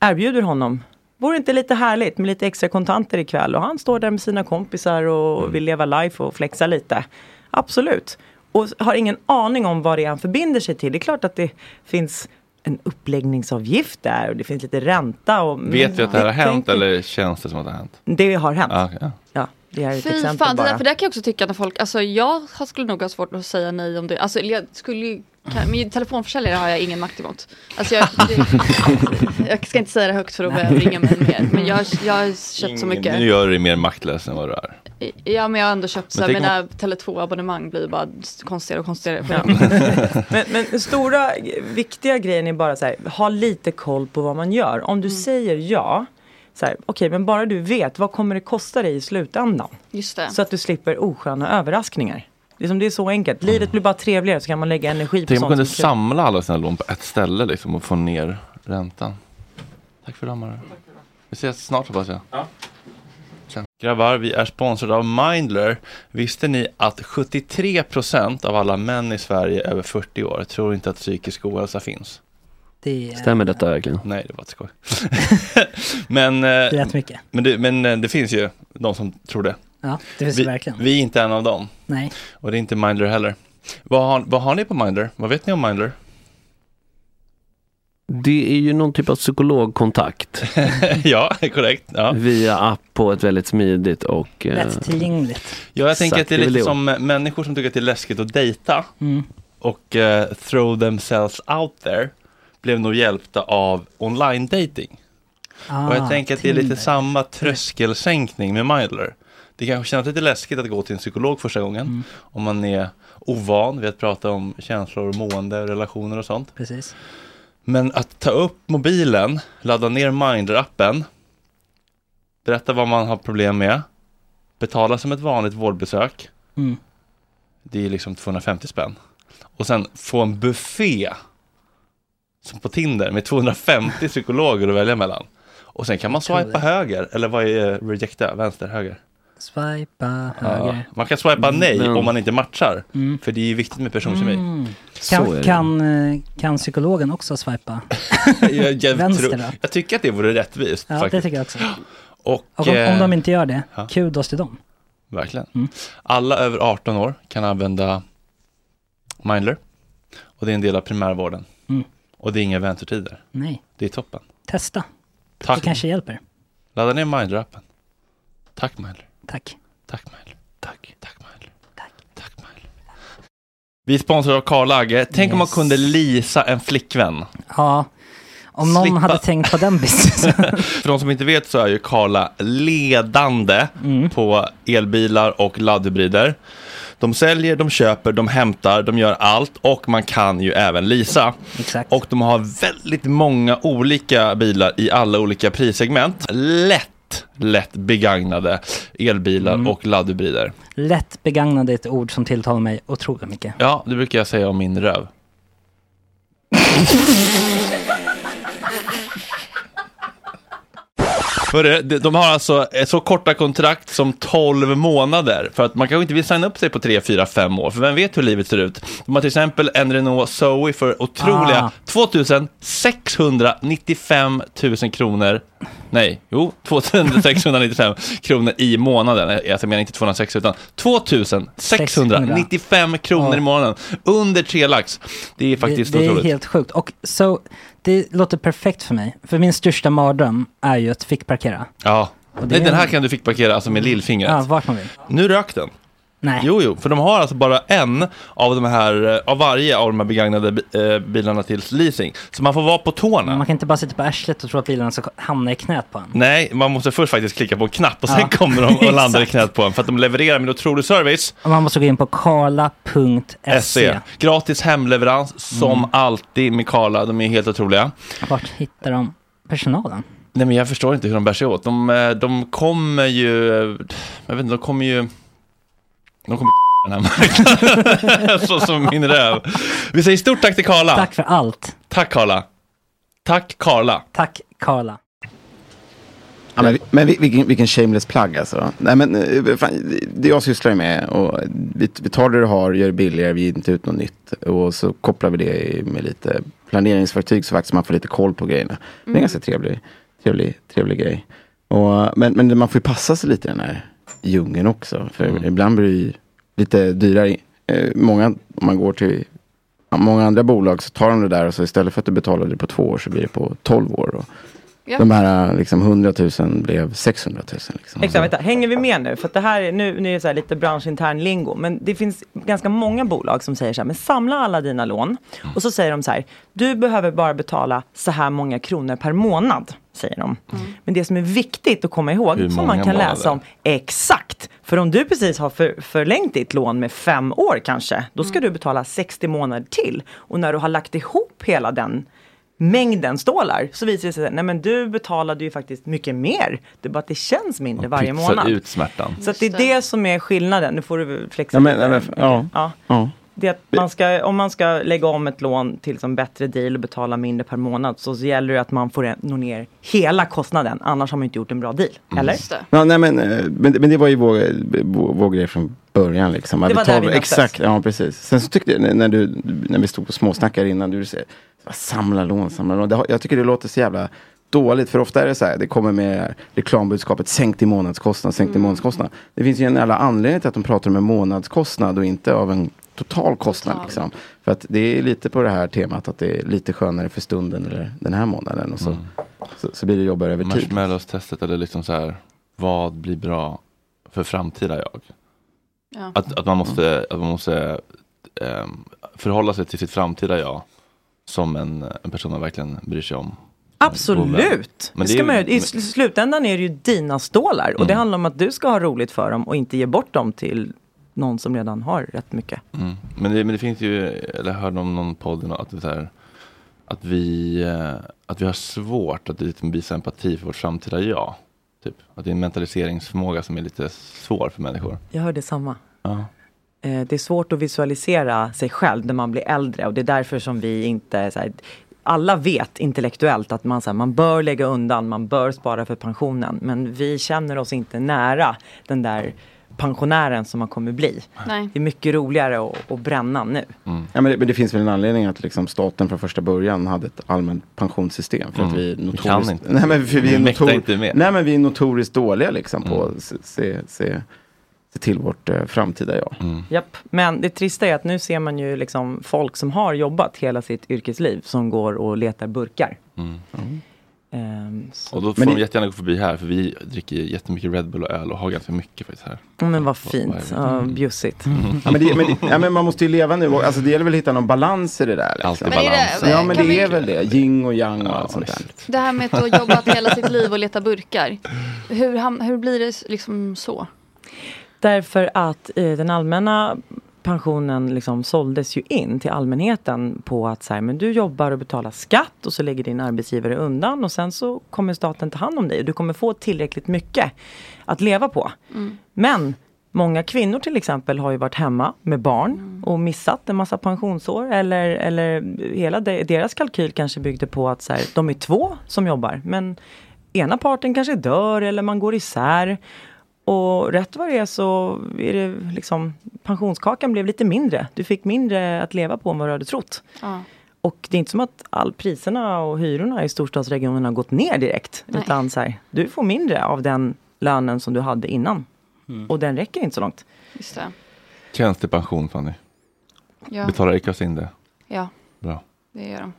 Speaker 10: erbjuder honom Vore inte lite härligt med lite extra kontanter ikväll? Och han står där med sina kompisar
Speaker 4: Mm.
Speaker 10: och vill leva life och flexa lite. Absolut. Och har ingen aning om vad det är han förbinder sig till. Det är klart att det finns en uppläggningsavgift där och det finns lite ränta. Och,
Speaker 1: Vet vi att det här har hänt
Speaker 10: Tänk-
Speaker 1: eller känns det som att det har hänt?
Speaker 10: Det har hänt.
Speaker 1: Ah, okej, ja.
Speaker 10: Ja, det är ett
Speaker 4: Fy
Speaker 10: exempel
Speaker 4: fan, det
Speaker 10: bara.
Speaker 4: där, för där kan jag också tycka när folk, alltså jag har- skulle nog ha svårt att säga nej om det, alltså eller jag skulle ju, kan, min telefonförsäljare har jag ingen makt emot. Alltså jag, det, jag ska inte säga det högt för att börja ringa mig mer, men jag, har- jag har köpt så mycket.
Speaker 1: Nu gör du dig mer maktlös än vad du är.
Speaker 4: Ja men jag har ändå köpt så
Speaker 1: Men
Speaker 4: här,
Speaker 1: tänk
Speaker 4: mina Tele2 abonnemang blir bara konstigare och konstigare. För
Speaker 10: men, men den stora eh, viktiga grejen är bara så här, ha lite koll på vad man gör. Om
Speaker 4: Mm.
Speaker 10: du säger ja, så här, okej men bara du vet, vad kommer det kosta dig i slutändan?
Speaker 4: Just det.
Speaker 10: Så att du slipper osköna överraskningar. Liksom det är så enkelt, livet blir bara trevligare så kan man lägga energi på
Speaker 1: Mm. Tänk om man
Speaker 10: sånt
Speaker 1: kunde
Speaker 10: som är kul.
Speaker 1: samla alla sina lån på ett ställe liksom, och få ner räntan. Tack för idag Mara. Vi ses snart hoppas jag. Grabbar, vi är sponsrade av Mindler. Visste ni att 73% av alla män i Sverige över 40 år tror inte att psykisk ohälsa finns?
Speaker 6: Det är...
Speaker 2: Stämmer detta verkligen?
Speaker 1: Nej, det var ett skoj. men, det är
Speaker 6: rätt mycket.
Speaker 1: Men det, men eh, det finns ju de som tror det.
Speaker 6: Ja, det finns
Speaker 1: vi,
Speaker 6: det verkligen.
Speaker 1: Vi är inte en av dem.
Speaker 6: Nej.
Speaker 1: Och det är inte Mindler heller. Vad har, vad har ni på Mindler? Vad vet ni om Mindler?
Speaker 2: Det är ju någon typ av psykologkontakt
Speaker 1: ja, korrekt. Ja.
Speaker 2: via app på ett väldigt smidigt och... eh,
Speaker 6: Lättillgängligt.
Speaker 1: Ja, jag tänker
Speaker 2: Exakt,
Speaker 1: att det är
Speaker 2: det är väl det.
Speaker 1: lite som eh, människor som tycker att det är läskigt att dejta
Speaker 6: Mm.
Speaker 1: och eh, throw themselves out there blev nog hjälpta av online dating.
Speaker 6: Ah,
Speaker 1: och jag tänker att det är lite
Speaker 6: Tinder.
Speaker 1: samma tröskelsänkning med Mindler. Det kanske känns lite läskigt att gå till en psykolog första gången
Speaker 2: Mm.
Speaker 1: om man är ovan vid att prata om känslor, mående, relationer och sånt.
Speaker 6: Precis.
Speaker 1: Men att ta upp mobilen, ladda ner Mindr-appen, berätta vad man har problem med, betala som ett vanligt vårdbesök,
Speaker 6: Mm.
Speaker 1: det är liksom 250 spänn. Och sen få en buffé, som på Tinder, med 250 psykologer att välja mellan. Och sen kan man
Speaker 6: tror
Speaker 1: swipa
Speaker 6: det.
Speaker 1: höger, eller vad är eh, rejecta, vänster, höger?
Speaker 6: Swipa
Speaker 1: Ja.
Speaker 6: höger.
Speaker 1: Man kan swipa nej
Speaker 2: Men-
Speaker 1: om man inte matchar,
Speaker 6: Mm.
Speaker 1: för det är ju viktigt med personkemi.
Speaker 6: Mm.
Speaker 1: Så är
Speaker 6: Kan,
Speaker 1: det.
Speaker 6: kan, eh, kan psykologen också swipa?
Speaker 1: jag, jag,
Speaker 6: Vänster
Speaker 1: tror,
Speaker 6: då?
Speaker 1: jag tycker att det vore rättvist
Speaker 6: Ja, det
Speaker 1: faktiskt.
Speaker 6: tycker jag också.
Speaker 1: Och,
Speaker 6: Och om, Mm. om
Speaker 1: eh,
Speaker 6: de inte gör det,
Speaker 1: ja.
Speaker 6: kudos till dem.
Speaker 1: Verkligen. Alla över 18 år kan använda Mindler. Och det är en del av primärvården.
Speaker 6: Mm.
Speaker 1: Och det är inga väntetider.
Speaker 6: Nej,
Speaker 1: Det är toppen.
Speaker 6: testa.
Speaker 1: Tack.
Speaker 6: Det kanske hjälper.
Speaker 1: Ladda ner Mindler-appen. Tack Mindler.
Speaker 6: Tack.
Speaker 1: Tack Mindler. Tack. Tack Mindler. Tack. Tack Mindler. Vi är sponsrade av Karl Agge. Tänk om man
Speaker 6: Yes.
Speaker 1: kunde leasa en flickvän.
Speaker 6: Ja, om någon
Speaker 1: Slippa-
Speaker 6: hade tänkt på den businessen.
Speaker 1: För de som inte vet så är ju Karla ledande på elbilar och laddhybrider. De säljer, de köper, de hämtar, de gör allt och man kan ju även leasa. Och de har väldigt många olika bilar i alla olika prissegment. Lätt, lätt begagnade elbilar och laddhybrider.
Speaker 6: Lätt begagnade är ett ord som tilltalar mig otroligt mycket.
Speaker 1: Ja, det brukar jag säga om min röv. För det- de de har alltså eh, så korta kontrakt som 12 månader. För att man kanske inte vill signa upp sig på 3, 4, 5 år. För vem vet hur livet ser ut. De har till exempel en Renault Zoe för otroliga
Speaker 6: Ah.
Speaker 1: 2 695 000 kronor Nej, jo, 2695 kronor i månaden. Eh, Jag menar inte 206 utan 2695 kronor i månaden. Under tre lax. Det är faktiskt
Speaker 6: det, det är
Speaker 1: otroligt.
Speaker 6: helt sjukt. Och så, det låter perfekt för mig. För min största mardröm är ju att fick parkera.
Speaker 1: Ja.
Speaker 6: Och det
Speaker 1: Nej,
Speaker 6: är-
Speaker 1: den här kan du fick parkera alltså med lillfingret.
Speaker 6: Ja, vart man vill.
Speaker 1: Nu rök den.
Speaker 6: Nej.
Speaker 1: Jo, jo, för de har alltså bara en av de här, eh, av varje av de här begagnade bi- eh, bilarna till leasing. Så man får vara på tårna.
Speaker 6: Man kan inte bara sitta på arslet och tro att bilarna ska hamna i knät på en.
Speaker 1: Nej, man måste först faktiskt klicka på en knapp och sen
Speaker 6: Ja.
Speaker 1: kommer de och landar i
Speaker 6: Exakt.
Speaker 1: knät på en för att de levererar med otrolig service.
Speaker 6: Och man måste gå in på karla.se.
Speaker 1: SE. Gratis hemleverans som
Speaker 6: Mm.
Speaker 1: alltid med Karla. De är helt otroliga.
Speaker 6: Vart hittar de personalen?
Speaker 1: Nej, men jag förstår inte hur de bär sig åt. De, eh, de kommer ju... eh, Jag vet inte, de kommer ju... De kommer den här marknaden. Så som min röv. Vi säger stort tack till Karla. Tack
Speaker 6: för allt.
Speaker 1: Tack Karla. Tack Karla.
Speaker 6: Tack Karla.
Speaker 12: Ja, men vi- men vi- vilken, vilken shameless plug alltså. Nej, men, eh, fan, det- det jag sysslar ju med och vi, vi tar det du har, gör det billigare, vi ger inte ut något nytt. Och så kopplar vi det i- med lite planeringsverktyg så faktiskt man får lite koll på grejerna. Det är en
Speaker 14: Mm.
Speaker 12: ganska trevlig, trevlig, trevlig grej. Och, men, men man får ju passa sig lite i den här djungeln också. För ibland blir det ju lite dyrare. Eh, Många, om man går till ja, många andra bolag så tar de det där och så istället för att du betalar det på två år så blir det på tolv år. Då.
Speaker 10: Ja.
Speaker 12: De här eh, liksom 100 000 blev 600 000. Liksom.
Speaker 10: Exakt, vänta. Hänger vi med nu? För att det här är, nu, nu är det så här lite branschintern lingo, men det finns ganska många bolag som säger så här, men samla alla dina lån.
Speaker 1: Mm.
Speaker 10: Och så säger de så här, du behöver bara betala så här många kronor per månad, säger de. Men det som är viktigt att komma
Speaker 1: Hur
Speaker 10: ihåg, som man
Speaker 1: många
Speaker 10: kan läsa om,
Speaker 1: månader?
Speaker 10: exakt. För om du precis har för, förlängt ditt lån med fem år kanske, då ska du betala 60 månader till. Och när du har lagt ihop hela den mängden stålar så visar det sig att nej men du betalade ju faktiskt mycket mer. Det är bara att det känns mindre varje
Speaker 1: Pytsar
Speaker 10: månad.
Speaker 1: ut smärtan.
Speaker 10: Så att det är det som är skillnaden. Nu får du flexa
Speaker 12: Ja, men,
Speaker 10: lite.
Speaker 12: ja, men, ja.
Speaker 10: Ja.
Speaker 12: ja.
Speaker 10: Det är att man ska, om man ska lägga om ett lån till som bättre deal och betala mindre per månad så, så gäller det att man får en- nå ner hela kostnaden. Annars har man inte gjort en bra deal.
Speaker 12: Mm.
Speaker 10: Eller?
Speaker 12: Ja, nej, men, eh, men, men det var ju vår, vår, vår grej från början. Liksom. Att
Speaker 10: Det var
Speaker 12: tar-
Speaker 10: där vi möttes.
Speaker 12: Exakt, ja precis. Sen så tyckte jag, när- när, du, när vi stod och småsnackade innan, du sa samla lån, samla lån. Det, har- jag tycker det låter så jävla dåligt, för ofta är det så här, det kommer med reklambudskapet sänkt i månadskostnad, sänkt i månadskostnad. Det finns ju en jävla anledning till att de pratar om en månadskostnad och inte av en total kostnad. Liksom. För att det är lite på det här temat att det är lite skönare för stunden eller den här månaden. Och så, så, så blir det jobbigare över tid.
Speaker 1: Marshmallows-testet eller liksom så här, vad blir bra för framtida jag?
Speaker 3: Ja.
Speaker 1: Att, att man måste, att man måste ehm, förhålla sig till sitt framtida jag som en, en person man verkligen bryr sig om.
Speaker 10: Absolut!
Speaker 1: Men Mm. det
Speaker 10: Men det
Speaker 1: är
Speaker 10: ska
Speaker 1: ju-
Speaker 10: man, göra. I sl- slutändan är det ju dina stålar och det handlar om att du ska ha roligt för dem och inte ge bort dem till någon som redan har rätt mycket.
Speaker 1: Mm. Men, det, men det finns ju, eller jag hörde om någon podd eller något, att, det är så här, att, vi, eh, att vi har svårt att liksom visa empati för vårt framtida jag. Typ. Att det är en mentaliseringsförmåga som är lite svår för människor.
Speaker 10: Jag hörde samma.
Speaker 1: Ja.
Speaker 10: Eh, Det är svårt att visualisera sig själv när man blir äldre och det är därför som vi inte... Så här, alla vet intellektuellt att man, så här, man bör lägga undan, man bör spara för pensionen. Men vi känner oss inte nära den där pensionären som man kommer bli.
Speaker 4: Nej.
Speaker 10: Det är mycket roligare att, att bränna nu.
Speaker 12: Ja, men, det, men det finns väl en anledning att liksom staten från första början hade ett allmänt pensionssystem. För
Speaker 1: Mm.
Speaker 12: att vi är
Speaker 1: Vi
Speaker 12: notoriskt,
Speaker 1: kan inte.
Speaker 12: Nej, men för vi är
Speaker 1: Vi mäktar
Speaker 12: notor,
Speaker 1: inte med. Mm.
Speaker 12: Nej, men vi är notoriskt dåliga liksom, på att se, se, se, se till vårt eh, framtida jag.
Speaker 10: Japp. Men det trista är att nu ser man ju liksom folk som har jobbat hela sitt yrkesliv som går och letar burkar.
Speaker 1: Mm.
Speaker 10: Ehm, så-
Speaker 1: Och då får de jättegärna gå förbi här, för vi dricker jättemycket Red Bull och öl och har ganska mycket faktiskt här.
Speaker 10: Ja, Men vad
Speaker 1: Vad är
Speaker 10: fint.
Speaker 1: det?
Speaker 10: Ja, bjussigt.
Speaker 12: Ja, men, det, men, det, ja, men man måste ju leva nu. och- Alltså, det gäller väl att hitta någon balans i det där. Liksom.
Speaker 4: Men är det- balans.
Speaker 12: Ja, men det
Speaker 4: kan vi-
Speaker 12: är väl det. Yin och yang och allt sånt där.
Speaker 4: Det här med att ha jobbat hela sitt liv och leta burkar. Hur, ham- hur blir det s- liksom så?
Speaker 10: Därför att eh, den allmänna pensionen liksom såldes ju in till allmänheten på att så här, men du jobbar och betalar skatt och så lägger din arbetsgivare undan och sen så kommer staten ta hand om dig och du kommer få tillräckligt mycket att leva på. Men många kvinnor till exempel har ju varit hemma med barn och missat en massa pensionsår. Eller, eller hela de, deras kalkyl kanske byggde på att så här, de är två som jobbar. Men ena parten kanske dör eller man går isär. Och rätt vad det är så är det liksom pensionskakan blev lite mindre. Du fick mindre att leva på än vad du hade trott.
Speaker 4: Ja.
Speaker 10: Och det är inte som att all priserna och hyrorna i storstadsregionerna har gått ner direkt.
Speaker 14: Nej.
Speaker 10: Utan så här, du får mindre av den lönen som du hade innan.
Speaker 1: Mm.
Speaker 10: Och den räcker inte så långt.
Speaker 4: Just det.
Speaker 1: Tjänstepension Fanny.
Speaker 4: Ja.
Speaker 1: Betalar Ekas in det?
Speaker 4: Ja.
Speaker 1: Bra.
Speaker 4: Det gör de.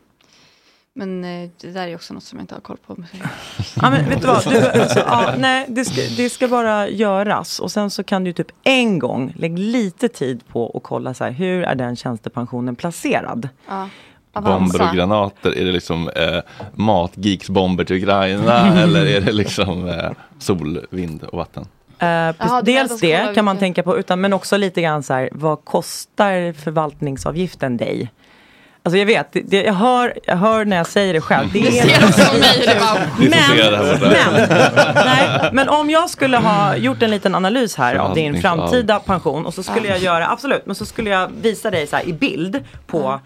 Speaker 4: Men eh, det där är också något som jag inte har koll på.
Speaker 10: Ja, men vet du vad? Du, alltså, ja, nej, det, ska, det ska bara göras. Och sen så kan du typ en gång, lägg lite tid på att kolla så här, hur är den tjänstepensionen placerad?
Speaker 4: Ja.
Speaker 1: Bomber och granater, är det liksom eh, matgeeks-bomber till Ukraina eller är det liksom eh, sol, vind och vatten?
Speaker 10: Eh,
Speaker 4: Jaha,
Speaker 10: precis,
Speaker 4: du menar att de
Speaker 10: dels
Speaker 4: ska kolla
Speaker 10: det kan man
Speaker 4: vilka-
Speaker 10: tänka på, utan, men också lite grann så här, vad kostar förvaltningsavgiften dig? Alltså jag vet, det- det, jag, hör, jag hör när jag säger det själv. Det är
Speaker 1: Ni får se det här borta.
Speaker 10: Men om jag skulle ha gjort en liten analys här av din
Speaker 1: Förvaltningsavgift.
Speaker 10: framtida pension och så skulle
Speaker 1: Ja.
Speaker 10: jag göra, absolut, men så skulle jag visa dig så här i bild på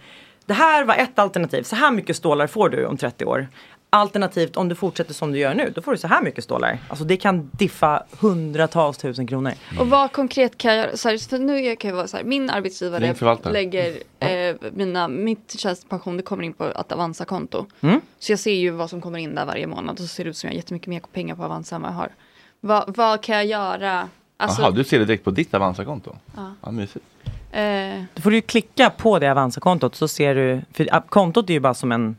Speaker 10: det här var ett alternativ, så här mycket stålar får du om 30 år. Alternativt om du fortsätter som du gör nu, då får du så här mycket stålar. Alltså det kan diffa hundratals tusen kronor.
Speaker 4: Och vad konkret kan jag göra? Så här, för nu kan jag vara så här, min arbetsgivare
Speaker 10: Din förvaltare.
Speaker 4: lägger eh, mina, mitt tjänstepension, det kommer in på ett Avanza-konto.
Speaker 10: Mm.
Speaker 4: Så jag ser ju vad som kommer in där varje månad och så ser det ut som jag har jättemycket mer pengar på Avanza än vad jag har. Va, vad kan jag göra? Alltså,
Speaker 1: Jaha, du ser det direkt på ditt Avanza-konto?
Speaker 4: Ja.
Speaker 1: Ja, mysigt.
Speaker 4: eh,
Speaker 10: Då får du ju klicka på det Avanza-kontot så ser du, för ah, kontot är ju bara som en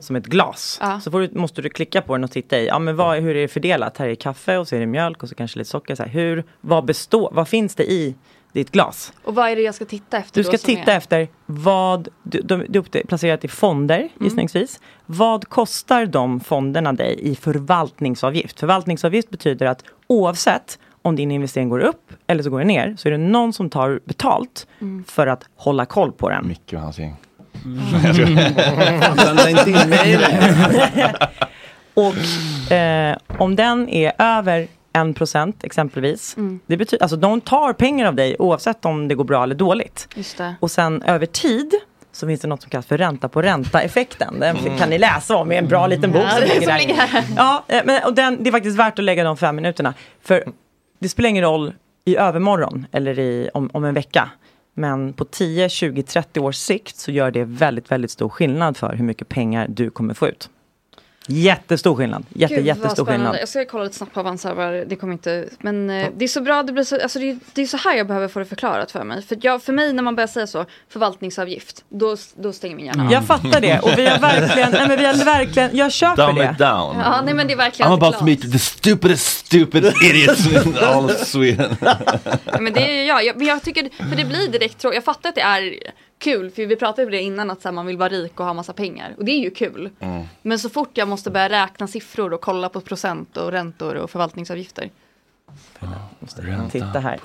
Speaker 10: som ett glas. Så får du, måste du klicka på den och titta i, ja men vad, hur är det fördelat? Här är kaffe och så är det mjölk och så kanske lite socker. Så här, hur, vad består, vad finns det i ditt glas?
Speaker 4: och vad är det jag ska titta efter
Speaker 10: Du
Speaker 4: då
Speaker 10: ska
Speaker 4: som
Speaker 10: titta
Speaker 4: är-
Speaker 10: efter vad, du- de, de, de är placerat i fonder
Speaker 4: Mm.
Speaker 10: gissningsvis. Vad kostar de fonderna dig i förvaltningsavgift? Förvaltningsavgift betyder att oavsett om din investering går upp eller så går den ner så är det någon som tar betalt
Speaker 1: Mm.
Speaker 10: för att hålla koll på den.
Speaker 1: Micke och hans gäng.
Speaker 10: Blanda inte in mig i det. Och eh, om den är över 1% exempelvis.
Speaker 4: Mm.
Speaker 10: Det betyder, alltså de tar pengar av dig oavsett om det går bra eller dåligt.
Speaker 4: Just det.
Speaker 10: Och sen över tid så finns det något som kallas för ränta på ränta-effekten. Den
Speaker 4: Mm.
Speaker 10: kan ni läsa om i en bra liten bok.
Speaker 4: Ja,
Speaker 10: som
Speaker 4: det är
Speaker 10: ligger
Speaker 4: som
Speaker 10: där
Speaker 4: ligger
Speaker 10: inne. Ja, eh, men, och den, det är faktiskt värt att lägga de fem minuterna. För det spelar ingen roll i övermorgon eller i, om, om en vecka. Men på 10, 20, 30 års sikt så gör det väldigt, väldigt stor skillnad för hur mycket pengar du kommer få ut. Jättestor skillnad. Jätte,
Speaker 4: Gud, vad
Speaker 10: jättestor
Speaker 4: spännande.
Speaker 10: skillnad.
Speaker 4: Jag ska kolla lite snabbt på Avanza, vad det kommer inte... Men eh, det är så bra, det, blir så, alltså, det, är, det är så här jag behöver få det förklarat för mig. För, jag, för mig när man börjar säga så, förvaltningsavgift, då, då stänger min hjärna av.
Speaker 10: Jag fattar det och vi har verkligen, nej men vi har verkligen, jag köper
Speaker 1: Dumb
Speaker 10: det.
Speaker 1: it down.
Speaker 4: Ja, nej men det är verkligen
Speaker 1: I'm about
Speaker 4: klart.
Speaker 1: to meet the stupidest stupid idiots in all of Sweden.
Speaker 4: Ja, men det är ju jag. jag. Men jag tycker, för det blir direkt tråkigt. Jag fattar att det är kul, för vi pratade om det innan att så här, man vill vara rik och ha massa pengar. Och det är ju kul.
Speaker 1: Mm.
Speaker 4: Men så fort jag måste börja räkna siffror och kolla på procent och räntor och förvaltningsavgifter.
Speaker 10: Titta här.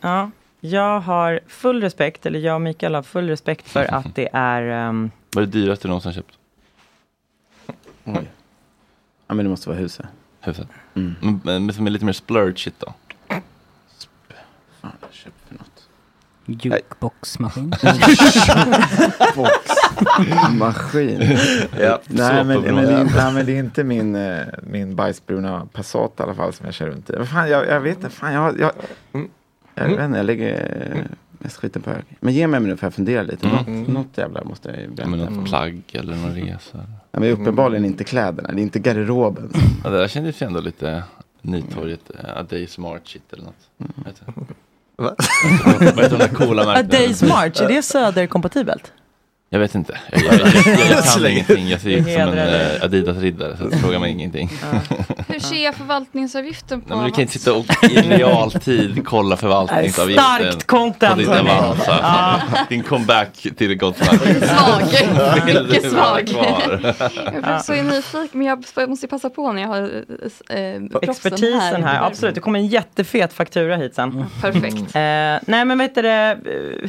Speaker 10: Ja, jag har full respekt, eller jag och Mikael har full respekt för att det är ehm,
Speaker 1: Vad är det dyraste du någonsin köpt?
Speaker 12: Oj. Ja men det måste vara huset.
Speaker 1: Huset? Men, men, men som är lite mer splurge shit då?
Speaker 6: Jukeboxmaskin.
Speaker 12: Maskin.
Speaker 15: Ja,
Speaker 12: nej, men,
Speaker 15: superbra.
Speaker 12: men det är, nej men det är inte min, eh, min bajsbruna Passat i alla fall som jag kör runt i. Vad Fan, jag, jag vet inte, fan jag, jag,
Speaker 1: Mm.
Speaker 12: jag vet inte, jag lägger eh, mest skiten på hög. Men ge mig en minut för jag funderar lite.
Speaker 1: Mm.
Speaker 12: Något, något jävla måste jag ju
Speaker 1: Ja,
Speaker 12: berätta.
Speaker 1: men
Speaker 12: Mm.
Speaker 1: något plagg eller någon resa?
Speaker 12: Ja, men det är uppenbarligen inte kläderna, det är inte garderoben. som-
Speaker 1: Ja, det där kändes ju ändå lite Nytorget, eh, A Day Smart shit eller något. Vad heter det? Vad heter de där coola
Speaker 10: A
Speaker 1: märkena?
Speaker 10: Days March, är det söderkompatibelt?
Speaker 1: Jag vet inte. Jag, jag, jag, jag kan ingenting. Jag ser ut som en
Speaker 10: Hedrar dig.
Speaker 1: eh, Adidas-riddare så fråga mig ingenting.
Speaker 4: Hur ser jag förvaltningsavgiften på?
Speaker 1: Nej, men du kan
Speaker 4: Avanza?
Speaker 1: inte sitta och i realtid kolla förvaltningsavgiften.
Speaker 10: Starkt content,
Speaker 1: På ditt
Speaker 10: hörni.
Speaker 1: Avanza.
Speaker 10: Ja.
Speaker 1: alltså- Din comeback till gott snack.
Speaker 4: Svag. Mycket svag.
Speaker 1: Kvar.
Speaker 4: Jag blev så nyfiken, men jag måste ju passa på när jag har eh, proffsen
Speaker 10: Expertisen här, absolut. Det kommer en jättefet faktura hit sen.
Speaker 4: Perfekt.
Speaker 10: Eh, nej men vet du det, eh,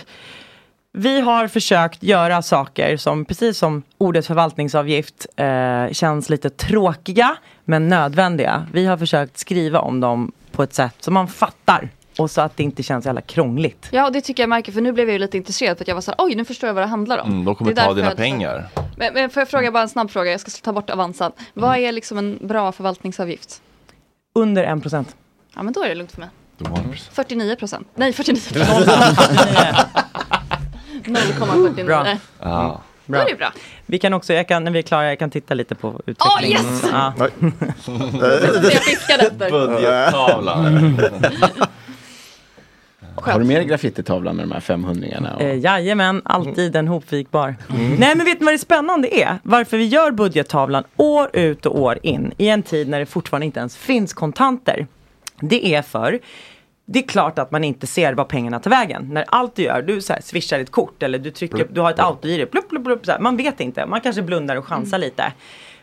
Speaker 10: vi har försökt göra saker som, precis som ordet förvaltningsavgift, eh, känns lite tråkiga men nödvändiga. Vi har försökt skriva om dem på ett sätt som man fattar och så att det inte känns så jävla krångligt.
Speaker 4: Ja, och det tycker jag märker, för nu blev jag ju lite intresserad för att jag var så här, oj, nu förstår jag vad det handlar om.
Speaker 1: Mm, de kommer
Speaker 4: Det är
Speaker 1: ta
Speaker 4: därför
Speaker 1: dina
Speaker 4: jag-
Speaker 1: pengar.
Speaker 4: Men, men får jag fråga bara en snabb fråga, jag ska ta bort Avanza. Vad
Speaker 1: Mm.
Speaker 4: är liksom en bra förvaltningsavgift?
Speaker 10: Under 1 procent.
Speaker 4: Ja, men då är det lugnt för mig.
Speaker 1: Då var det precis.
Speaker 4: 49 procent. Nej, 49 procent. 0,49.
Speaker 10: Bra.
Speaker 1: Ja.
Speaker 4: Då är det bra.
Speaker 10: Vi kan också, jag kan, när vi är klara, jag kan titta lite på utvecklingen.
Speaker 4: Åh, yes!
Speaker 10: Ja.
Speaker 4: Det jag fiskade efter.
Speaker 12: Har du mer graffititavla med de här 500 och...
Speaker 10: Eh, jajamän, alltid en hopvikbar. Nej men vet ni vad det spännande är? Varför vi gör budgettavlan år ut och år in i en tid när det fortfarande inte ens finns kontanter. Det är för det är klart att man inte ser vad pengarna tar vägen. När allt du gör, du så här swishar ett kort eller du, trycker, du har ett autogiro, plupp, plupp, plupp, så här. man vet inte. Man kanske blundar och chansar
Speaker 1: Mm.
Speaker 10: lite.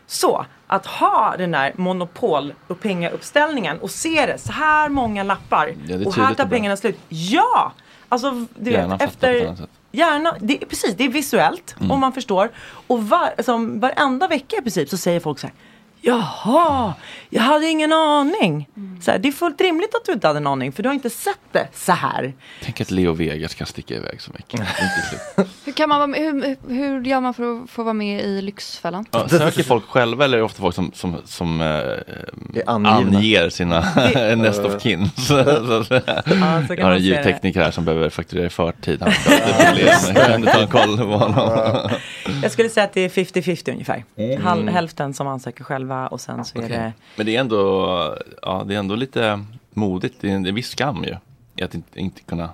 Speaker 10: Så att ha den där monopol och pengauppställningen och se det, så här många lappar
Speaker 1: det är
Speaker 10: och här
Speaker 1: tydligt
Speaker 10: tar
Speaker 1: och bra.
Speaker 10: pengarna slut. Ja! Alltså, du
Speaker 1: Hjärnan
Speaker 10: vet,
Speaker 1: fattar på ett
Speaker 10: efter...
Speaker 1: annat sätt.
Speaker 10: Hjärnan, det, är- precis, det är visuellt
Speaker 1: Mm.
Speaker 10: och man förstår. Och var, som varenda vecka i princip så säger folk så här Jaha, jag hade ingen aning.
Speaker 1: Mm.
Speaker 10: Så här, det är fullt rimligt att du inte hade en aning för du har inte sett det så här.
Speaker 1: Tänk att Leo Vegas kan sticka iväg så mycket. Inte slut.
Speaker 4: Hur, kan man vara med, hur, hur gör man för att få vara med i Lyxfällan?
Speaker 1: Ja, söker folk själva eller är det ofta folk som, som, som eh, Mm.
Speaker 7: angivna.
Speaker 1: anger sina
Speaker 7: Det-
Speaker 1: näst of kin? Så- så- så- Jag har
Speaker 10: man
Speaker 1: en
Speaker 10: se
Speaker 1: ljudtekniker här som behöver fakturera i förtid. Han har haft ett problem. Kan du ta en koll på honom?
Speaker 10: Jag skulle säga att det är 50-50 ungefär.
Speaker 1: Mm.
Speaker 10: Hal- hälften som ansöker själva och sen så är det
Speaker 1: Men det är ändå, ja, det är ändå lite modigt. Det är en, det är en viss skam ju. i Att inte, inte kunna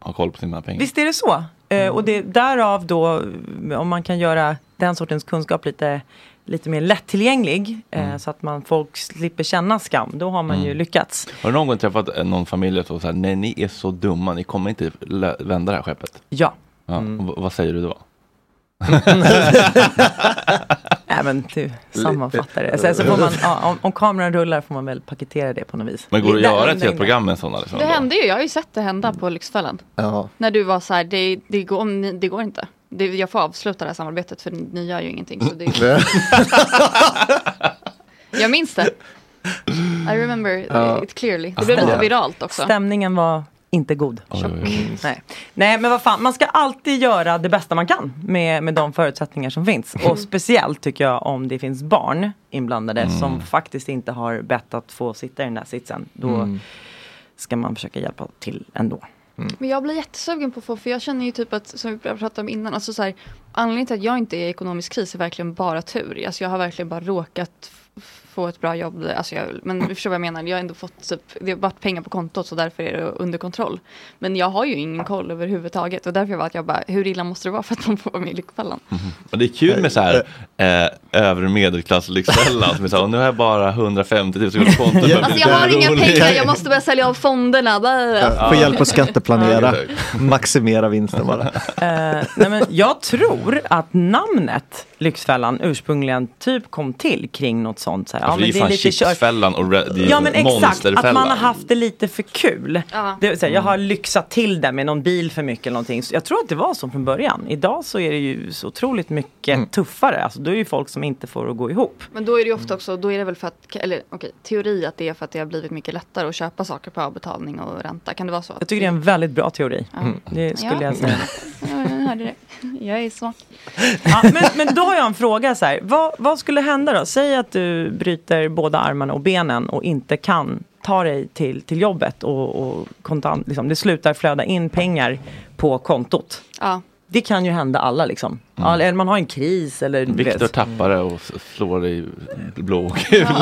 Speaker 1: ha koll på sina pengar.
Speaker 10: Visst är det så. Eh,
Speaker 1: Mm.
Speaker 10: och det, därav då, eh, om man kan göra den sortens kunskap lite, lite mer lättillgänglig. eh, Så att man, folk slipper känna skam. Då har man ju
Speaker 1: Mm.
Speaker 10: lyckats.
Speaker 1: Har du någon gång träffat eh, någon familj och så här, nej ni är så dumma, ni kommer inte lä- vända det här skeppet?
Speaker 10: Ja.
Speaker 1: ja.
Speaker 10: Mm.
Speaker 1: och v- Vad säger du då?
Speaker 10: Nej men du sammanfattar det. Sen så får man, ja, om, om kameran rullar får man väl paketera det på något vis.
Speaker 1: Men går det att
Speaker 10: Där
Speaker 1: göra ett
Speaker 10: under
Speaker 1: helt
Speaker 10: inne.
Speaker 1: program med en sån? Liksom,
Speaker 4: Det hände ju, jag har ju sett det hända på Lyxfällan.
Speaker 1: ja.
Speaker 4: När du var så här, det, det, går, om ni- det går inte. Det, jag får avsluta det här samarbetet för ni gör ju ingenting. Så det,
Speaker 10: Mm.
Speaker 4: jag minns det. I remember
Speaker 10: Ja.
Speaker 4: it clearly. Det blev lite
Speaker 10: Ja. Mm.
Speaker 4: viralt också.
Speaker 10: Stämningen var inte god. Nej. Nej men vad fan, man ska alltid göra det bästa man kan med, med de förutsättningar som finns. Och speciellt tycker jag om det finns barn inblandade
Speaker 1: Mm.
Speaker 10: som faktiskt inte har bett att få sitta i den där sitsen. Då
Speaker 4: Mm.
Speaker 10: ska man försöka hjälpa till ändå.
Speaker 4: Men jag blir jättesugen på att få, för jag känner ju typ att, som vi pratade om innan, alltså så här, anledningen till att jag inte är i ekonomisk kris är verkligen bara tur. Alltså jag har verkligen bara råkat f- få ett bra jobb, alltså jag, men du förstår vad jag menar, jag har ändå fått typ, det har varit pengar på kontot så därför är det under kontroll. Men jag har ju ingen koll överhuvudtaget och därför var att jag bara, hur illa måste det vara för att man får vara med i Lyckofällan?
Speaker 1: Men det är kul med så här eh, övre medelklass Lyxfällan som är så här, "Och nu har jag bara 150 000 kronor på kontot.
Speaker 4: Alltså jag har inga pengar, jag måste börja sälja av fonderna. Bara.
Speaker 7: Få hjälp att skatteplanera. Maximera vinsten bara.
Speaker 10: Eh, nej men jag tror att namnet Lyxfällan ursprungligen typ kom till kring något sånt. Så här.
Speaker 1: Alltså,
Speaker 10: men
Speaker 1: det är ju fan chipsfällan och re- det är
Speaker 10: Ja men exakt,
Speaker 1: monsterfällan.
Speaker 10: att man har haft det lite för kul. Det vill säga, jag har lyxat till det med någon bil för mycket eller någonting. Så jag tror att det var så från början. Idag så är det ju så otroligt mycket
Speaker 1: Mm.
Speaker 10: tuffare. Alltså, då är det ju folk som inte får att gå ihop.
Speaker 4: Men då är det ju ofta också, då är det väl för att, eller okej, teori att det är för att det har blivit mycket lättare att köpa saker på avbetalning och ränta. Kan det vara så?
Speaker 10: Jag tycker det är en väldigt bra teori. Det skulle
Speaker 4: Ja.
Speaker 10: jag säga.
Speaker 4: Ja, jag hörde det. Jag är smart.
Speaker 10: Ja, men, men då har jag en fråga så här. Vad, vad skulle hända då? Säg att du bryter båda armarna och benen och inte kan ta dig till, till jobbet och, och kontant, liksom, det slutar flöda in pengar på kontot.
Speaker 4: Ja.
Speaker 10: Det kan ju hända alla liksom. Ja, Eller man har en kris eller... du
Speaker 1: Mm. Viktor
Speaker 10: vet.
Speaker 1: tappar det och s- slår dig i blå och gul.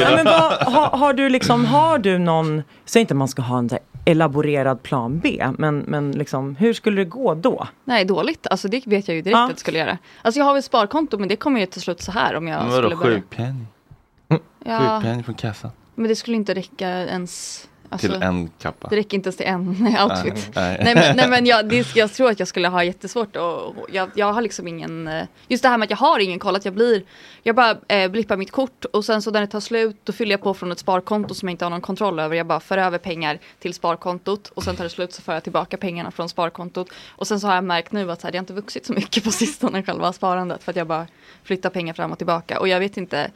Speaker 10: Ja, men vad, har, har, du liksom, har du någon, säg inte att man ska ha en så här elaborerad plan B, men, men liksom, hur skulle det gå då?
Speaker 4: Nej, dåligt. Alltså det vet jag ju direkt
Speaker 10: Ja.
Speaker 4: att jag skulle göra. Alltså jag har väl ett sparkonto men det kommer ju till slut så här om jag
Speaker 1: Men
Speaker 4: skulle
Speaker 1: vadå
Speaker 4: börja.
Speaker 1: sjukpenning?
Speaker 4: Ja.
Speaker 1: Sjukpenning från kassan.
Speaker 4: Men det skulle inte räcka ens. Alltså,
Speaker 1: Till en kappa.
Speaker 4: Det räcker inte ens till en outfit.
Speaker 1: Nej.
Speaker 4: Nej, men, nej, men jag, det, jag tror att jag skulle ha jättesvårt och och jag, jag har liksom ingen, eh, just det här med att jag har ingen koll, att jag blir, jag bara eh, blippar mitt kort och sen så när det tar slut då fyller jag på från ett sparkonto som jag inte har någon kontroll över. Jag bara för över pengar till sparkontot och sen tar det slut så för jag tillbaka pengarna från sparkontot. Och sen så har jag märkt nu att så här, det har inte vuxit så mycket på sistone själva sparandet för att jag bara flyttar pengar fram och tillbaka och jag vet inte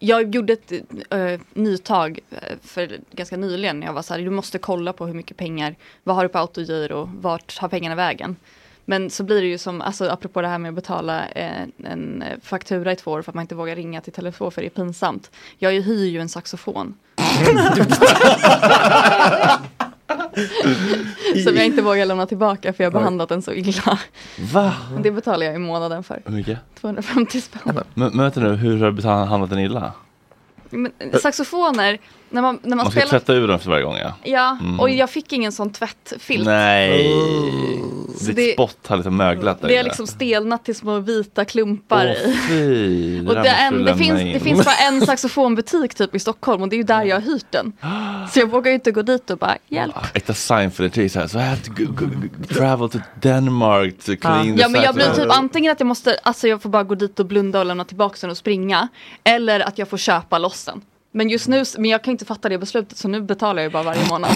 Speaker 4: jag gjorde ett eh, nytag eh, för ganska nyligen när jag var så här, du måste kolla på hur mycket pengar, vad har du på autogiro, vart har pengarna vägen? Men så blir det ju som, alltså apropå det här med att betala eh, en eh, faktura i två år för att man inte vågar ringa till telefon för det är pinsamt. Jag hyr ju en saxofon. Som jag inte vågar lämna tillbaka för jag har behandlat den så illa.
Speaker 1: Va?
Speaker 4: Men det betalar jag i månaden för.
Speaker 1: Hur mycket?
Speaker 4: 250 spänn.
Speaker 1: Men, men vänta nu, hur har du behandlat den illa?
Speaker 4: Men eh, saxofoner, när man, när man,
Speaker 1: Man ska
Speaker 4: spelar...
Speaker 1: tvätta ur den för varje gång ja.
Speaker 4: Ja,
Speaker 1: Mm.
Speaker 4: och jag fick ingen sån tvättfilt.
Speaker 1: Nej,
Speaker 10: Oh.
Speaker 4: Så
Speaker 1: ditt
Speaker 4: det-
Speaker 1: spott har liksom möglat där
Speaker 4: Det har
Speaker 1: inne.
Speaker 4: liksom stelnat till små vita klumpar
Speaker 1: Åh,
Speaker 4: i.
Speaker 1: fy,
Speaker 4: Och
Speaker 1: där
Speaker 4: det,
Speaker 1: måste
Speaker 4: är
Speaker 1: du
Speaker 4: en, det,
Speaker 1: lämna
Speaker 4: finns,
Speaker 1: in.
Speaker 4: det finns bara en saxofonbutik typ i Stockholm och det är ju där jag har hyrt den. Så jag vågar ju inte gå dit och bara hjälp.
Speaker 1: Äkta Seinfeld-intrig såhär, so I have to go, go, go, travel to Denmark to clean the
Speaker 4: Ja men jag blir
Speaker 1: saxofon."
Speaker 4: typ antingen att jag måste, alltså jag får bara gå dit och blunda och lämna tillbaka den och springa. Eller att jag får köpa loss den. Men just nu, men jag kan inte fatta det beslutet så nu betalar jag ju bara varje månad.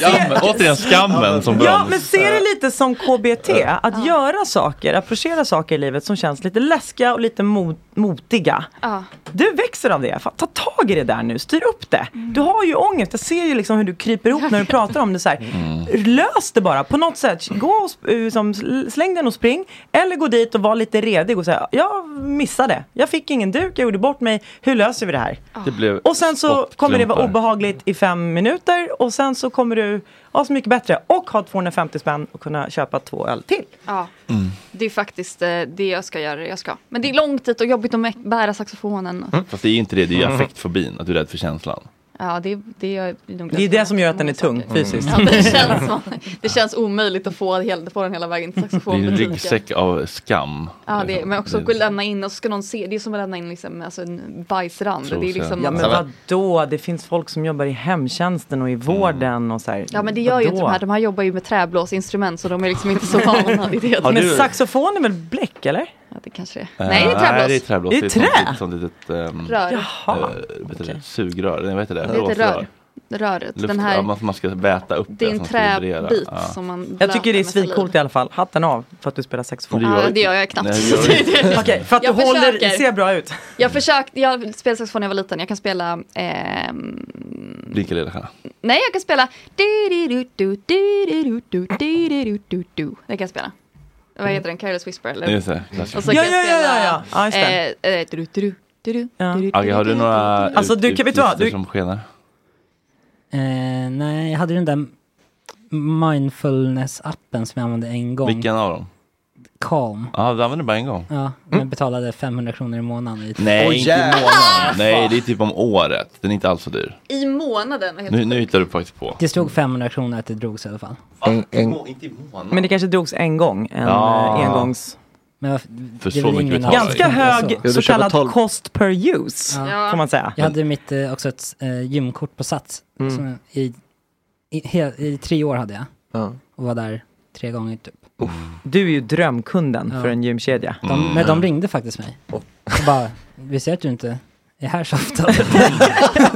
Speaker 1: Ja, men återigen skammen som
Speaker 10: Ja,
Speaker 1: bränns.
Speaker 10: men se det lite som KBT. Att göra saker, approchera saker i livet som känns lite läskiga och lite mot, motiga.
Speaker 4: Ja.
Speaker 10: Du växer av det. Fan, ta tag i det där nu, styr upp det. Du har ju ångest, jag ser ju liksom hur du kryper ihop när du pratar om det. Så här. Lös det bara på något sätt. Gå och, sp- eh, som, sl- släng den och spring. Eller gå dit och var lite redig och säga, jag missade. Jag fick ingen duk, jag gjorde bort mig. Hur löser vi det här?
Speaker 1: Det blev
Speaker 10: Och sen så kommer det vara
Speaker 1: spottklumpar.
Speaker 10: obehagligt i fem minuter och sen så kommer du ha så mycket bättre och ha 250 spänn och kunna köpa två öl till.
Speaker 4: Ja,
Speaker 1: Mm.
Speaker 4: det är faktiskt eh, det jag ska göra, jag ska. Men det är långt dit och jobbigt att mä- bära saxofonen. och-
Speaker 1: Fast det är ju inte det, det är ju
Speaker 10: Mhm.
Speaker 1: affektfobin, att du är rädd för känslan.
Speaker 4: Ja, det, det är nog
Speaker 10: Det är det som gör att den är tung fysiskt.
Speaker 4: Ja, det, känns, som- det känns omöjligt att få, hel, få den hela vägen till
Speaker 1: Det är en
Speaker 4: saxofonbutiken.
Speaker 1: ryggsäck av skam.
Speaker 4: Ja, det är, men också att gå och lämna in och så ska någon se, det är som att lämna in liksom, alltså en bajsrand. Det är liksom,
Speaker 10: ja men Mm. vadå, det finns folk som jobbar i hemtjänsten och i vården och så här.
Speaker 4: Ja men det gör ju inte de här, de här jobbar ju med träblåsinstrument så de är liksom inte så vana vid det.
Speaker 10: Har Men du- saxofon är väl bläck eller?
Speaker 4: Ja det kanske det
Speaker 1: Eh,
Speaker 4: är. Nej det är träblås.
Speaker 1: Nej, det är träblås.
Speaker 10: Det är
Speaker 1: ett
Speaker 10: trä?
Speaker 1: sånt, litet- sånt litet ehm,
Speaker 4: Rör.
Speaker 1: eh,
Speaker 4: Jaha.
Speaker 1: vad heter det? Sugrör, nej vad heter det?
Speaker 4: Det heter
Speaker 1: Blåsrör.
Speaker 4: rör. Röret.
Speaker 1: Luft,
Speaker 4: den här,
Speaker 1: ja, man, man ska väta upp
Speaker 4: det är en
Speaker 1: som ska vibrera.
Speaker 4: träbit
Speaker 1: Ja.
Speaker 4: som man
Speaker 10: Jag tycker det är
Speaker 4: blöter med
Speaker 10: svinkult i alla fall. Hatten av för att du spelar saxofon.
Speaker 4: Men det gör- Ja, det gör jag knappt. Nej, det gör jag
Speaker 10: Okej,
Speaker 4: inte.
Speaker 10: för att
Speaker 4: Jag
Speaker 10: du håller,
Speaker 4: försöker.
Speaker 10: ser bra ut.
Speaker 4: Jag försökte, jag spelade saxofon när jag var liten. Jag kan spela ehm,
Speaker 1: Blinka lilla stjärna.
Speaker 4: Nej, jag kan spela du-du-du-du, du-du-du-du, du-du-du-du-du. Det kan jag spela. Vad heter den? Careless Whisper? Eller?
Speaker 1: Mm. Just det,
Speaker 4: Och
Speaker 1: klassiker.
Speaker 4: så kan
Speaker 10: Ja,
Speaker 4: jag
Speaker 10: ja, ja,
Speaker 4: spela...
Speaker 10: ja, ja. Ja, just det.
Speaker 4: eh, eh, du-du-du-du, du-du.
Speaker 1: Agge, har du några
Speaker 10: Alltså, du- kan- vet du vad,
Speaker 1: utgifter
Speaker 10: du-
Speaker 1: som skenar?
Speaker 6: Eh, nej, jag hade den där mindfulness-appen som jag använde en gång.
Speaker 1: Vilken av dem?
Speaker 6: Calm.
Speaker 1: Ja, du använder bara en gång.
Speaker 6: Ja, men jag betalade 500 kronor i månaden. I
Speaker 1: Nej, inte i månaden. Nej, det är typ om året. Den är inte alls så dyr.
Speaker 4: I månaden? vad heter
Speaker 1: Nu,
Speaker 4: det?
Speaker 1: nu hittar du faktiskt på.
Speaker 6: Det stod 500 kronor att det drogs i alla fall.
Speaker 1: En, Inte i månaden.
Speaker 10: Men det kanske drogs en gång, en
Speaker 1: Ja.
Speaker 10: eh, engångs...
Speaker 6: Men varför-
Speaker 1: För så mycket betalar jag
Speaker 10: Ganska
Speaker 1: inte.
Speaker 10: hög
Speaker 1: Ja, du
Speaker 10: så
Speaker 1: köper
Speaker 10: kallad
Speaker 1: tolv.
Speaker 10: cost per use,
Speaker 6: Ja.
Speaker 10: får man säga.
Speaker 6: Jag hade mitt, eh, också ett eh, gymkort på Sats.
Speaker 10: Mm.
Speaker 6: Som jag, i, i, he, I tre år hade jag. Och var där tre gånger typ.
Speaker 10: Du är ju drömkunden
Speaker 6: Ja.
Speaker 10: för en gymkedja.
Speaker 6: De,
Speaker 1: Mm.
Speaker 6: Men de ringde faktiskt mig. Och bara, vi ser att du inte är här så ofta.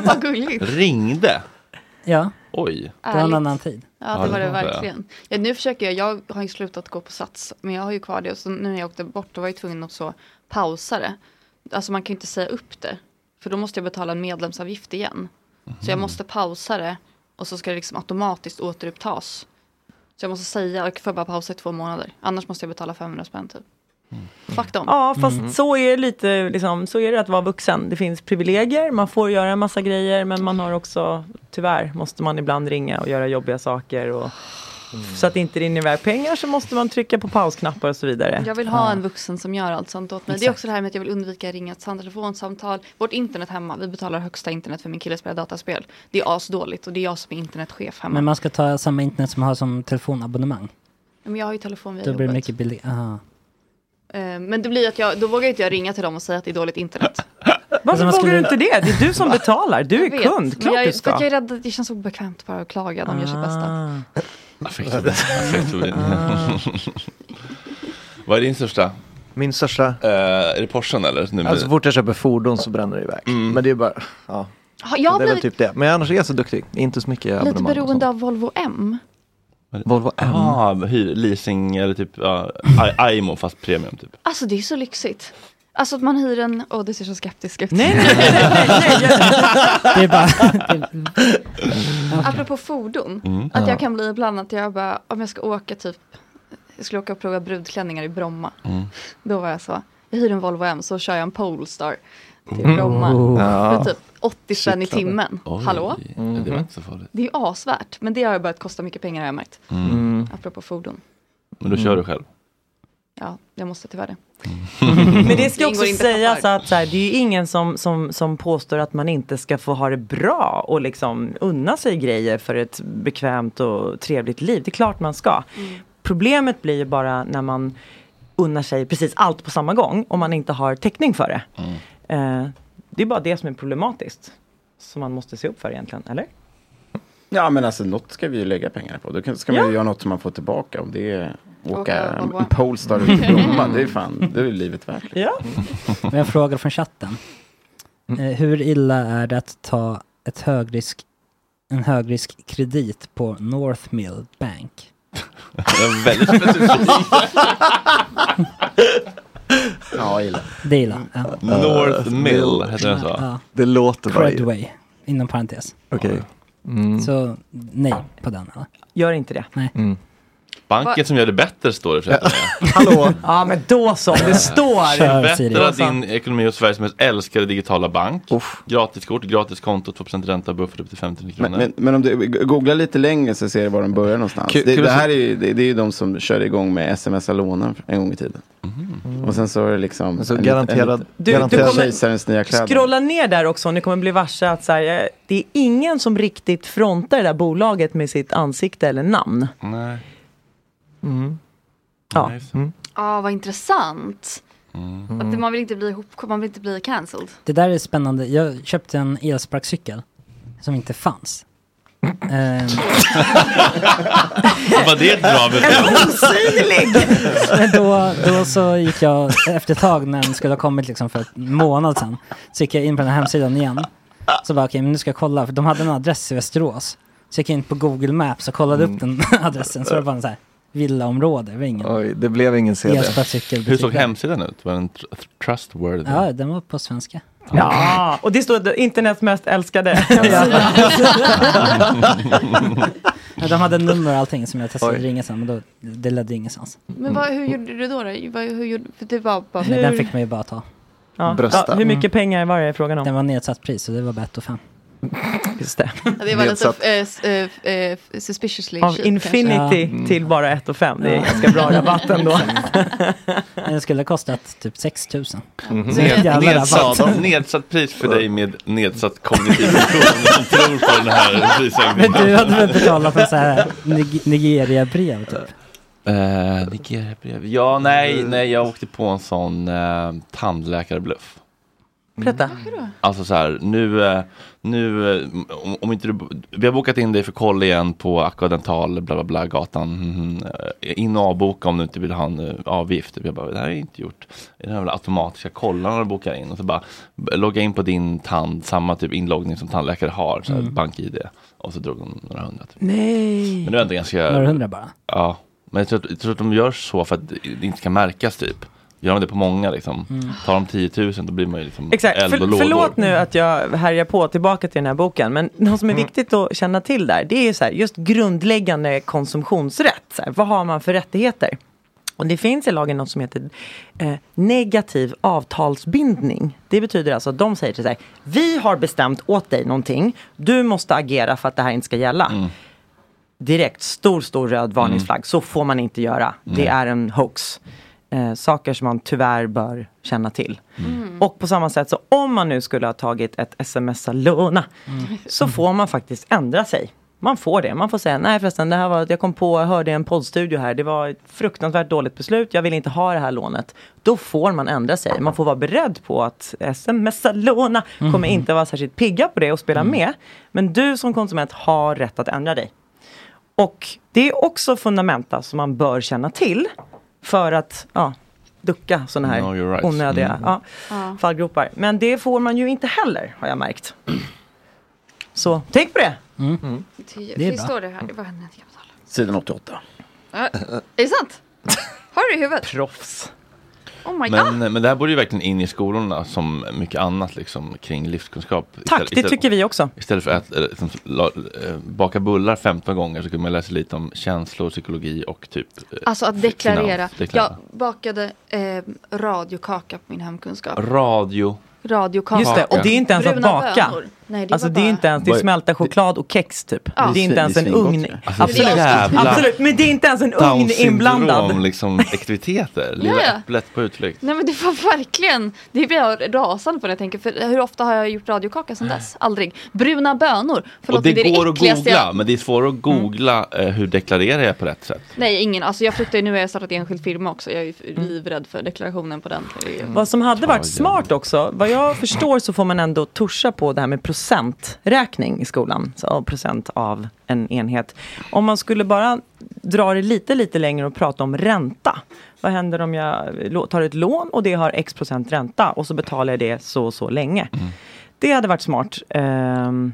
Speaker 4: Vad gulligt.
Speaker 1: Ringde?
Speaker 6: Ja.
Speaker 1: Oj.
Speaker 6: Det var en annan tid.
Speaker 4: Ja, det var det verkligen. Ja, nu försöker jag, jag har ju slutat gå på Sats, men jag har ju kvar det. Och så nu när jag åkte bort, då var jag tvungen att så pausa det. Alltså man kan ju inte säga upp det, för då måste jag betala en medlemsavgift igen. Så jag måste pausa det och så ska det liksom automatiskt återupptas. Så jag måste säga, jag får bara pausa i två månader, annars måste jag betala 500 spänn typ. Fuck dem.
Speaker 10: Ja, fast så är det lite, liksom, så är det att vara vuxen. Det finns privilegier, man får göra en massa grejer, men man har också, tyvärr, måste man ibland ringa och göra jobbiga saker. Och,
Speaker 4: Mm.
Speaker 10: Så att det inte rinner iväg pengar så måste man trycka på pausknappar och så vidare.
Speaker 4: Jag vill ha en vuxen som gör allt sånt åt mig. Det är
Speaker 10: Exakt.
Speaker 4: också det här med att jag vill undvika ringa ett telefonsamtal. Vårt internet hemma, vi betalar högsta internet för min kille spelar dataspel. Det är asdåligt och det är jag som är internetchef hemma.
Speaker 6: Men
Speaker 4: Men,
Speaker 6: man ska ta samma internet som man har som telefonabonnemang.
Speaker 4: jag har ju telefon via
Speaker 6: Då blir det
Speaker 4: jobbet.
Speaker 6: mycket billigare. Aha.
Speaker 4: Eh, Men det blir att jag, då vågar inte jag ringa till dem och säga att det är dåligt internet.
Speaker 10: Varför
Speaker 6: Alltså, man
Speaker 10: vågar
Speaker 6: skulle-
Speaker 10: du inte det? Det är du som betalar, du
Speaker 4: Jag
Speaker 10: är
Speaker 4: vet, men
Speaker 10: kund, klart
Speaker 4: jag,
Speaker 10: du
Speaker 4: För att jag är
Speaker 10: ska. Ah.
Speaker 4: rädd att det känns obekvämt bara att klaga, de gör sitt bästa.
Speaker 1: Affektfobin. Affektfobin. Vad är din största? Eh,
Speaker 7: Min största?
Speaker 1: är det Porschen eller? Nu
Speaker 7: Alltså så fort jag köper fordon så bränner det iväg.
Speaker 1: Mm.
Speaker 7: Men det är bara, ja.
Speaker 4: Har jag
Speaker 7: det är väl
Speaker 4: blivit-
Speaker 7: typ det. Men annars är jag så duktig. Inte så mycket
Speaker 4: Lite
Speaker 7: abonnemang. och sånt.
Speaker 4: beroende av Volvo M.
Speaker 1: Volvo M. Ah, hyr, leasing eller typ ja, I- Aimo fast premium typ.
Speaker 4: Alltså det är så lyxigt. Alltså att man hyr en, åh det ser så skeptisk ut.
Speaker 10: Nej, nej, nej, nej, nej, nej. Det är
Speaker 4: bara... Apropå fordon,
Speaker 1: Mm.
Speaker 4: att
Speaker 1: Ja.
Speaker 4: jag kan bli ibland att jag bara, om jag ska åka typ, jag skulle åka och
Speaker 1: Mm.
Speaker 4: prova brudklänningar i Bromma. Då var jag så, jag hyr en Volvo M så kör jag en Polestar. till Bromma
Speaker 1: Mm. Ja.
Speaker 4: för typ 80 spänn i
Speaker 1: Shit,
Speaker 4: timmen.
Speaker 1: Oj,
Speaker 4: Hallå?
Speaker 1: Det var inte så farligt.
Speaker 4: Det är ju asvärt, men det har ju börjat kosta mycket pengar har jag märkt.
Speaker 1: Mm.
Speaker 4: Apropå fordon.
Speaker 1: Men då kör du själv.
Speaker 4: Ja, jag måste tyvärr det.
Speaker 10: Men det
Speaker 4: Det
Speaker 10: ska också
Speaker 4: Mm. ingår inte
Speaker 10: sägas att så här, det är ju ingen som, som, som påstår att man inte ska få ha det bra och liksom unna sig grejer för ett bekvämt och trevligt liv. Det är klart man ska.
Speaker 4: Mm.
Speaker 10: Problemet blir ju bara när man unnar sig precis allt på samma gång om man inte har täckning för det. Eh, det är bara det som är problematiskt. Som man måste se upp för egentligen, eller?
Speaker 12: Ja, men alltså något ska vi ju lägga pengar på. Då kan- ska man ju göra något som man får tillbaka. Om det är åka,
Speaker 6: Åka
Speaker 12: en-
Speaker 6: Volvo.
Speaker 12: en Polestar ut till Bromma, det är fan, det är ju livet värt.
Speaker 10: Ja.
Speaker 6: Men jag frågar från chatten. Eh, Hur illa är det att ta ett högrisk, en högrisk kredit på North Mill Bank?
Speaker 1: Det är väldigt specifikt.
Speaker 12: Ja, illa.
Speaker 6: Det är illa.
Speaker 1: Mm.
Speaker 6: Ja.
Speaker 1: North Mill, heter den så?
Speaker 6: Ja.
Speaker 7: Det låter bara-
Speaker 6: Credway, inom parentes.
Speaker 7: Okej.
Speaker 6: Så nej på den. Eller?
Speaker 10: Gör inte det.
Speaker 6: Nej.
Speaker 1: Banken som gör det bättre står det för att
Speaker 7: Hallå?
Speaker 10: Ja men då så, det står.
Speaker 1: Förbättra din ekonomi hos Sveriges mest älskade digitala bank. Gratiskort, gratiskonto, 2% ränta, buffert upp till 500 kronor.
Speaker 12: Men, men, men om du googlar lite längre så ser du var de börjar någonstans.
Speaker 1: Kul-
Speaker 12: det,
Speaker 1: kul
Speaker 12: det
Speaker 1: att se-
Speaker 12: här är ju, det, det är ju de som körde igång med smsa lånen en gång i tiden. Och sen så är det liksom...
Speaker 7: Så garanterad-
Speaker 12: Du,
Speaker 10: Du- du
Speaker 12: garanterad
Speaker 10: kommer-
Speaker 12: kejsarens nya kläder.
Speaker 10: Scrolla ner där också, ni kommer bli varse att så här, eh, det är ingen som riktigt frontar det där bolaget med sitt ansikte eller namn.
Speaker 1: Nej.
Speaker 10: Ja.
Speaker 4: Ja, vad intressant.
Speaker 1: Mm.
Speaker 4: Att man vill inte bli ihop, man vill inte bli cancelled.
Speaker 6: Det där är spännande. Jag köpte en elsparkcykel som inte fanns. Ehm,
Speaker 1: Var det ett bra besked?
Speaker 6: Men då, då så gick jag efter ett tag när den skulle ha kommit liksom för en månad sedan. Så gick jag in på den här hemsidan igen. Så bara okej, men nu ska jag kolla. För de hade en adress i Västerås. Så gick jag in på Google Maps och kollade upp
Speaker 1: Mm.
Speaker 6: den adressen. Så var det bara en så här villaområde. Det var ingen.
Speaker 7: Oj, det blev ingen CD.
Speaker 6: Elsparkcykel.
Speaker 1: Hur såg hemsidan ut? Var den tr- trustworthy?
Speaker 6: Ja, den var på svenska.
Speaker 10: Ja, och det står att internets mest älskade.
Speaker 6: Ja, de hade nummer och allting som jag testade att ringa sen. Men då, det ledde ingenstans.
Speaker 1: Mm.
Speaker 4: Men vad, hur gjorde du då? då? Vad, hur gjorde, för det var bara
Speaker 6: Nej, den fick man ju bara ta.
Speaker 10: Ja, Brösta. Mm. ja, hur mycket pengar var det frågan om?
Speaker 6: Den var nedsatt pris så det var bara 1 5.
Speaker 10: Just det.
Speaker 4: Ja, det var lite eh, eh, eh, suspiciously
Speaker 10: Av
Speaker 4: cheap,
Speaker 10: infinity
Speaker 4: kanske.
Speaker 10: till bara 1 och 5. Det är
Speaker 6: Ja.
Speaker 10: ganska bra rabatt ändå.
Speaker 6: Den skulle ha kostat typ 6 000.
Speaker 1: Mhm. Ned, nedsatt, nedsatt pris för dig med nedsatt kognitiv funktion som tror på den här
Speaker 6: Men
Speaker 1: prisökningen.
Speaker 6: du hade väl betalat för så här Nig- Nigeria-brev typ?
Speaker 1: Eh, Nigeria-brev. Ja, nej, nej, jag åkte på en sån eh, tandläkarbluff.
Speaker 10: Berätta.
Speaker 1: Alltså så här, nu, eh, nu eh, om, om inte du, vi har bokat in dig för koll igen på Aquadental, bla bla bla, gatan. Mhm. Eh, In och avboka om du inte vill ha en eh, avgift. Jag bara, det här är inte gjort. Det här är väl automatiska kollarna du bokar in. Och så bara, b- logga in på din tand, samma typ inloggning som tandläkare har, så här,
Speaker 6: Mm.
Speaker 1: bank-id. Och så drog de några hundra. Typ.
Speaker 6: Nej.
Speaker 1: Men det var ändå ganska...
Speaker 6: Några hundra bara?
Speaker 1: Ja. Men jag tror, att, jag tror att de gör så för att det inte ska märkas typ. Gör de det på många liksom.
Speaker 10: Mm.
Speaker 1: Tar de 10 000 då blir man ju liksom
Speaker 10: Exakt,
Speaker 1: eld
Speaker 10: För,
Speaker 1: och lågor.
Speaker 10: förlåt nu att jag härjar på tillbaka till den här boken. Men något som är
Speaker 1: Mm.
Speaker 10: viktigt att känna till där, det är ju så här, just grundläggande konsumtionsrätt. Så här, vad har man för rättigheter? Och det finns i lagen något som heter eh, negativ avtalsbindning. Det betyder alltså att de säger till sig, vi har bestämt åt dig någonting, du måste agera för att det här inte ska gälla.
Speaker 1: Mm.
Speaker 10: Direkt, stor, stor röd varningsflagg, så får man inte göra. Det
Speaker 14: Mm. Nej.
Speaker 10: är en hoax. Eh, saker som man tyvärr bör känna till.
Speaker 14: Mm.
Speaker 10: Och på samma sätt, så om man nu skulle ha tagit ett sms låna
Speaker 14: Mm.
Speaker 10: så får man faktiskt ändra sig. Man får det. Man får säga, nej förresten, det här var, jag kom på, jag hörde en poddstudio här, det var ett fruktansvärt dåligt beslut, jag vill inte ha det här lånet. Då får man ändra sig. Man får vara beredd på att smsa låna kommer
Speaker 14: Mm.
Speaker 10: inte vara särskilt pigga på det och spela med. Men du som konsument har rätt att ändra dig. Och det är också fundamenta som man bör känna till för att ja, ducka sådana här
Speaker 1: Know your rights.
Speaker 10: onödiga
Speaker 1: Mm.
Speaker 10: ja, fallgropar. Men det får man ju inte heller, har jag märkt. Så tänk på det!
Speaker 4: Det,
Speaker 10: Det är
Speaker 4: det
Speaker 10: bra.
Speaker 4: står det här. Det var en,
Speaker 12: Sidan 88.
Speaker 4: ja. Är det sant? Har du det i huvudet?
Speaker 10: Proffs.
Speaker 4: Oh my god.
Speaker 1: Men, men det här borde ju verkligen in i skolorna som mycket annat liksom, kring livskunskap.
Speaker 10: Tack, det tycker vi också.
Speaker 1: Istället för att eh, liksom, la, eh, baka bullar 15 gånger så kunde man läsa lite om känslor, psykologi och typ eh,
Speaker 4: Alltså att deklarera.
Speaker 1: finans, deklarera.
Speaker 4: Jag bakade eh, radiokaka på min hemkunskap.
Speaker 1: Radio.
Speaker 4: Radiokaka.
Speaker 10: Just det, och det är inte ens att
Speaker 4: Bruna
Speaker 10: baka.
Speaker 4: bönor. Nej, det
Speaker 10: alltså
Speaker 4: var
Speaker 10: det är
Speaker 4: bara-
Speaker 10: inte ens, det är
Speaker 1: Vad-
Speaker 10: smälta choklad och kex typ.
Speaker 4: Ja.
Speaker 10: Det är inte
Speaker 1: Det är
Speaker 10: ens en
Speaker 1: svingott,
Speaker 10: ugn.
Speaker 1: ju. Alltså,
Speaker 10: absolut.
Speaker 1: jävla-
Speaker 10: absolut, men det är inte ens en ugn
Speaker 1: Downs
Speaker 10: inblandad.
Speaker 1: syndrom, liksom aktiviteter. Lilla
Speaker 4: Ja, ja.
Speaker 1: äpplet på utflykt.
Speaker 4: Nej men det var verkligen, det blir jag rasande på när jag tänker för hur ofta har jag gjort radiokaka sedan dess? Aldrig. Bruna bönor, förlåt
Speaker 1: och det,
Speaker 4: är
Speaker 1: går att
Speaker 4: äckligaste
Speaker 1: googla,
Speaker 4: Jag,
Speaker 1: men det är svårare att googla eh, hur deklarerar jag på rätt sätt.
Speaker 4: nej ingen, alltså jag fruktar ju nu har jag startat enskild firma också, jag är ju livrädd för deklarationen på den.
Speaker 10: Vad som hade varit smart också, vad jag förstår så får man ändå tuscha på det här med procenträkning i skolan. Så procent av en enhet. Om man skulle bara dra det lite, lite längre och prata om ränta. Vad händer om jag lå- tar ett lån och det har x procent ränta och så betalar jag det så och så länge. Det hade varit smart. Ehm,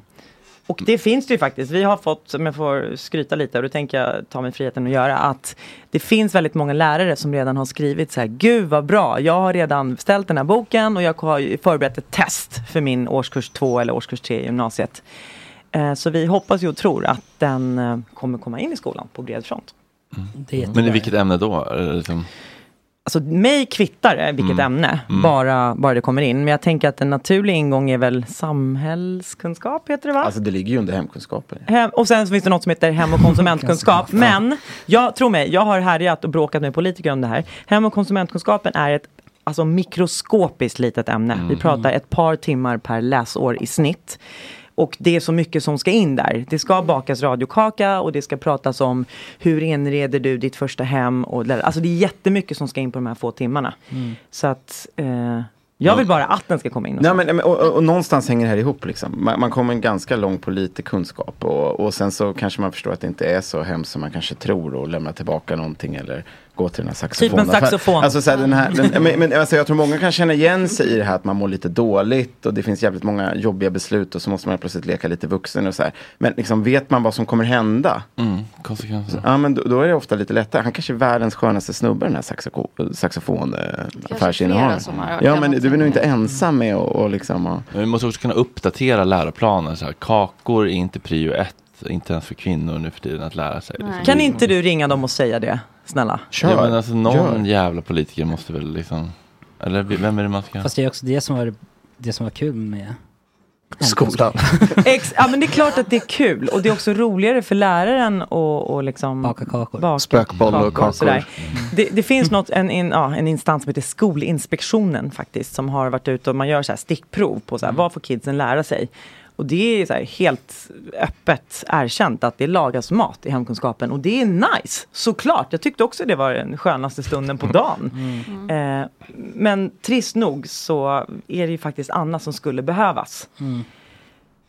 Speaker 10: och det finns det ju faktiskt. Vi har fått, om jag får skryta lite, och det tänker jag ta mig friheten att göra, att det finns väldigt många lärare som redan har skrivit så här, gud vad bra, jag har redan beställt den här boken och jag har ju förberett ett test för min årskurs 2 eller årskurs 3 i gymnasiet. Eh, Så vi hoppas ju och tror att den eh, kommer komma in i skolan på bred front.
Speaker 1: Men i vilket ämne då? Eller Liksom.
Speaker 10: Alltså mig kvittar det vilket ämne,
Speaker 1: Mm.
Speaker 10: bara, bara det kommer in. Men jag tänker att en naturlig ingång är väl samhällskunskap, heter det va?
Speaker 12: Alltså det ligger ju under hemkunskapen.
Speaker 10: Hem, och sen så finns det något som heter hem och konsumentkunskap. Men, jag, tro mig, jag har härjat och bråkat med politiker om det här. Hem och konsumentkunskapen är ett alltså, mikroskopiskt litet ämne. Vi pratar ett par timmar per läsår i snitt. Och det är så mycket som ska in där. Det ska bakas radiokaka och det ska pratas om hur inreder du ditt första hem. Och, alltså det är jättemycket som ska in på de här få timmarna. Så att eh, jag vill bara att den ska komma in.
Speaker 12: Nej, men, men- och, och, och någonstans hänger det här ihop. Liksom. Man, man kommer ganska långt på lite kunskap. Och, och sen så kanske man förstår att det inte är så hemskt som man kanske tror. Och lämna tillbaka någonting eller gå till den här saxofonen.
Speaker 10: saxofon.
Speaker 12: Alltså, så här, den här, den, men, men, alltså, jag tror många kan känna igen sig i det här att man mår lite dåligt. Och det finns jävligt många jobbiga beslut. Och så måste man helt plötsligt leka lite vuxen. Och så här. Men liksom, vet man vad som kommer hända?
Speaker 1: Mm, konsekvenser.
Speaker 12: Ja, men då, då är det ofta lite lättare. Han kanske är världens skönaste snubbe, den här saxoko- eh,
Speaker 1: flera
Speaker 12: saxofonaffärsinnehavaren.
Speaker 1: som har-
Speaker 12: Ja, men du är nog inte ensam med och, och liksom... Och...
Speaker 1: Men vi måste också kunna uppdatera läroplanen. Så här, kakor är inte prio ett, inte ens för kvinnor nu för tiden att lära sig.
Speaker 10: Nej. Kan inte du ringa dem och säga det, snälla?
Speaker 1: Ja, men alltså, någon jävla politiker måste väl liksom... Eller vem är det man ska...
Speaker 6: Fast det är också det som var, det som var kul
Speaker 1: Mm.
Speaker 6: med
Speaker 7: Skolan.
Speaker 10: Ex ja men det är klart att det är kul och det är också roligare för läraren och, och liksom baka kakor.
Speaker 7: Spökboll och kakor. Mm.
Speaker 10: sådär. Det, det finns något, en, en, ja, en instans som heter Skolinspektionen faktiskt som har varit ute och man gör så här stickprov på så här, vad får kidsen lära sig. Och det är så här helt öppet erkänt att det lagas mat i hemkunskapen och det är nice, såklart. Jag tyckte också det var den skönaste stunden på dagen. Eh, men trist nog så är det ju faktiskt annat som skulle behövas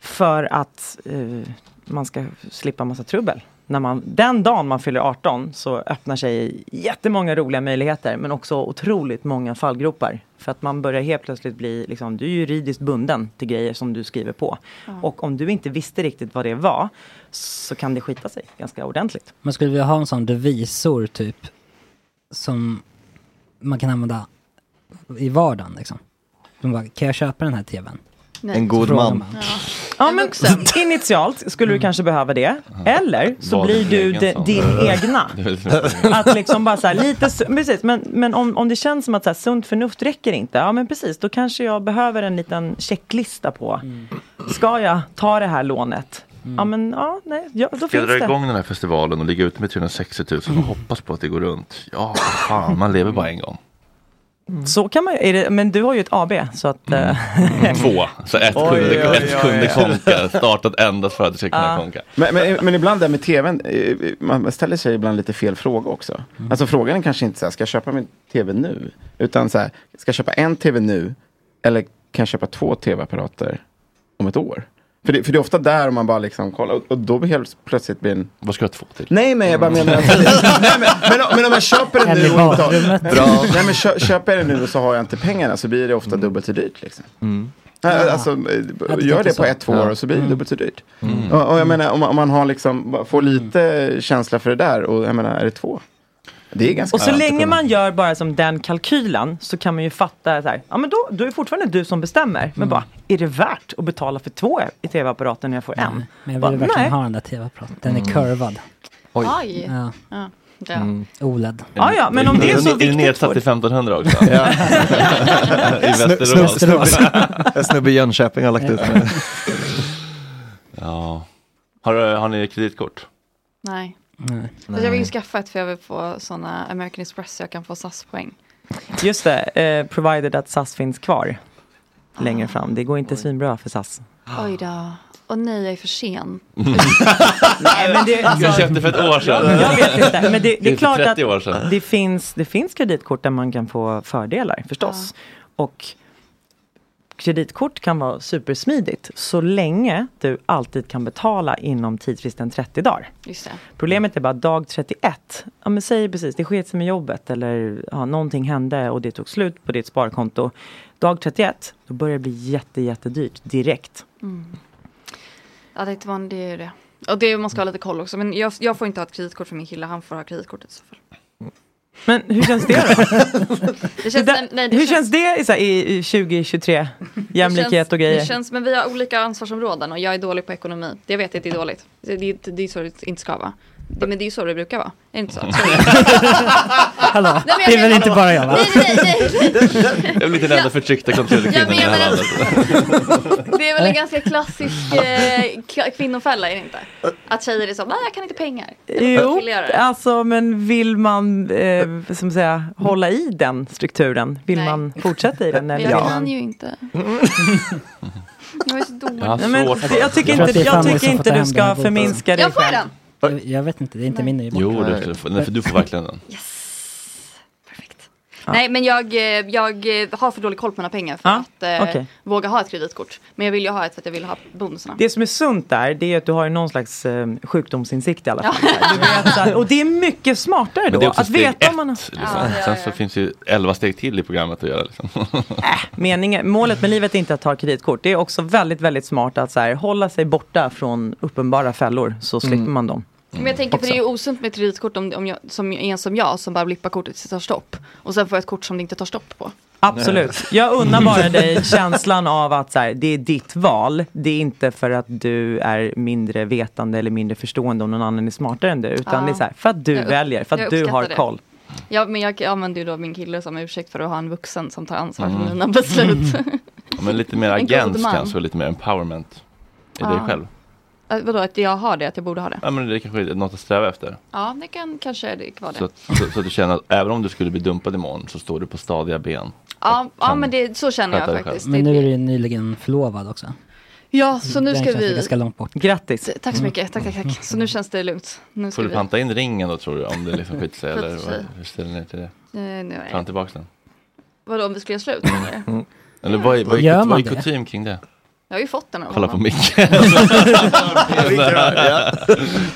Speaker 10: för att eh, man ska slippa massa trubbel. När man, den dagen man fyller 18 så öppnar sig jättemånga roliga möjligheter men också otroligt många fallgropar. För att man börjar helt plötsligt bli, liksom, du är juridiskt bunden till grejer som du skriver på.
Speaker 6: Ja.
Speaker 10: Och om du inte visste riktigt vad det var så kan det skita sig ganska ordentligt.
Speaker 6: Man skulle vilja ha en sån devisor typ. Som man kan använda i vardagen liksom. De bara, kan jag köpa den här tvn?
Speaker 4: Nej.
Speaker 7: En god
Speaker 6: Så frågar
Speaker 7: man.
Speaker 6: man.
Speaker 10: Ja, men initialt skulle du kanske behöva det. Eller så
Speaker 1: Var
Speaker 10: blir
Speaker 1: din
Speaker 10: du
Speaker 1: egen
Speaker 10: de-
Speaker 1: sån.
Speaker 10: din egna.
Speaker 1: Det är väl-
Speaker 10: Att liksom bara så här, lite, s- precis, men, men om, om det känns som att så här, sunt förnuft räcker inte, ja men precis, då kanske jag behöver en liten checklista på,
Speaker 12: Mm.
Speaker 10: ska jag ta det här lånet? Ja men ja, nej, ja, då
Speaker 1: Ska jag
Speaker 10: finns
Speaker 1: dra
Speaker 10: det.
Speaker 1: igång den här festivalen och ligga ute med 360 000 och hoppas på att det går runt? Ja, för fan, man lever bara en gång.
Speaker 10: Så kan man ju- är det, men du har ju ett AB så att...
Speaker 12: Mm.
Speaker 10: eh,
Speaker 1: Två, så ett
Speaker 10: Oj,
Speaker 1: kunde,
Speaker 10: oj,
Speaker 1: ett
Speaker 10: oj, oj.
Speaker 1: kunde konka, startat endast för att det ska kunna
Speaker 10: Ah.
Speaker 1: konka.
Speaker 12: Men, men, men ibland det här med tvn, eh, man ställer sig ibland lite fel fråga också. Alltså frågan är kanske inte så här, ska jag köpa min tv nu? Utan så här, ska jag köpa en tv nu? Eller kan jag köpa två tv-apparater om ett år? För det, för det är ofta där man bara liksom kollar, och, och då blir helt plötsligt blir en...
Speaker 1: Vad ska jag ha två till?
Speaker 12: Nej, nej, jag bara menar att... nej, men, men, om- men om jag köper den
Speaker 6: En i
Speaker 12: nu och inte
Speaker 6: badrummet.
Speaker 12: har... Bra. Nej, men kö, köper jag den nu och så har jag inte pengarna så blir det ofta dubbelt så dyrt liksom. Ja, Alltså,
Speaker 6: Ja, det
Speaker 12: gör
Speaker 6: tänker
Speaker 12: det på
Speaker 6: så.
Speaker 12: ett, två år och så blir det
Speaker 6: Mm.
Speaker 12: dubbelt så dyrt. Och, och jag menar, om, man- om man har liksom, bara får lite känsla för det där och jag menar, är det två? Det är ganska
Speaker 10: Och så
Speaker 12: skönt att
Speaker 10: länge
Speaker 12: kunna-
Speaker 10: man gör bara som den kalkylen så kan man ju fatta så här, ja men då, då är det fortfarande du som bestämmer. Men
Speaker 12: Mm.
Speaker 10: bara, är det värt att betala för två i
Speaker 12: Mm.
Speaker 10: tv-apparaten när jag får en?
Speaker 6: Men jag
Speaker 10: Bara,
Speaker 6: vill verkligen
Speaker 10: nej.
Speaker 1: Mm.
Speaker 6: ha den där tv-apparaten. Den är kurvad.
Speaker 4: Oj. Aj.
Speaker 6: Ja. E
Speaker 4: Ja.
Speaker 3: Ja.
Speaker 7: Mm.
Speaker 6: OLED.
Speaker 1: Är det- är det- Är det nedsatt till 1500 också? I Västerås.
Speaker 7: En snubbe i Jönköping har lagt ut med.
Speaker 1: ja. Har, du- har ni kreditkort?
Speaker 4: Nej.
Speaker 1: Nej.
Speaker 4: Fast Jag vill ju skaffa ett för jag vill få sådana American Express så jag kan få SAS-poäng.
Speaker 10: Just det, eh, provided att SAS finns kvar längre fram. Det går inte svinbra för SAS.
Speaker 4: Oj då. Och nej, jag är för sen.
Speaker 10: Nej, men det,
Speaker 1: Jag köpte för ett år sedan.
Speaker 10: Jag vet inte, men det,
Speaker 1: Det
Speaker 10: Alltså- det
Speaker 1: är
Speaker 10: är klart
Speaker 1: för 30 år sedan.
Speaker 10: att det finns, det finns kreditkort där man kan få fördelar förstås. Och kreditkort kan vara supersmidigt så länge du alltid kan betala inom tidsfristen 30 dagar.
Speaker 4: Just det.
Speaker 10: Problemet är bara dag 31. Ja, men säg precis, det sket sig med jobbet eller ja, någonting hände och det tog slut på ditt sparkonto. Dag 31, då börjar det bli jätte, jättedyrt direkt.
Speaker 4: Mm. Ja, det var det är ju det. Och det man ska ha lite koll också. Men jag, jag får inte ha ett kreditkort för min kille, han får ha kreditkortet i så fall.
Speaker 10: Men hur känns det då?
Speaker 4: Det känns, nej, nej, det
Speaker 10: hur
Speaker 4: känns-
Speaker 10: känns det i, så här, i, i 2023? Jämlikhet
Speaker 4: det känns,
Speaker 10: och grejer.
Speaker 4: Det känns, men vi har olika ansvarsområden och jag är dålig på ekonomi. Det vet jag att det är dåligt. Det, det, det, det är så det inte ska vara. Det, men det är ju så det brukar vara. Är det inte så?
Speaker 6: Hallå,
Speaker 4: Nej, men jag
Speaker 6: det är väl
Speaker 4: menar-
Speaker 6: inte bara jag va?
Speaker 4: Nej, nej, nej, nej.
Speaker 1: Jag blir den enda förtryckta
Speaker 4: Ja,
Speaker 1: kontrollkvinnan
Speaker 4: men
Speaker 1: i det
Speaker 4: jag
Speaker 1: här
Speaker 4: menar,
Speaker 1: landet.
Speaker 4: det är väl en ganska klassisk eh, kla- kvinnofälla, är det inte? Att tjejer är så, nej jag kan inte pengar.
Speaker 10: Jo,
Speaker 4: Vill jag göra det?
Speaker 10: alltså men vill man eh, som säga, hålla i den strukturen? Vill man fortsätta i den?
Speaker 4: Men
Speaker 10: Eller
Speaker 4: jag
Speaker 10: vill
Speaker 4: kan
Speaker 10: man...
Speaker 4: ju inte. Jag är så dålig.
Speaker 10: Nej, men,
Speaker 1: svårt för-
Speaker 10: jag tycker
Speaker 6: Jag tror att
Speaker 10: inte,
Speaker 6: det är
Speaker 10: jag
Speaker 6: Fanny
Speaker 10: tycker
Speaker 6: som
Speaker 10: inte
Speaker 6: fått
Speaker 10: du
Speaker 6: hem den här alltså.
Speaker 10: ska
Speaker 6: boken.
Speaker 10: förminska dig
Speaker 4: Jag får
Speaker 10: själv.
Speaker 4: den!
Speaker 6: Jag, jag vet inte, det är inte min nöjebok.
Speaker 1: Jo, du, skulle få- nej, för du får verkligen den.
Speaker 4: Nej men jag, eh, jag eh, har för dålig koll på mina pengar för
Speaker 10: Ja,
Speaker 4: att eh,
Speaker 10: okej.
Speaker 4: våga ha ett kreditkort. Men jag vill ju ha ett för att jag vill ha bonusarna.
Speaker 10: Det som är sunt där, det är att du har ju någon slags eh, sjukdomsinsikt i alla fall. Du vet, så här, och det är mycket smartare
Speaker 1: Men
Speaker 10: då.
Speaker 1: det är också
Speaker 10: att
Speaker 1: steg
Speaker 10: veta om man har...
Speaker 1: ett. Liksom. Sen så finns ju elva steg till i programmet att göra. Liksom.
Speaker 10: Meningen, målet med livet är inte att ta kreditkort. Det är också väldigt, väldigt smart att så här, hålla sig borta från uppenbara fällor så slipper
Speaker 1: Mm.
Speaker 10: man dem.
Speaker 4: Men jag tänker för det är ju osunt med ett kreditkort om, om jag, som en som jag som bara blippar kortet tills det tar stopp. Och sen får jag ett kort som det inte tar stopp på.
Speaker 10: Absolut. Jag unnar bara dig känslan av att så här, det är ditt val. Det är inte för att du är mindre vetande eller mindre förstående om någon annan är smartare än du. Utan
Speaker 4: Ja.
Speaker 10: det är så här, för att du
Speaker 4: Jag upp-
Speaker 10: väljer, för
Speaker 4: jag
Speaker 10: att du har
Speaker 4: uppskattar det.
Speaker 10: koll.
Speaker 4: Ja men jag använder ju då min kille som ursäkt för att ha en vuxen som tar ansvar för
Speaker 1: Mm.
Speaker 4: mina beslut.
Speaker 1: Ja, men lite mer
Speaker 4: En god
Speaker 1: agens
Speaker 4: man.
Speaker 1: kanske, och lite mer empowerment i dig
Speaker 4: Ja.
Speaker 1: själv.
Speaker 4: Att, Äh, vadå att jag har det, att jag borde ha det?
Speaker 1: Ja, men det är kanske är något att sträva efter.
Speaker 4: Ja det kan kanske det vara det.
Speaker 1: Så att, så, så att du känner att även om du skulle bli dumpad imorgon så står du på stadiga ben.
Speaker 4: ja, ja
Speaker 1: kan
Speaker 4: men det, så känner
Speaker 1: sköta
Speaker 4: jag
Speaker 1: det
Speaker 4: faktiskt.
Speaker 6: Typ. Men
Speaker 4: Det-
Speaker 6: nu är du ju nyligen förlovad också.
Speaker 4: Ja så nu
Speaker 6: Den
Speaker 4: ska
Speaker 6: känns ju
Speaker 4: vi.
Speaker 6: ganska Mm. långt bort.
Speaker 10: Grattis!
Speaker 4: Tack så mycket, tack tack tack. Så nu känns det lugnt. Nu ska
Speaker 1: Får du
Speaker 4: vi.
Speaker 1: panta in ringen då tror du? Om det liksom skiter sig? eller
Speaker 4: Skiter sig.
Speaker 1: vad- hur ställer ni till det?
Speaker 4: Eh, nej.
Speaker 1: Tar han tillbaka den?
Speaker 4: Vadå om vi skulle göra slut? eller?
Speaker 1: Mm. Eller vad är, vad
Speaker 6: Gör
Speaker 1: är, vad
Speaker 6: man
Speaker 1: är
Speaker 6: det?
Speaker 1: kutym kring det?
Speaker 4: Jag har ju fått den av
Speaker 1: Kolla på
Speaker 4: honom.
Speaker 1: micken.
Speaker 12: Ja.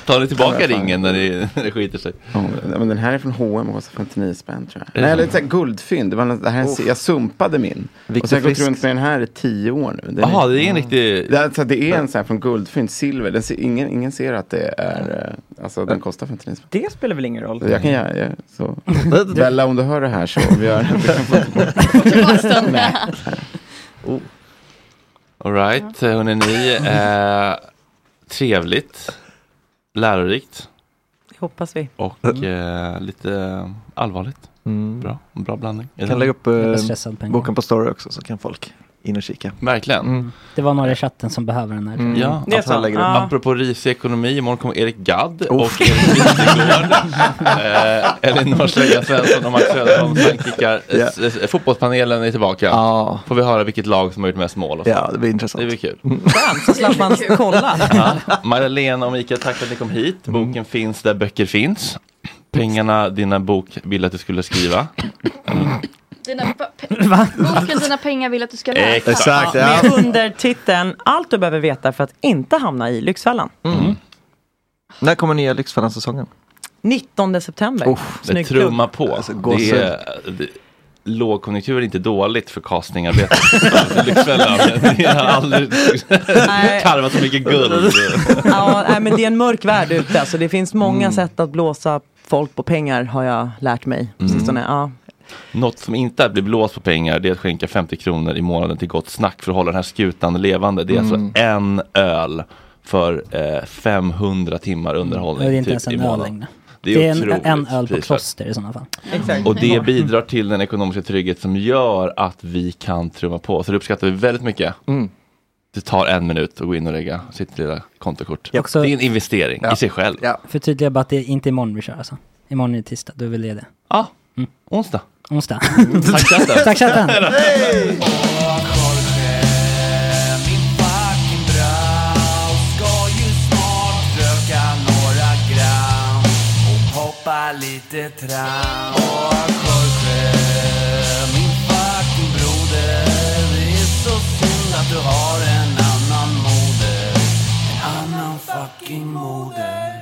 Speaker 1: Tar ni tillbaka ringen när det, när det skiter sig?
Speaker 12: Ja, men den här är från H&M och kostar 59 spänn tror
Speaker 1: det
Speaker 12: jag. Nej, eller
Speaker 1: så?
Speaker 12: så här guldfynd. Det var, något- det här,
Speaker 1: Uff.
Speaker 12: jag sumpade min. och så har jag gått
Speaker 1: Fisk.
Speaker 12: runt med den här i tio år nu. Den
Speaker 1: Jaha, det är en riktig...
Speaker 12: Det, är- alltså, det är en sån här från guldfynd, silver. Den, ser- ingen, ingen ser att det är, eh, alltså den kostar 59 spänn.
Speaker 10: Det spelar väl ingen roll?
Speaker 12: Jag kan göra, jag, så. Bella om du hör det här så vi gör du kan få
Speaker 1: Alright, hörni ni. Eh, trevligt. Lärorikt.
Speaker 10: Det hoppas vi.
Speaker 1: Och eh, lite allvarligt. Bra, en bra blandning. Är det-
Speaker 7: Mm. Kan lägga upp
Speaker 6: Jag
Speaker 1: Ehm,
Speaker 6: är
Speaker 7: eh,
Speaker 6: stressad på en gång.
Speaker 7: boken på story också så kan folk in och kika.
Speaker 1: Verkligen.
Speaker 6: Det var några i chatten som behöver den här.
Speaker 7: Mm.
Speaker 1: Ja,
Speaker 10: Det är
Speaker 1: att han
Speaker 10: så.
Speaker 1: lägger upp.
Speaker 10: Ja.
Speaker 1: Apropå risig ekonomi, imorgon kommer Erik Gadd och Erik Wikegård. eh, Elinor Slägga Svensson och Max Söderholm som kickar.
Speaker 7: Ja.
Speaker 1: S- s- Fotbollspanelen är tillbaka.
Speaker 7: Ja,
Speaker 1: Får vi höra vilket lag som har gjort mest mål? Och så.
Speaker 7: ja Mm. det blir
Speaker 1: Det
Speaker 7: intressant.
Speaker 1: blir kul.
Speaker 10: Skönt, så slapp man kolla.
Speaker 1: Ja. Magdalena och Mikael, tack för att ni kom hit.
Speaker 7: Mm.
Speaker 1: Boken finns där böcker finns. Pengarna dina bok ville att du skulle skriva.
Speaker 4: Dina pe- boken Dina pengar vill att du ska läsa.
Speaker 7: Exakt, ja.
Speaker 10: Med undertiteln Allt du behöver veta för att inte hamna i Lyxfällan.
Speaker 7: När kommer nya Lyxfällan-säsongen?
Speaker 10: 19 september.
Speaker 7: Oh,
Speaker 1: Det
Speaker 10: Snyggt upp.
Speaker 1: trummar på. det
Speaker 7: Alltså, gåshud.
Speaker 1: är, det, lågkonjunktur är inte dåligt för castingarbetet. Lyxfällan. Jag har aldrig
Speaker 10: Nej.
Speaker 1: karvat så mycket guld.
Speaker 10: Ja, nej, men det är en mörk värld ute. Så det finns många
Speaker 1: Mm.
Speaker 10: sätt att blåsa folk på pengar har jag lärt mig. på
Speaker 1: Mm.
Speaker 10: Sistone. Ja.
Speaker 1: Något som inte är att bli blåst på pengar det är att skänka 50 kronor i månaden till Gott Snack för att hålla den här skutan levande. Det är
Speaker 6: Mm.
Speaker 1: alltså en öl för eh, 500 timmar
Speaker 6: Och det är
Speaker 1: underhållning
Speaker 6: inte ens
Speaker 1: typ, i
Speaker 6: en öl
Speaker 1: månaden.
Speaker 6: längre.
Speaker 1: Det är
Speaker 6: en,
Speaker 1: otroligt
Speaker 6: en öl på Mm.
Speaker 1: prisvärt.
Speaker 6: kloster i sådana fall.
Speaker 1: Och det bidrar till den ekonomiska trygghet som gör att vi kan trumma på. Så det uppskattar vi väldigt mycket.
Speaker 16: Mm.
Speaker 1: Det tar en minut att gå in och lägga sitt lilla kontokort.
Speaker 6: Ja. Också-
Speaker 1: Det är en investering
Speaker 6: Ja.
Speaker 1: i sig själv.
Speaker 6: Förtydliga bara att det är inte imorgon vi kör alltså. Imorgon är det tisdag, då är vi lediga.
Speaker 1: Ja, Ah,
Speaker 6: Mm.
Speaker 1: onsdag.
Speaker 6: Onsdag.
Speaker 1: Tack, chatten.
Speaker 6: Tack chatten.
Speaker 13: Hoppa lite tram Och Jorge, min fucking broder Det är så synd att du har en annan moder En annan fucking moder